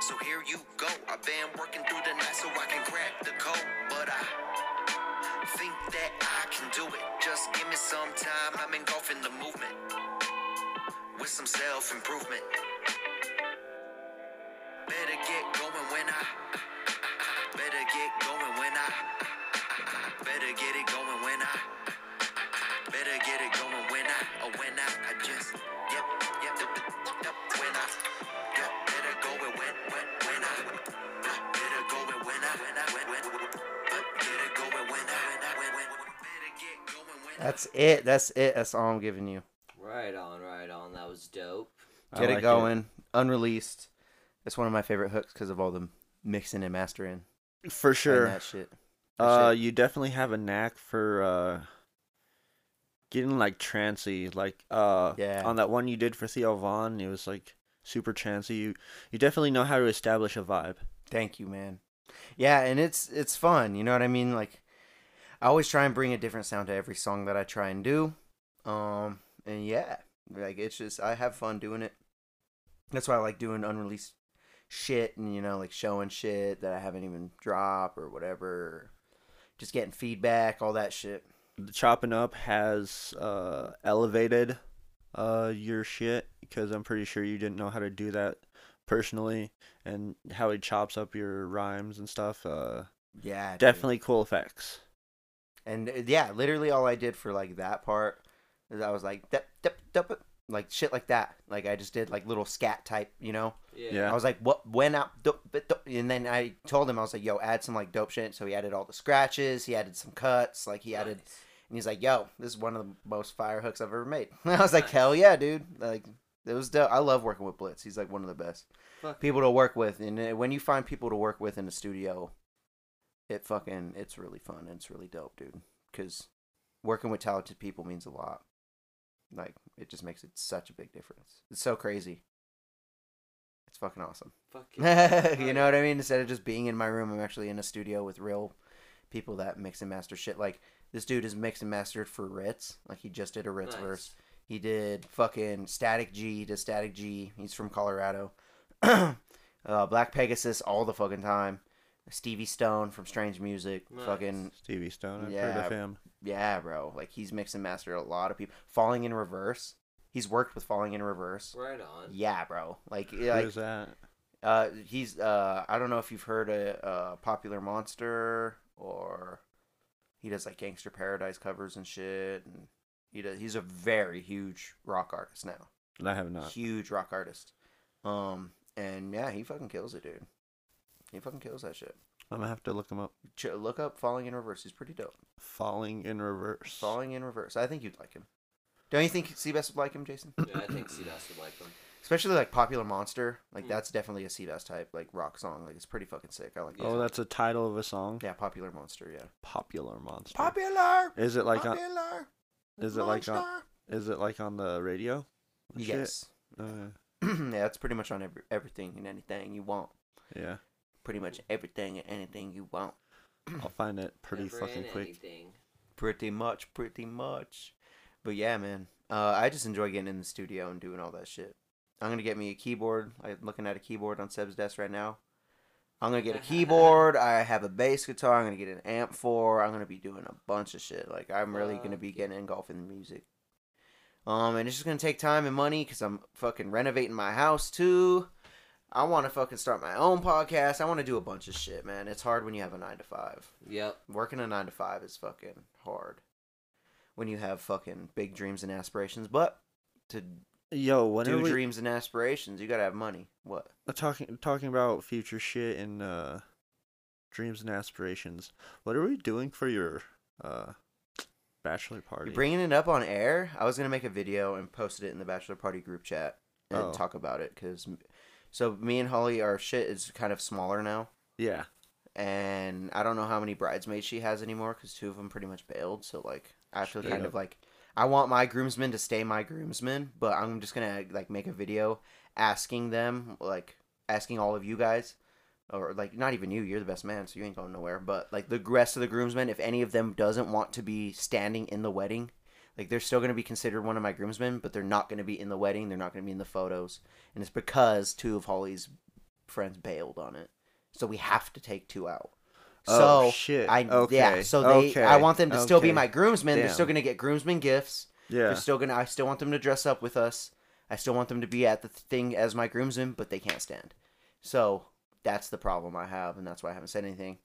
So here you go. I've been working through the night so I can crack the code, but I think that I can do it. Just give me some time. I'm engulfing the movement with some self improvement. Better get going when I. Better get going when I. Better get it going when I. Better get it going when I. Oh, when I. I just. Yep, yep, yep, yep, when I. Yep, better go it when, when, when I. Better go it when I, when I, when, when. Better go it when I, when I, when, when. Better get going when I.
That's it. That's it. That's all I'm giving you.
Right on, right on. That was dope.
I
Get
like
it going. Unreleased. It's one of my favorite hooks because of all the mixing and mastering.
for
Sure.
sure.
And that shit. That
Uh,
shit.
you definitely have a knack for uh getting like trancy, like uh
Yeah.
on that one you did for Theo Vaughn, it was like super trancy. You you definitely know how to establish a vibe.
Thank you, man. Yeah, and it's it's fun. You know what I mean? Like, I always try and bring a different sound to every song that I try and do. Um, and yeah, like it's just I have fun doing it. That's why I like doing unreleased shit and you know like showing shit that I haven't even dropped or whatever. Just getting feedback, all that shit.
The chopping up has uh elevated uh your shit because I'm pretty sure you didn't know how to do that personally and how it chops up your rhymes and stuff. Uh
Yeah, dude.
definitely cool effects.
And uh, yeah, literally all I did for like that part is I was like, dup, dup, dup, dup," like shit like that. Like I just did like little scat type, you know.
Yeah.
Yeah.
I was like, what when out, dup, dup, dup," and then I told him I was like, yo, add some like dope shit. So he added all the scratches, he added some cuts, like he added,
Nice.
and he's like, yo, this is one of the most fire hooks I've ever made. And I was like, hell yeah, dude, like. It was dope. I love working with Blitz. He's like one of the best
Fuck.
people to work with, and uh, when you find people to work with in the studio, it fucking it's really fun and it's really dope, dude. Because working with talented people means a lot. Like it just makes it such a big difference. It's so crazy. It's fucking awesome.
Fuck
you
yeah.
know what I mean? Instead of just being in my room, I'm actually in a studio with real people that mix and master shit. Like this dude is mixed and mastered for Ritz. Like he just did a Ritz
Nice.
verse. He did fucking Static G to Static G. He's from Colorado. uh, Black Pegasus all the fucking time. Stevie Stone from Strange Music.
Nice.
Fucking
Stevie Stone, I've heard
Yeah.
of him.
yeah, bro. Like he's mixed and mastered a lot of people. Falling in Reverse. He's worked with Falling in Reverse.
Right on.
Yeah, bro. Like
Who
like
is that?
uh, he's uh, I don't know if you've heard a, a popular monster or he does like Gangster Paradise covers and shit. And he does. He's a very huge rock artist now.
I have not.
Huge rock artist. Um, and yeah, he fucking kills it, dude. He fucking kills that shit.
I'm gonna have to look him up.
Ch- look up Falling in Reverse. He's pretty dope.
Falling in reverse.
Falling in Reverse. I think you'd like him. Don't you think Seabass would like him, Jason?
Yeah, I think Seabass would like them.
Especially like Popular Monster. Like
Mm.
that's definitely a Seabass type like rock song. Like it's pretty fucking sick. I like. it.
Oh, that's the title of a song.
Yeah, Popular Monster. Yeah.
Popular monster.
Popular.
Is it like on,
popular.
is it like on, is it like on the radio? and shit? Uh,
Yes.
Okay.
yeah, that's pretty much on every, everything and anything you want.
yeah.
Pretty much everything and anything you want.
I'll find it pretty
Never
fucking
in
quick.
anything.
Pretty much, pretty much. But yeah, man, uh, I just enjoy getting in the studio and doing all that shit. I'm gonna get me a keyboard. I'm looking at a keyboard on Seb's desk right now. I'm gonna get a keyboard. I have a bass guitar. I'm gonna get an amp for. I'm gonna be doing a bunch of shit. Like I'm really gonna be getting engulfed in the music. Um, and it's just gonna take time and money because I'm fucking renovating my house too. I want to fucking start my own podcast. I want to do a bunch of shit, man. It's hard when you have a nine to five
Yep.
working a nine to five is fucking hard when you have fucking big dreams and aspirations. But to
Yo, when are
do
we
dreams and aspirations, you gotta have money. What?
uh, talking talking about future shit and uh, dreams and aspirations? What are we doing for your uh, bachelor party?
You're bringing it up on air? I was gonna make a video and posted it in the bachelor party group chat and
Oh.
talk about it because so me and Holly, our shit is kind of smaller now.
yeah,
and I don't know how many bridesmaids she has anymore because two of them pretty much bailed. So like, I feel kind
Yeah.
of like I want my groomsmen to stay my groomsmen, but I'm just gonna like make a video asking them, like asking all of you guys, or like not even you, you're the best man, so you ain't going nowhere. But like the rest of the groomsmen, if any of them doesn't want to be standing in the wedding. Like they're still gonna be considered one of my groomsmen, but they're not gonna be in the wedding. They're not gonna be in the photos, and it's because two of Holly's friends bailed on it so we have to take two out.
Oh,
so
shit.
I yeah.
Okay.
So they,
Okay.
I want them to still be
Okay.
my groomsmen. They're
Damn.
still gonna get groomsmen gifts.
yeah.
They're still gonna. I still want them to dress up with us. I still want them to be at the thing as my groomsmen, but they can't stand. So that's the problem I have, and that's why I haven't said anything.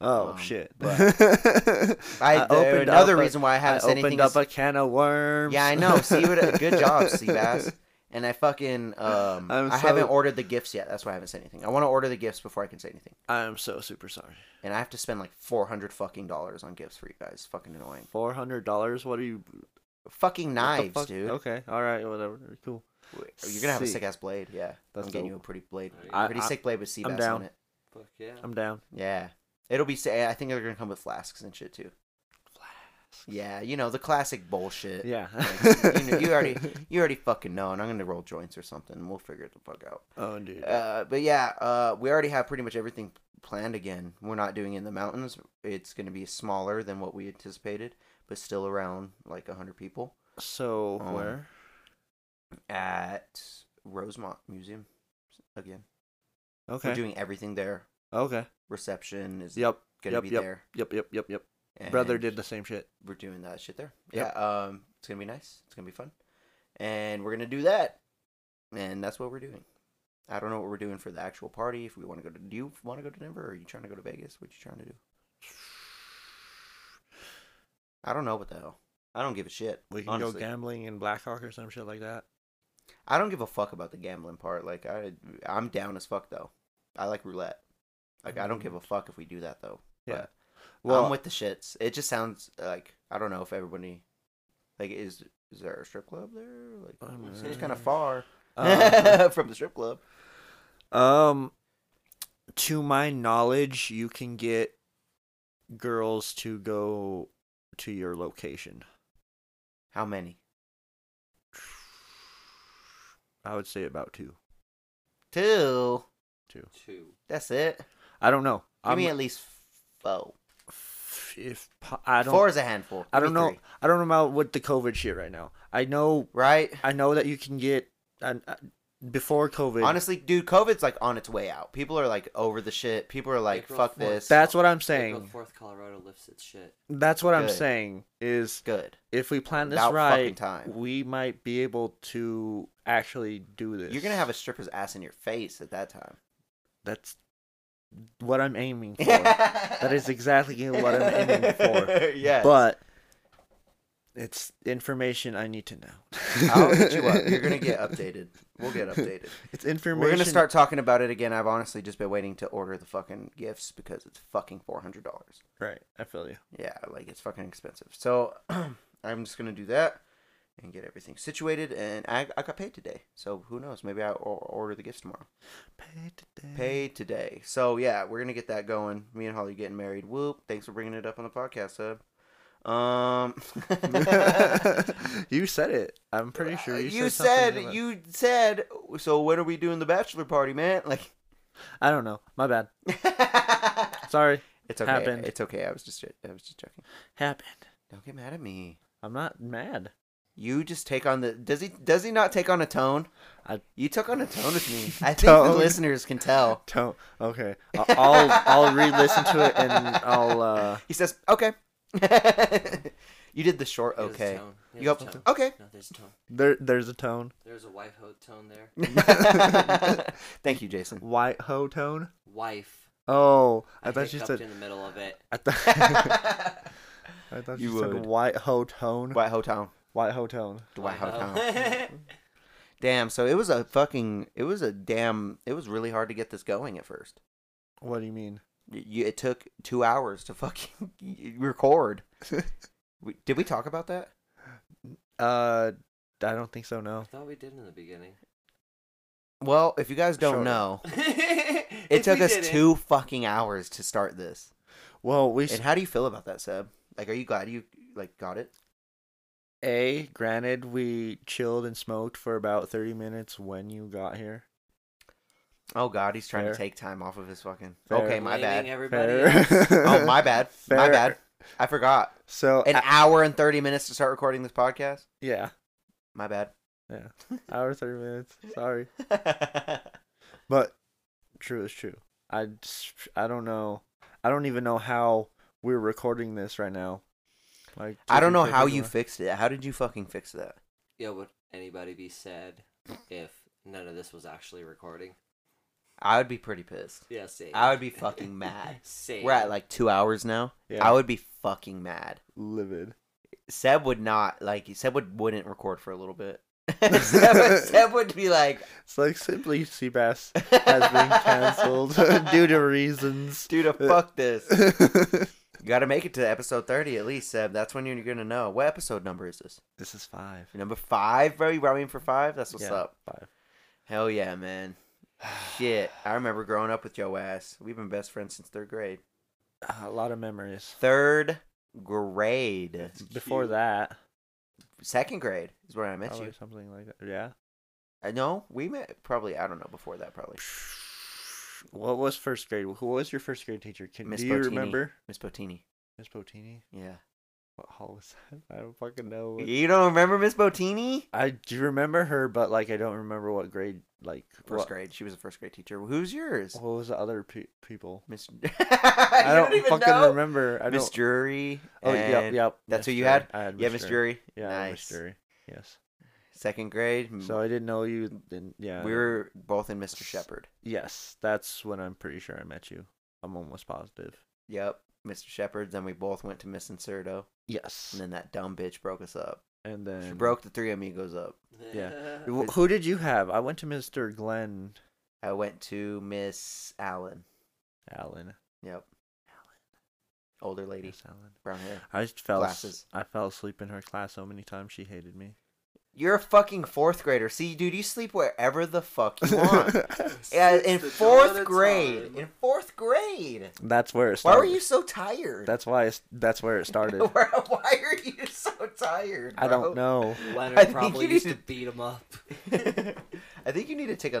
oh
um,
shit!
but- I-
I
there-
opened
another
up a-
reason why I haven't said
opened
anything
up
is-
a can of worms.
Yeah, I know. See what? uh, Good job, Seabass. And I fucking um,
I'm
I
so-
haven't ordered the gifts yet. That's why I haven't said anything. I want to order the gifts before I can say anything,
I'm so super sorry.
and I have to spend like four hundred fucking dollars on gifts for you guys. Fucking annoying.
Four hundred dollars. What are you?
Fucking
what the
knives,
fuck?
dude.
Okay, all right, whatever. Cool.
You're gonna have a
Sick.
sick ass blade, yeah.
That's
I'm getting
dope.
you a pretty blade,
I-
pretty
I-
sick blade with sea
I'm
bass
down.
on it.
Fuck yeah.
I'm down.
Yeah, it'll be. sick. I think they're gonna come with flasks and shit too. Yeah, you know the classic bullshit.
Yeah.
Like, you, know, you already, you already fucking know, and I'm gonna roll joints or something. And we'll figure the fuck out.
Oh, dude.
Uh, but yeah, uh, we already have pretty much everything planned again. We're not doing it in the mountains. It's gonna be smaller than what we anticipated, but still around like hundred people
so
um,
where?
at Rosemont Museum again.
Okay.
We're doing everything there.
okay.
Reception is
Yep.
gonna
yep,
be
yep,
there.
Yep. Yep. Yep. Yep. Brother
and
did the same shit.
We're doing that shit there.
Yep.
Yeah. Um, it's gonna be nice. It's gonna be fun, and we're gonna do that, and that's what we're doing. I don't know what we're doing for the actual party. If we want to go to, do you want to go to Denver, or are you trying to go to Vegas? What you trying to do? I don't know what the hell. I don't give a shit.
We can go
honestly.
gambling in Blackhawk or some shit like that.
I don't give a fuck about the gambling part. Like I, I'm down as fuck though. I like roulette. Like I don't
Mm.
give a fuck if we do that though.
Yeah.
But
Well,
I'm with the shits. It just sounds like I don't know if everybody like is is there a strip club there? Like
Um,
it seems kind of far
uh,
from the strip club.
um, to my knowledge, you can get girls to go to your location.
How many?
I would say about two.
Two.
Two.
Two.
That's it. Give
I don't know. I'm-
me at least four.
f- if po- I don't,
Four is a handful.
I
Give
don't
me
know.
three.
I don't know about with the COVID shit right now. I know.
Right?
I know that you can get. I, I, before COVID,
Honestly, dude, COVID's like on its way out. People are like over the shit. People are like,
April
fuck
fourth.
this.
that's what I'm
April
saying.
4th, Colorado lifts its shit.
That's what I'm
Good.
saying is
good.
if we plan this
About fucking
right,
time.
we might be able to actually do this.
You're gonna have a stripper's ass in your face at that time.
That's what I'm aiming for. that is exactly what I'm aiming for.
yes.
But it's information I need to know.
I'll hit you up. You're gonna get updated. We'll get updated.
It's information.
We're gonna start talking about it again. I've honestly just been waiting to order the fucking gifts because it's fucking four hundred dollars.
Right, I feel you.
Yeah, like it's fucking expensive. So I'm just gonna do that and get everything situated. And I, I got paid today, so who knows? Maybe I will order the gifts tomorrow.
Pay today.
Paid today, so yeah, we're gonna get that going. Me and Holly getting married. Whoop! Thanks for bringing it up on the podcast, sub. Um,
you said it. I'm pretty sure you,
Uh, you
said,
said,
something about-
you said. So when are we doing the bachelor party, man? Like.
I don't know. My bad. Sorry.
It's okay.
happened.
It's okay. I was just I was just joking.
Happened.
Don't get mad at me.
I'm not mad.
You just take on the does he does he not take on a tone?
I-
you took on a tone with me. I think the
Tone.
listeners can tell.
Don't. Okay. I- I'll I'll re-listen to it and I'll. uh
He says, "Okay." you did the short
There's a
okay.
tone. There's
You
a
go,
tone.
"Okay."
No, there's a tone.
There there's a tone.
There's a wife ho tone there.
Thank you, Jason.
White ho tone.
Wife.
Oh, I,
I,
thought you
hiccuped
said.
in the middle of it.
I thought. I thought
You
you, said
would.
white ho tone.
White Ho Town.
White ho tone.
Dwight Ho Town.
ho.
Damn, so it was a fucking it was a damn it was really hard to get this going at first.
What do you mean?
Y- You, it took 2 hours to fucking record. we, did we talk about that?
Uh, I don't think so. No.
I thought we did in the beginning.
Well, if you guys don't
Sure.
know, it
it
took us 2 fucking hours to start this.
Well, we s-
And how do you feel about that, Seb? Like are you glad you like got it?
a granted we chilled and smoked for about thirty minutes when you got here.
Oh god, he's trying
Fair.
to take time off of his fucking
Fair.
Okay, my bad.
Everybody
Oh, my bad. My
Fair.
bad. I forgot.
So
An
I-
hour and 30 minutes to start recording this podcast?
yeah,
My bad.
hour thirty minutes. Sorry, but true is true. I just, I don't know. I don't even know how we're recording this right now. Like
I don't know
taking
how
taking
you
away-
fixed it. How did you fucking fix that?
yeah, would anybody be sad if none of this was actually recording?
I would be pretty pissed.
Yeah, same.
I would be fucking mad.
same.
We're at like two hours now.
yeah,
I would be fucking mad.
livid.
Seb would not like. Seb would wouldn't record for a little bit. Seb, Seb would be like,
It's like simply Seabass has been canceled due to reasons.
"Dude, uh, fuck this." You got to make it to episode thirty at least, Seb. That's when you're gonna know what episode number is this.
This is five.
Number five, bro. You rhyming for five? That's what's
Yeah,
up.
Five.
Hell yeah, man. Shit, I remember growing up with yo ass. We've been best friends since third grade.
A lot of memories.
Third grade.
Before that,
second grade is where I met
probably
you.
something like that. Yeah.
I know we met probably I don't know before that probably
What was first grade? Who was your first grade teacher? Can,
Miss
do you
Botini.
remember?
Miss Botini.
Miss Botini.
Yeah,
What hall was that? I don't fucking know. what-
you don't remember Miss Botini?
I do remember her, but like I don't remember what grade. Like
First
what,
grade. She was a first grade teacher. Who's yours?
What was the other pe- people?
Miss.
I don't, fucking remember. I
Miss
don't.
Drury.
Oh, yep,
and-
yep.
That's who
Miss
you
Drury.
had.
I had
Yeah,
Miss
Miss Drury.
Yeah, I had Miss
nice.
Drury. Yes.
Second grade.
So I didn't know you. Then yeah.
we were both in Mr. Shepherd.
Yes, that's when I'm pretty sure I met you. I'm almost positive.
Yep, Mr. Shepherd. Then we both went to Miss Inserto,
Yes.
and then that dumb bitch broke us up.
And then
She broke the three amigos up.
Yeah. Wh- Who did you have? I went to Mr. Glenn
I went to Miss Allen.
Allen.
Yep. Older lady,
Miss Allen.
brown hair.
I just fell. s-
Glasses.
I fell asleep in her class so many times she hated me.
You're a fucking fourth grader. See, dude, you sleep wherever the fuck you want. yeah, in fourth grade. In fourth grade.
that's where it
Why
started.
were you so tired?
That's why. It's, that's where it started.
Why why are you so tired?
I don't
bro?
know.
I
Leonard
think
probably
you
used to
need
beat him up.
I think you need to take a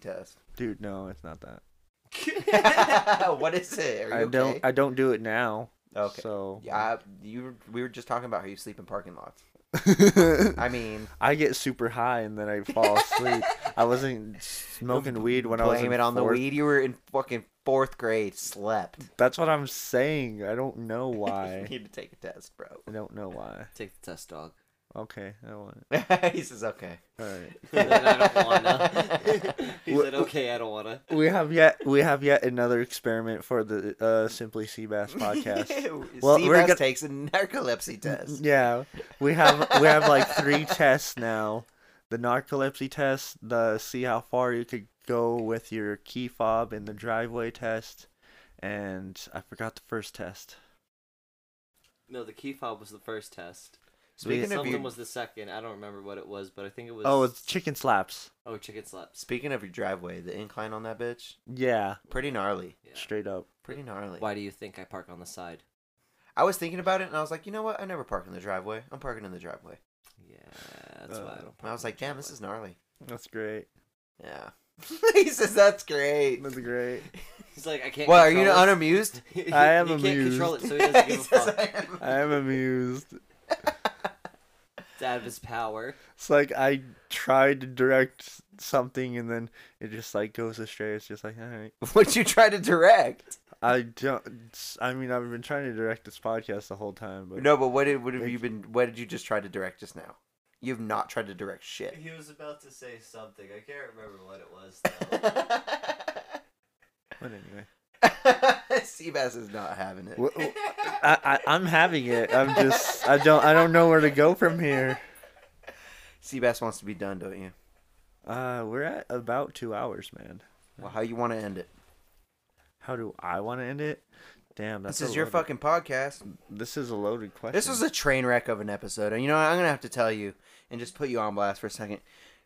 test.
Dude, no, it's not that.
what is it? Are you
I
okay?
don't. I don't do it now.
Okay.
So
Yeah, I- you. were- We were just talking about how you sleep in parking lots. I mean,
I get super high and then I fall asleep. I wasn't smoking weed when I was
blame
in
it on the
fourth-
weed. You were in fucking fourth grade, slept.
That's what I'm saying. I don't know
you
why.
need to take a test, bro.
I don't know why.
Take the test, dog.
Okay, I want it.
he says, okay.
All right.
I don't wanna. he
Wh-
said, "Okay, I don't wanna."
We have yet we have yet another experiment for the uh, Simply Seabass podcast.
well,
Well,
Seabass
we're gonna-
takes a narcolepsy test.
yeah, we have we have like three tests now: the narcolepsy test, the see how far you could go with your key fob, and the driveway test. And I forgot the first test.
No, the key fob was the first test.
Speaking of
Something
your,
was the second. I don't remember what it was, but I think it was.
Oh, it's chicken slaps.
oh, chicken slaps.
speaking of your driveway, the incline on that bitch,
Yeah,
pretty gnarly.
Yeah.
straight up.
Pretty gnarly.
Why do you think I park on the side?
I was thinking about it, and I was like, you know what? I never park in the driveway. I'm parking in the driveway.
Yeah, that's why I
Uh,
don't. Park
And I was
on
like,
the
damn, this
driveway.
is gnarly.
That's great.
Yeah. he says that's great.
That's great.
He's like, I can't.
Well, are you
control this."
unamused?
He-
I am
he can't control it,
amused.
so he doesn't
He
give a
says,
fuck.
"I am."
I am amused.
It's out of his power.
It's like I tried to direct something and then it just like goes astray. It's just like all right.
What you try to direct?
I don't. I mean, I've been trying to direct this podcast the whole time, but
No, but what did what have you been? What did you just try to direct just now? You've not tried to direct shit.
He was about to say something. I can't remember what it was though.
But anyway,
Seabass is not having it.
Wha- wha- I, I I'm having it. I'm just. I don't. I don't know where to go from here.
Seabass wants to be done, don't you?
Uh, we're at about two hours, man.
Well, how you want to end it?
How do I want to end it? Damn, that's
This
a
is your
loaded-
fucking podcast.
This is a loaded question.
This was a train wreck of an episode, and you know what? I'm gonna have to tell you and just put you on blast for a second,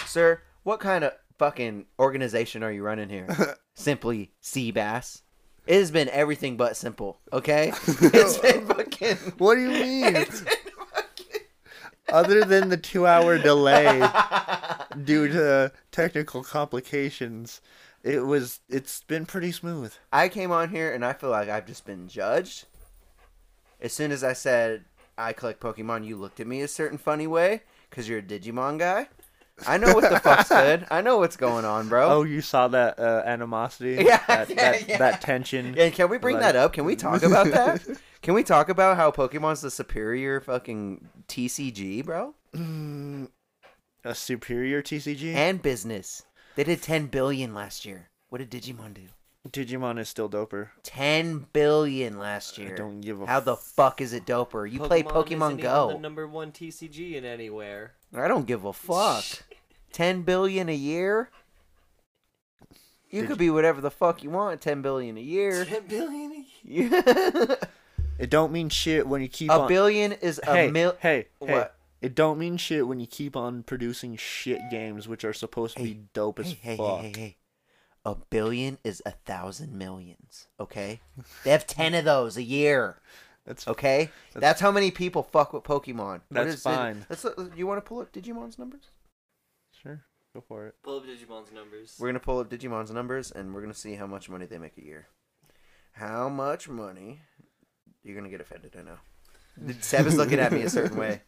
sir. What kind of fucking organization are you running here? Simply Seabass. It has been everything but simple. Okay, it's been fucking.
What do you mean? Other than the two-hour delay due to technical complications, it was. It's been pretty smooth.
I came on here and I feel like I've just been judged. As soon as I said I collect Pokemon, you looked at me a certain funny way because you're a Digimon guy. I know what the fuck's good. I know what's going on,
Oh,
bro.
you saw that uh, animosity?
Yeah,
that,
yeah,
that,
yeah.
that tension.
and can we bring
Right.
that up? Can we talk about that? Can we talk about how Pokemon's the superior fucking TCG, bro?
A superior TCG?
And business. They did 10 billion last year. What did Digimon do?
Digimon is still doper.
10 billion last year.
don't give a
How the fuck is it doper? You play
isn't
Pokemon
even
Go.
The number one TCG in anywhere.
I don't give a fuck. ten billion a year. You
Did
could be whatever the fuck you want. Ten billion a year.
Ten billion. a year.
It don't mean shit when you keep
a
on.
billion is a
hey,
mil.
hey, hey.
What?
It don't mean shit when you keep on producing shit games which are supposed to be dope as
Hey, hey, hey,
fuck.
hey, hey. A billion is a thousand millions. Okay, they have ten of those a year.
That's
Okay, that's, how many people fuck with Pokemon. What
That's
is it-
fine.
Let's, uh, you want to pull up Digimon's numbers?
Sure, go for it.
Pull up Digimon's numbers.
We're gonna pull up Digimon's numbers and we're gonna see how much money they make a year. How much money? You're gonna get offended, I know. Seb is looking at me a certain way.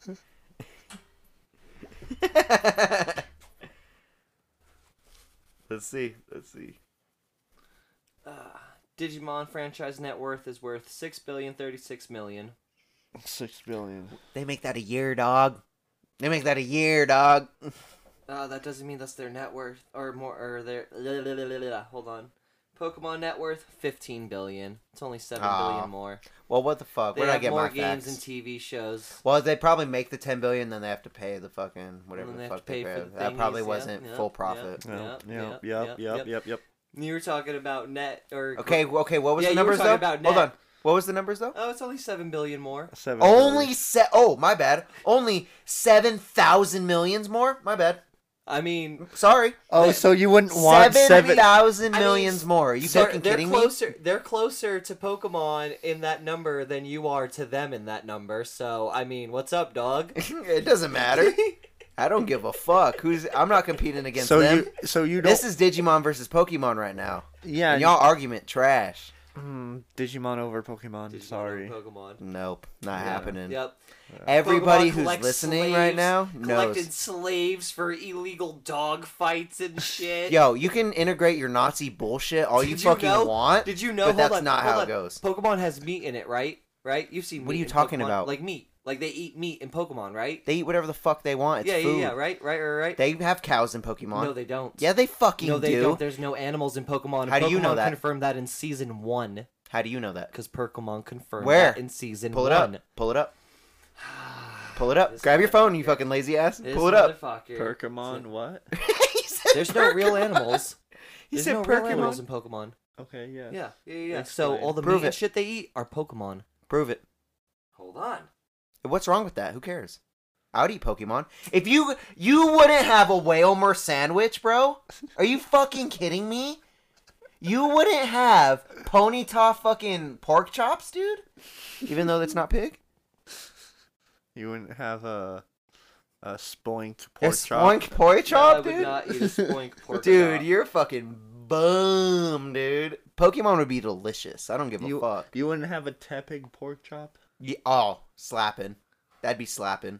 let's see. Let's see.
Ah, Digimon franchise net worth is worth six billion thirty-six million.
Six billion.
They make that a year, dog. They make that a year, dog.
Uh, that doesn't mean that's their net worth or more or their. Hold on. Pokemon net worth fifteen billion. It's only seven billion
Aw.
more.
Well, what the fuck?
They
Ah. Where'd I
have
get
more
my
games
facts?
and TV shows.
well, they probably make the ten billion, then they have to pay the fucking whatever
then
the
they have
fuck
to pay
they
for
pay.
the
That probably
thingies, yeah,
wasn't
yeah,
full
yeah.
profit.
Yep,
Yeah,
yep,
yeah,
yep, yep, yep, yep.
You were talking about net or
Okay, well, okay. What was
Yeah,
the
you were
numbers
talking
though?
about
Hold
net.
on. What was the numbers though?
Oh, it's only seven billion more.
Seven.
Only
billion.
se- oh my bad. Only seven thousand millions more. My bad.
I mean,
Sorry.
Oh, so you wouldn't want
seven
seven?
thousand
I mean,
millions more. Are you
they're,
fucking
they're
kidding me?
closer. They're closer to Pokemon in that number than you are to them in that number. So I mean, what's up, dog?
it doesn't matter. I don't give a fuck. Who's I'm not competing against
So
them.
you, so you don't.
this is Digimon versus Pokemon right now.
yeah.
And y'all argument trash.
mm, Digimon over Pokemon.
Digimon
sorry.
over Pokemon.
Nope, not happening.
Yep.
Everybody
Pokemon
who's
collects
listening
slaves-
right now
collected
knows.
slaves for illegal dog fights and shit.
Yo, you can integrate your Nazi bullshit all
Did
you fucking
know,
want.
Did you know?
but
hold
that's
on,
not
hold
how
on.
it goes.
Pokemon has meat in it, right? Right? You've seen.
What are
meat
you
in
talking
Pokemon.
about?
Like meat. Like they eat meat in Pokemon, right?
They eat whatever the fuck they want. It's
yeah,
food.
yeah, yeah. Right, right, right, right.
They have cows in Pokemon.
no, they don't.
yeah, they fucking
No, they
do.
not There's no animals in Pokemon.
How do you know
Pokemon
that?
Confirmed that in season one,
How do you know that?
because Pokemon confirmed
Where?
that in season
Pull it
one.
up. Pull it up. Pull it up. Grab your phone, you fucking lazy ass.
This
Pull it up.
motherfucker.
Pokemon. What?
He said
There's no real animals.
He
There's
said
no real
Pokemon.
animals in Pokemon.
Okay. Yeah.
Yeah, yeah, yeah. yeah. So
Explain.
all the
Prove
meat and
it.
shit they eat are Pokemon.
Prove it.
Hold on.
What's wrong with that? Who cares? I would eat Pokemon. If you you wouldn't have a Whalmer sandwich, bro? Are you fucking kidding me? You wouldn't have Ponyta fucking pork chops, dude? Even though that's not pig?
You wouldn't have a a spoink pork
It's
chop.
Spoink pork chop,
I would
dude?
not eat a spoink pork
Dude,
chop.
you're fucking bum, dude. Pokemon would be delicious. I don't give a
You,
fuck.
you wouldn't have a tepig pork chop.
Ye- oh, slapping. That'd be slapping.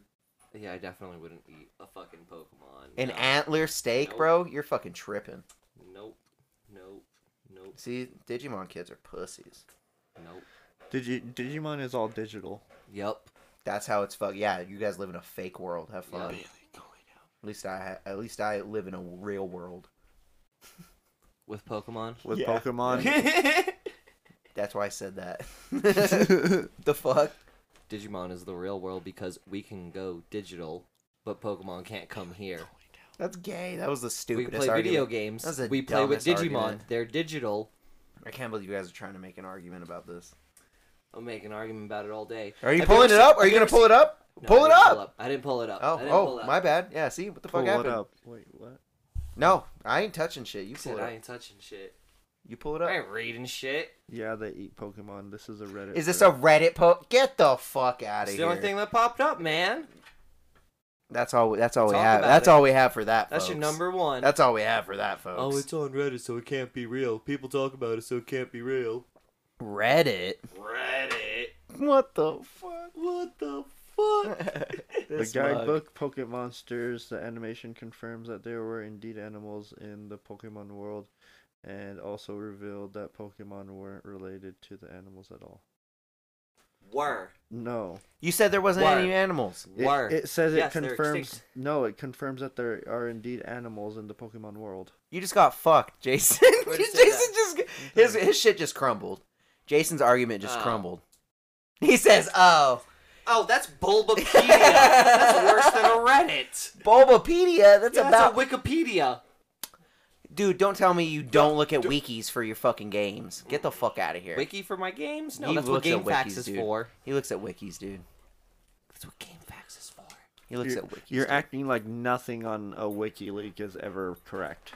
Yeah, I definitely wouldn't eat a fucking Pokemon.
An
No.
antler steak,
Nope.
bro? You're fucking tripping.
Nope. Nope. Nope.
See, Digimon kids are pussies.
Nope.
Did you Digimon is all digital.
Yep.
That's how it's fuck. Yeah, you guys live in a fake world. Have fun.
Yeah.
At least I ha- at least I live in a real world.
With Pokemon.
With
Yeah.
Pokemon,
That's why I said that. the fuck?
Digimon is the real world because we can go digital, but Pokemon can't come here.
That's gay. That was the
We
stupidest
play
argument.
video games.
That's the
We play with
dumbest
Digimon.
argument.
They're digital.
I can't believe you guys are trying to make an argument about this.
I'll make an argument about it all day.
Are you
Have
pulling
ever
it
seen-
up? Are
have
you gonna
ever
pull it
seen-
up?
No, I
pull it
didn't
up.
pull I didn't pull it up. I
Oh,
didn't pull
oh,
it up.
my bad. Yeah, see what the
pull
fuck
it
happened?
up. Wait, what?
No, I ain't touching shit. You
I
pull
said
it
I
up.
ain't touching shit.
You pull it
I
up.
ain't reading shit.
Yeah, they eat Pokemon. This is a Reddit.
Is this a
thread.
Reddit post? Get the fuck out
It's
of
the only
here.
thing that popped up, man.
That's all. That's all we
Talk
have.
about
That's
it.
all we have for that.
That's your
folks.
number Oh, one.
That's all we have for that, folks.
on Reddit, so it can't be real. People talk about it, so it can't be real.
Reddit.
Reddit.
What the fuck? What the fuck?
The guidebook Pocket Monsters, the animation confirms that there were indeed animals in the Pokemon world and also revealed that Pokemon weren't related to the animals at all.
Were.
No.
You said there wasn't
Word.
any animals.
It,
Were.
it says
Yes,
it
they're
confirms
extinct.
No, it confirms that there are indeed animals in the Pokemon world.
You just got fucked, Jason.
Where'd it
Jason
say
just his his shit just crumbled. Jason's argument just
Oh.
crumbled. He says, "Oh,
Oh, that's Bulbapedia. that's worse than a Reddit.
Bulbapedia. That's
Yeah,
about
that's a Wikipedia.
dude. Don't tell me you don't look at wikis for your fucking games. Get the fuck out of here.
Wiki for my games? No,
He
that's what
looks at
GameFAQs
wikis,
is
dude.
for.
He looks at wikis, dude.
That's what GameFAQs is for.
He looks
You're,
at wikis.
you're
dude.
acting like nothing on a WikiLeak is ever correct.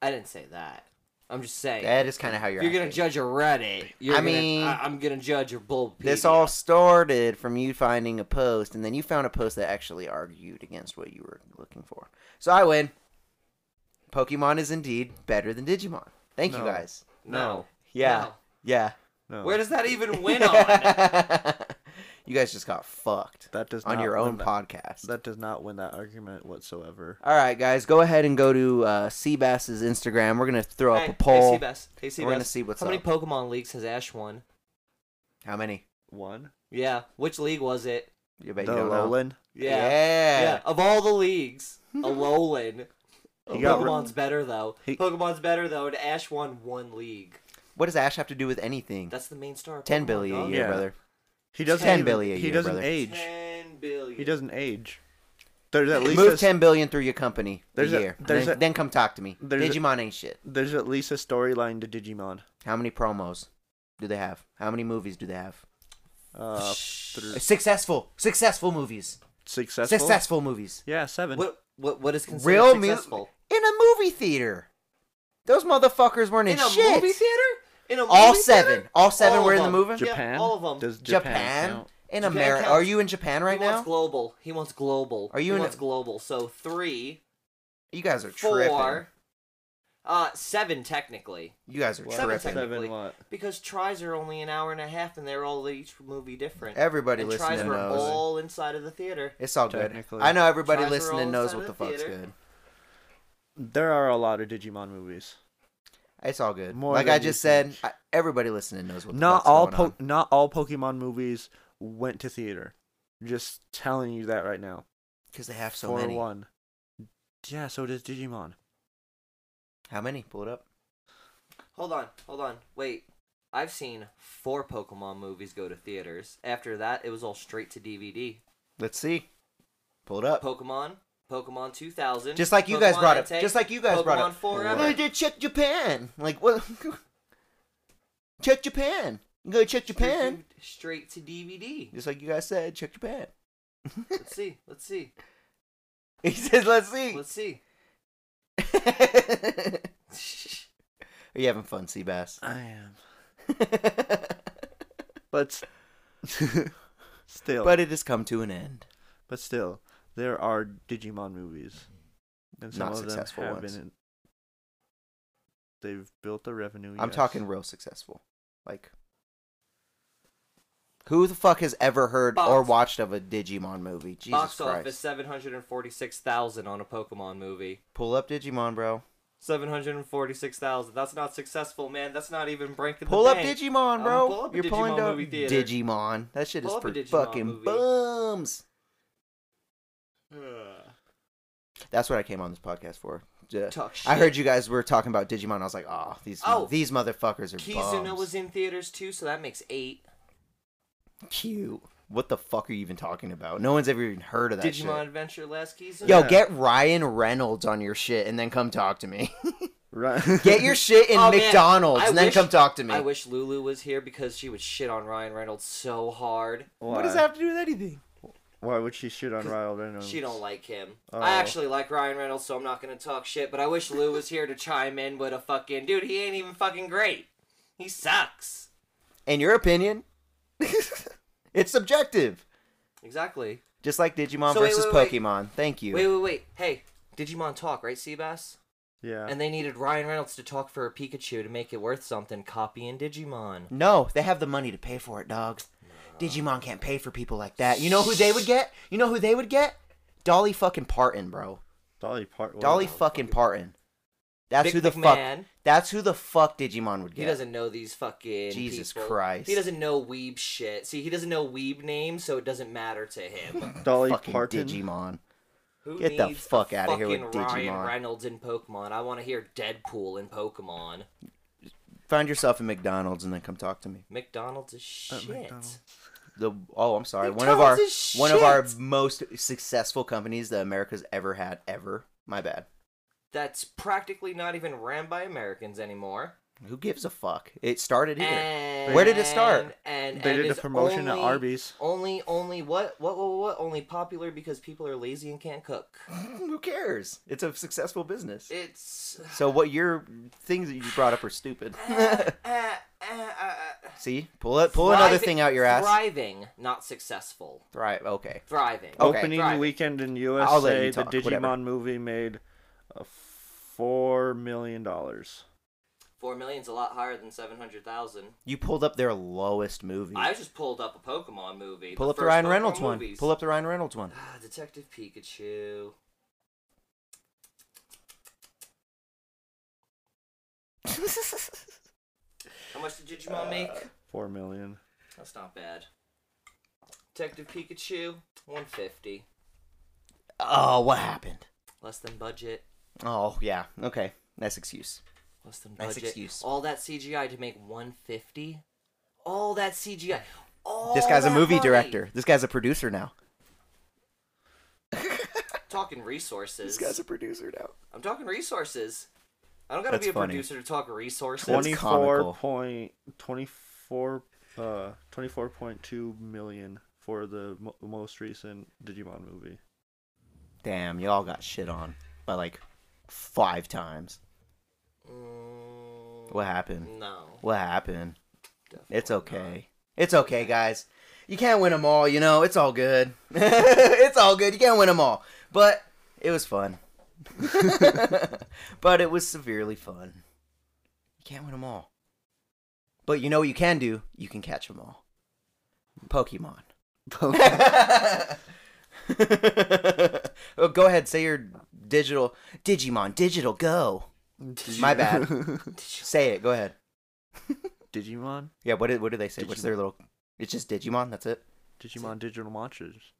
I didn't say that. I'm just saying.
that is kind of how you're.
if you're gonna
acting.
judge a Reddit. You're
I
gonna-
mean-
I, I'm gonna judge your Bulbapedia.
This all started from you finding a post, and then you found a post that actually argued against what you were looking for. So I win. Pokemon is indeed better than Digimon. Thank you
No.
guys.
No.
Yeah.
No.
Yeah.
No.
Where does that even win on?
you guys just got fucked
that does
on
not
your
win
own
that-
podcast.
That does not win that argument whatsoever.
All right, guys, go ahead and go to uh, Seabass's Instagram. We're gonna throw
Hey,
up a poll.
Hey, Seabass. Hey, Seabass.
We're gonna see what's
How many
up.
Pokemon leagues has Ash won?
How many?
One.
Yeah. Which league was it?
You
The
bet you don't know.
Alolan.
Yeah.
Yeah. Of all the leagues, Alolan.
He got re-
Oh, Pokemon's better though.
He-
Pokemon's better though, and Ash won one league.
What does Ash have to do with anything?
That's the main star. of
Ten
Pokemon,
billion
dog.
a year,
Yeah.
brother.
He doesn't
10
even-
billion a
He
year,
doesn't
brother.
age.
Ten billion.
He doesn't age. There's at least a
Move
s-
ten billion through your company
There's
a
a-
year.
there's
then,
a-
then come talk to me.
there's a-
Digimon ain't shit.
There's at least a storyline to Digimon.
How many promos do they have? How many movies do they have?
Uh, through
Successful, successful movies.
successful.
Successful movies.
Yeah, seven.
What what what is considered
Real
successful?
music in a movie theater. Those motherfuckers weren't in,
in a
shit.
movie theater? In a
All
movie theater?
seven. All seven
All
were
of
in the
them.
movie.
Yeah,
Japan.
all of 'em.
Does Japan?
Japan,
count?
in
Japan
America.
counts.
Are you in Japan right
he
now?
wants global. He wants global.
Are you
he
in
wants
a-
global? So three,
you guys are tripping.
four, uh, seven technically,
You guys are
What?
Seven
tripping.
seconds.
Seven. What?
because tries are only an hour and a half, and they're all each movie different.
Everybody
and tries
listening
were
knows.
all inside of the theater.
It's all good.
Technically.
I know everybody
Tries were
listening
all
knows
inside
what the
of the
fuck's
theater.
good.
There are a lot of Digimon movies.
It's all good.
More
like I
than
just
you
said,
think.
I, everybody listening knows what. The
Not
fuck's
all
going
po-
on.
not all Pokemon movies went to theater. Just telling you that right now.
because they have so
For
many.
one. Yeah, so does Digimon.
How many? Pull it up.
Hold on, hold on, wait. I've seen four Pokemon movies go to theaters. After that, it was all straight to DVD.
Let's see. Pull it up.
Pokemon, Pokemon 2000.
just like you guys
Pokemon
brought up.
Entei,
Just like you guys brought
Pokemon
up.
Forever.
I did check Japan. Like what? check Japan. You go check Japan.
Reviewed Straight to DVD.
Just like you guys said, check Japan.
Let's see. Let's see.
he says, "Let's see."
Let's see.
Are you having fun, Seabass?
I am. But still.
but it has come to an end.
But still, there are Digimon movies, and some
Not
of them
successful
have
ones.
been. In, they've built the revenue.
I'm
yes.
talking real successful, like Who the fuck has ever heard or
Box-
watched of a Digimon movie? Jesus
Box
Christ.
office seven hundred and forty six thousand on a Pokemon movie.
Pull up Digimon, bro.
Seven hundred and forty six thousand. That's not successful, man. That's not even breaking
Pull
the
up
bank.
Digimon,
I'ma
bro.
pull up a
You're pulling
Digimon
down
movie theater.
Digimon. That shit
Pull
is
up a
for
Digimon
fucking
movie.
bums.
Ugh.
That's what I came on this podcast for. Ju-
Talk
I
shit.
heard you guys were talking about Digimon. I was like, oh, these
Oh.
these motherfuckers are
Kizuna
bums.
was in theaters too, so that makes eight.
cute. What the fuck are you even talking about? No one's ever even heard of that
Digimon Adventure Last Kizuna.
shit. Yo,
Yeah.
get Ryan Reynolds on your shit and then come talk to me.
Right.
get your shit in
Oh, man.
McDonald's
I
and then
wish-
come talk to me.
I wish Lulu was here because she would shit on Ryan Reynolds so hard.
What does that have to do with anything?
Why would she shoot on Ryan Reynolds?
She don't like him.
Oh.
I actually like Ryan Reynolds, so I'm not gonna talk shit. But I wish Lou was here to chime in with a fucking dude. He ain't even fucking great. He sucks.
In your opinion, it's subjective.
Exactly.
Just like Digimon
So wait,
versus
wait, wait.
Pokemon. Thank you.
Wait, wait, wait. Hey, Digimon talk, right, Seabass?
Yeah.
And they needed Ryan Reynolds to talk for a Pikachu to make it worth something. Copying Digimon.
No, they have the money to pay for it, dog. Digimon can't pay for people like that. You know who they would get? You know who they would get? Dolly fucking Parton, bro.
Dolly Part.
Dolly fucking Parton. That's
Vic
who the
McMahon.
fuck. That's who the fuck Digimon would get.
He doesn't know these fucking
Jesus
people.
Christ.
He doesn't know weeb shit. See, he doesn't know weeb names, so it doesn't matter to him.
Dolly
fucking
Parton.
Digimon.
Who
Get the
needs
fuck
a
outta here with
fucking Ryan
Digimon.
Reynolds in Pokemon. I want to hear Deadpool in Pokemon.
Find yourself in McDonald's and then come talk to me.
McDonald's is
Uh,
shit.
McDonald's.
The oh, I'm sorry. One of our
McDonald's is
one of our
shit.
most successful companies that America's ever had ever. My bad.
That's practically not even ran by Americans anymore.
Who gives a fuck? It started here.
And,
Where did it start?
And, and
They did
is
a promotion at
only-
Arby's.
Only, only what, what, what, what? Only popular because people are lazy and can't cook.
Who cares? It's a successful business.
Eh. It's.
So what your things that you brought up are stupid.
Uh, uh, uh, uh,
See, pull it, pull another
thriving-
thing out your ass.
Thriving, not successful.
Thrive. Okay.
Thriving.
Okay.
Opening
Right.
weekend in
I'll let you
USA, the
talk,
Digimon
whatever.
movie made uh, four million dollars.
Four million's a lot higher than seven hundred thousand.
You pulled up their lowest movie.
I just pulled up a Pokemon movie.
pull up the
first
Ryan
Pokemon
Reynolds one.
movies.
Pull up the Ryan Reynolds one.
Ah, Detective Pikachu. How much did
Uh,
Digimon make?
Four million.
That's not bad. Detective Pikachu, 150.
oh, what happened?
Less than budget.
Oh yeah. Okay. Nice excuse.
Less than
Nice
budget.
excuse.
All that CGI to make 150? All that CGI. All
this guy's a
that
movie
money.
director. This guy's a producer now.
Talking resources.
a producer now.
I'm talking resources. I don't gotta
That's
be a
funny.
producer to talk resources.
That's
Twenty four
comical.
point twenty four. Uh, twenty four point two million for the mo- most recent Digimon movie.
Damn, y'all got shit on by like five times.
Mm,
What happened?
No.
What happened?
definitely
It's
not.
okay. It's okay, guys. You can't win them all, you know. It's all good. it's all good. You can't win them all, but it was fun. but it was severely fun. You can't win them all, but you know what you can do. You can catch them all. Pokemon. oh, go ahead. Say your digital Digimon. Digital go. My bad. say it. Go ahead.
Digimon.
Yeah, what, did, what do they say? What's their little. It's just Digimon, that's it?
Digimon Digital Monsters.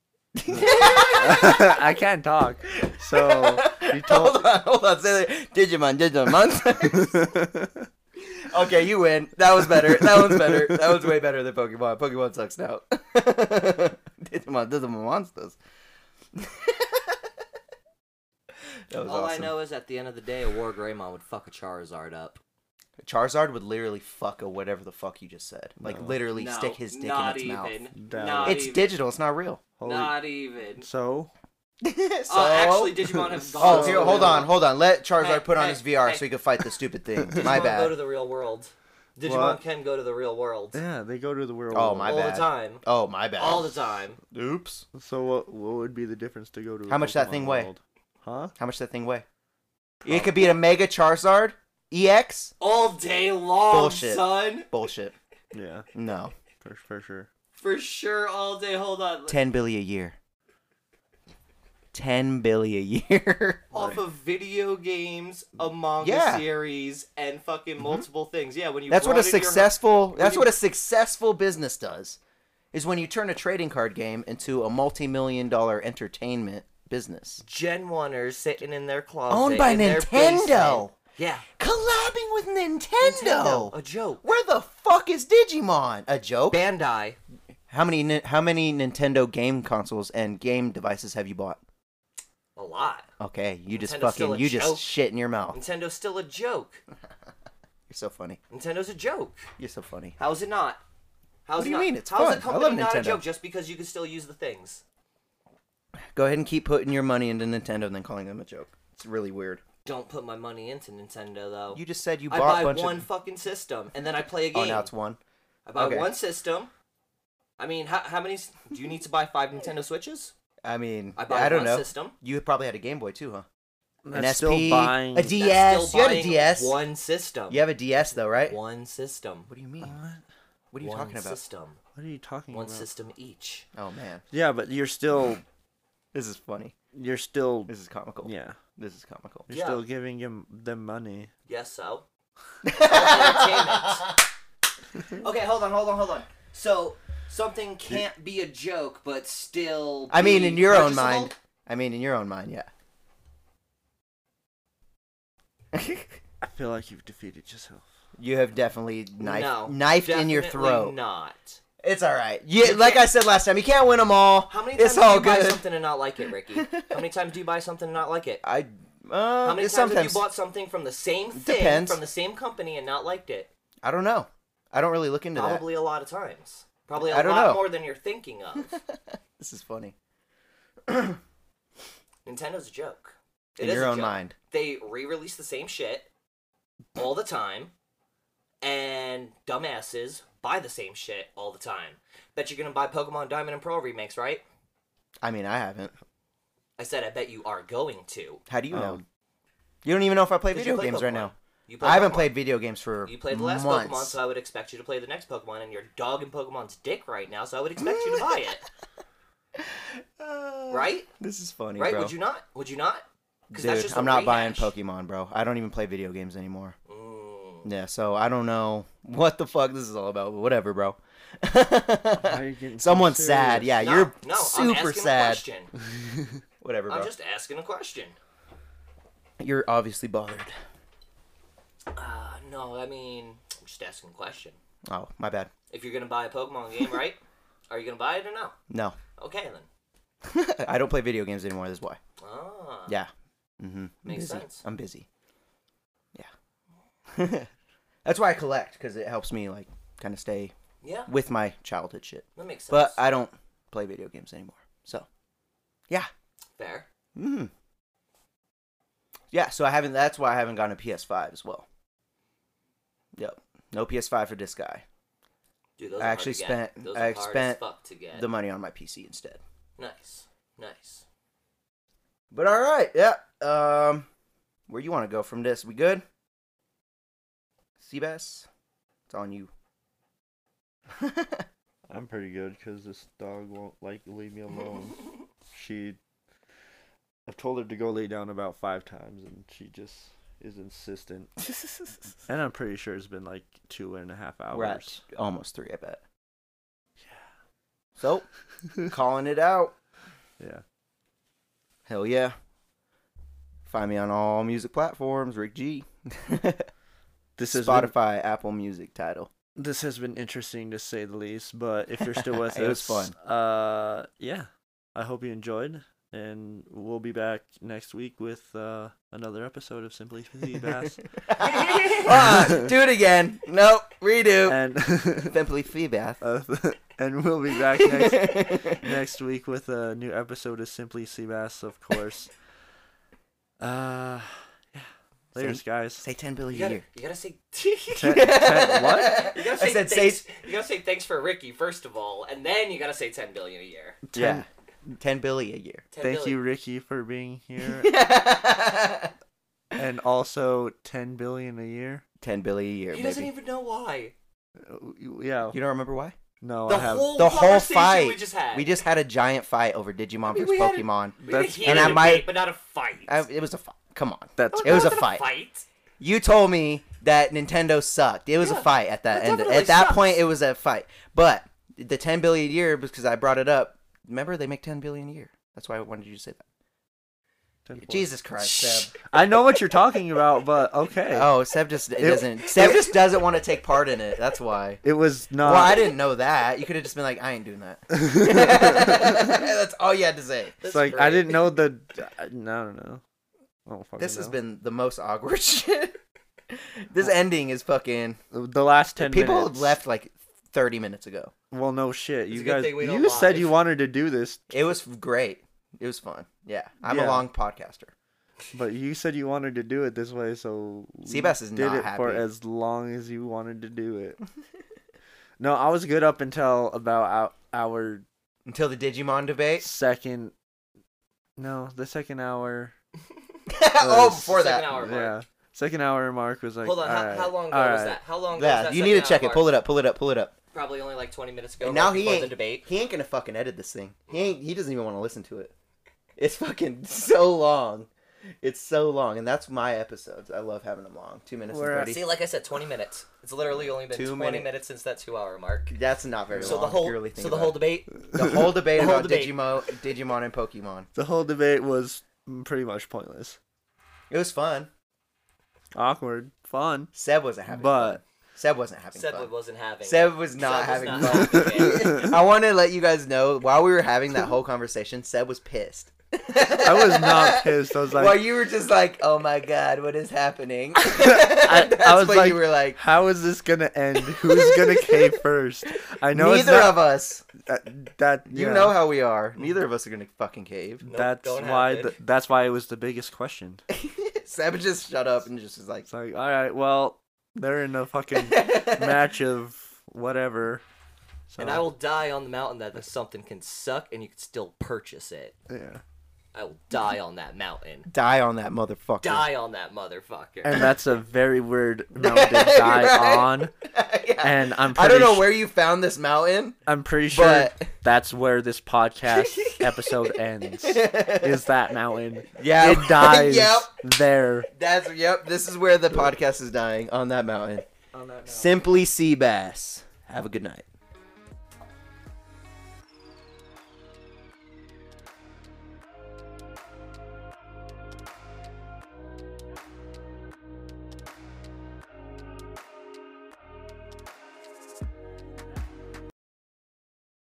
I can't talk. So you told
Hold on, hold on. Say that. Digimon, Digimon Monsters. okay, you win. That was better. That one's better. That one's way better than Pokemon. Pokemon sucks now. Digimon, Digimon Monsters. that was
All
awesome.
I know is at the end of the day, a War Greymon would fuck a Charizard up.
Charizard would literally fuck a whatever the fuck you just said. Like,
No.
literally
No,
stick his dick in
not
its
even.
mouth.
Doubt
Not
It's
even.
digital, it's not real.
Holy-
Not even.
So
So-
Uh, actually, Digimon have gone.
Oh,
So-
here, hold on, hold on. Let Charizard
Hey,
put on
hey,
his VR
hey.
so he could fight the stupid thing.
Digimon
My
go to
bad.
the real world. Digimon
What?
can go to the real world.
yeah, they go to the real
Oh
world.
my
All
bad.
the time.
Oh my bad.
All the time.
Oops.
So what? What would be the difference to go to?
How much that
Pokemon
thing weigh?
World? Huh?
How much that thing weigh? It could be a Mega Charizard E EX.
All day long,
Bullshit.
son.
Bullshit.
Yeah,
No.
for, for sure.
for sure all day. Hold on.
Ten billy a year. Ten billy a year.
Off of video games, a manga
Yeah. Mm-hmm.
series, and fucking multiple things. Yeah, when you
That's what a
broaden your hor-
successful. That's
you-
what a successful business does. Is when you turn a trading card game into a multi-million dollar entertainment business.
Gen Oneers sitting in their closet.
Owned by
in their
Nintendo.
basement. Yeah.
Collabing with Nintendo.
A joke.
Where the fuck is Digimon? A joke?
Bandai.
How many Nin- how many Nintendo game consoles and game devices have you bought?
A lot.
Okay, you just
Nintendo's still
fucking
a
you
joke.
just shit in your mouth. You're
Nintendo's still a joke.
so funny.
Nintendo's a joke.
You're so funny.
How's it not? How's
What do
it
you
not-
mean? It's
how's
fun.
a
I
company
love
not a
Nintendo.
joke just because you can still use the things?
Go ahead and keep putting your money into Nintendo and then calling them a joke. It's really weird.
Don't put my money into Nintendo though.
You just said you
Oh. I
bought
buy
a bunch
one
of
fucking system and then I play a game.
Oh, now it's one.
I buy
okay.
one system. I mean, how, how many s- do you need to buy? Five Nintendo Switches?
I mean,
I
I,
buy
don't
one
know.
system.
You probably had a Game Boy too, huh?
That's still
a
buying.
That's
DS.
still
You had a
buying
DS.
One system.
You have a DS though, right?
Oh. One system.
What do you mean? What are you
one
talking about?
System.
What are you talking
One
about?
system each.
Oh man,
Yeah, but you're still
this is funny.
you're still
This is comical.
yeah.
this is comical.
You're
Yeah.
still giving him the money.
Yes, so. Entertainment. okay, hold on, hold on, hold on. So something can't be a joke, but still.
I mean,
be
in your own
purchasable?
mind. I mean, in your own mind, yeah.
I feel like you've defeated yourself.
you have definitely knife,
no,
knifed in your
definitely
throat.
Not.
It's all right. Yeah,
You
like
can't-
I said last time, you can't win them all.
How many times
it's
do
all
you buy
good.
something and not like it, Ricky? How many times do you buy something and not like it?
I uh,
How many times have you
sometimes
bought something from the same thing
Depends.
from the same company and not liked it?
I don't know. I don't really look into that.
Probably a lot of times. Probably a
I don't
lot
know.
more than you're thinking of.
This is funny.
Nintendo's a joke. It
In
is
your
a
own
joke.
mind.
They re-release the same shit all the time, and dumbasses buy the same shit all the time. Bet you're gonna buy Pokemon Diamond and Pearl remakes, right?
I mean, I haven't.
I said I bet you are going to.
How do you know?
Um,
You don't even know if I play
'Cause you
video
play
games right
Pokemon.
now.
You play
I haven't
Pokemon.
played video games for
You played the last
months.
Pokemon, so I would expect you to play the next Pokemon, and you're dogging Pokemon's dick right now, so I would expect you to buy it, right?
Uh, This is funny,
Right?
bro.
Would you not? Would you not? 'Cause that's
Dude,
just a
I'm not buying
rehash.
Pokemon, bro. I don't even play video games anymore.
Mm.
Yeah, so I don't know what the fuck this is all about, but whatever, bro.
are you getting so
Someone's sad.
serious?
Yeah,
No,
you're
no, I'm
super
asking a
sad.
question.
Whatever, bro.
I'm just asking a question.
You're obviously bothered.
Uh, no, I mean, I'm just asking a question.
Oh, my bad.
If you're gonna buy a Pokemon game, right? Are you gonna buy it or no?
No,
Okay then.
I don't play video games anymore. That's why.
Ah,
Yeah. Mm-hmm.
Makes
busy.
sense.
I'm busy. Yeah. That's why I collect because it helps me like kind of stay
yeah,
with my childhood shit.
that makes sense.
But I don't play video games anymore. So, yeah.
fair.
Mm. Yeah, so I haven't. That's why I haven't gotten a PS5 as well. Yep, no PS5 for this guy.
Dude, those
I
are
actually
hard to get.
spent-
Those
I
are hard as
spent
fuck to get.
The money on my PC instead.
nice, nice.
But all right, yeah. Um, where you want to go from this? We good? Seabass, it's on you.
I'm pretty good because this dog won't like leave me alone. she, I've told her to go lay down about five times, and she just is insistent. and I'm pretty sure it's been like two and a half hours.
We're at almost three, I bet. So, calling it out.
Yeah.
Hell yeah. Find me on all music platforms, Rick G.
This is Spotify.
Spotify, Apple Music title.
this has been interesting to say the least. But if you're still with
It was
us, Uh, yeah. I hope you enjoyed, and we'll be back next week with uh, another episode of Simply Bass.
Ah, do it again. Nope, redo.
and
Simply Feebath.
uh, and we'll be back next next week with a new episode of Simply Seabass, of course. Uh, yeah. Later,
Say-
guys.
Say 10
You
billion a
gotta,
year.
you gotta say.
Ten- ten- what?
You gotta
I
say
said say-
thanks. You gotta say thanks for Ricky first of all, and then you gotta say ten billion a year.
Yeah. 10 billion a year.
10
Thank you,
billion.
Ricky, for being here, and also ten billion a year.
10 billion a year,
He
baby.
doesn't even know why.
Uh, Yeah.
You don't remember why?
No,
The
I have.
whole
Oh, The whole
conversation
fight.
we just had.
had a giant fight over Digimon
mean,
versus
we had a-
Pokemon.
We
That's-
did
and
hear
I
a
might-
debate, but not a fight.
I- it was a fight. Come on.
That's
it was a
Not
fight.
fight.
You told me that Nintendo sucked. It was
Yeah,
a fight at that
it
end.
definitely
At that
sucks.
point, it was a fight. But the 10 billion a year, because I brought it up. Remember, they make 10 billion a year. That's why I wanted you to say that. Jesus Christ, Seb.
I know what you're talking about, but okay.
Oh, Seb just it
It-
doesn't. Seb
it-
just doesn't want to take part in it. That's why.
It was not.
Well, I didn't know that. You could have just been like, I ain't doing that. That's all you had to say.
It's
That's
like I
great.
didn't know the. I don't know. I don't fucking
This has
know.
been the most awkward shit. this ending is fucking.
the last ten
people
minutes.
left like 30 minutes ago.
Well, no shit.
It's
You
a good
guys,
thing we don't
you said
live.
you wanted to do this,
It was great. It was fun. Yeah, I'm
Yeah.
a long podcaster.
but you said you wanted to do it this way, so we
Seabass is
did
not
it for
happy.
as long as you wanted to do it. no, I was good up until about ou- our
Until the Digimon debate.
second. No, the second hour.
oh, before
Second
that.
hour mark.
yeah, second hour mark was like.
Hold on, how,
alright,
how long ago was
alright.
that? How long ago was
Yeah,
that
you need to
second
check it.
hour?
Pull it up. Pull it up. Pull it up.
Probably only like 20 minutes ago.
and
right
now he
before
ain't
the debate.
He ain't gonna fucking edit this thing. He ain't. He doesn't even want to listen to it. It's fucking so long. It's so long, and that's my episodes. I love having them long. Two minutes
We're at-
and thirty.
See, like I said, 20 minutes. It's literally only been
Two
20
minute-
minutes since that two-hour mark.
That's not very
So
long.
the
if
whole,
you really think
so the
about
whole
it.
debate.
the whole debate
the whole
about
debate.
Digimo, Digimon and Pokemon.
The whole debate was pretty much pointless,
It was fun.
awkward, fun,
Seb wasn't having fun.
but
Seb wasn't having
Seb
fun.
wasn't having.
Seb was not
Seb was
having
not
fun.
having it.
I want to let you guys know while we were having that whole conversation, Seb was pissed. I
was not pissed. I was like-
well, you were just like, "Oh my god, what is happening?"
I- I
That's
was
when
like,
you were like,
How is this gonna end? Who's gonna cave first? I know it's
"Neither
not,
of us.
that, that
You
yeah.
know how we are. Neither of us are gonna fucking cave."
Nope,
that's
don't
why
happen.
th- that's why it was the biggest question.
Seb just shut up and just was like,
It's like, all right, well, they're in a fucking match of whatever. So,
And I will die on the mountain that there's something can suck and you can still purchase it.
yeah.
I will die on that mountain.
"Die on that motherfucker."
Die on that motherfucker.
And that's a very weird mountain to die
Right.
on.
Yeah.
And I'm pretty
I don't know
sh-
where you found this mountain,
I'm pretty sure
but
that's where this podcast episode ends. Is that mountain?
yeah,
It dies
yep.
there.
That's yep. This is where the podcast is dying on that mountain.
on that mountain.
Simply sea bass. Have a good night.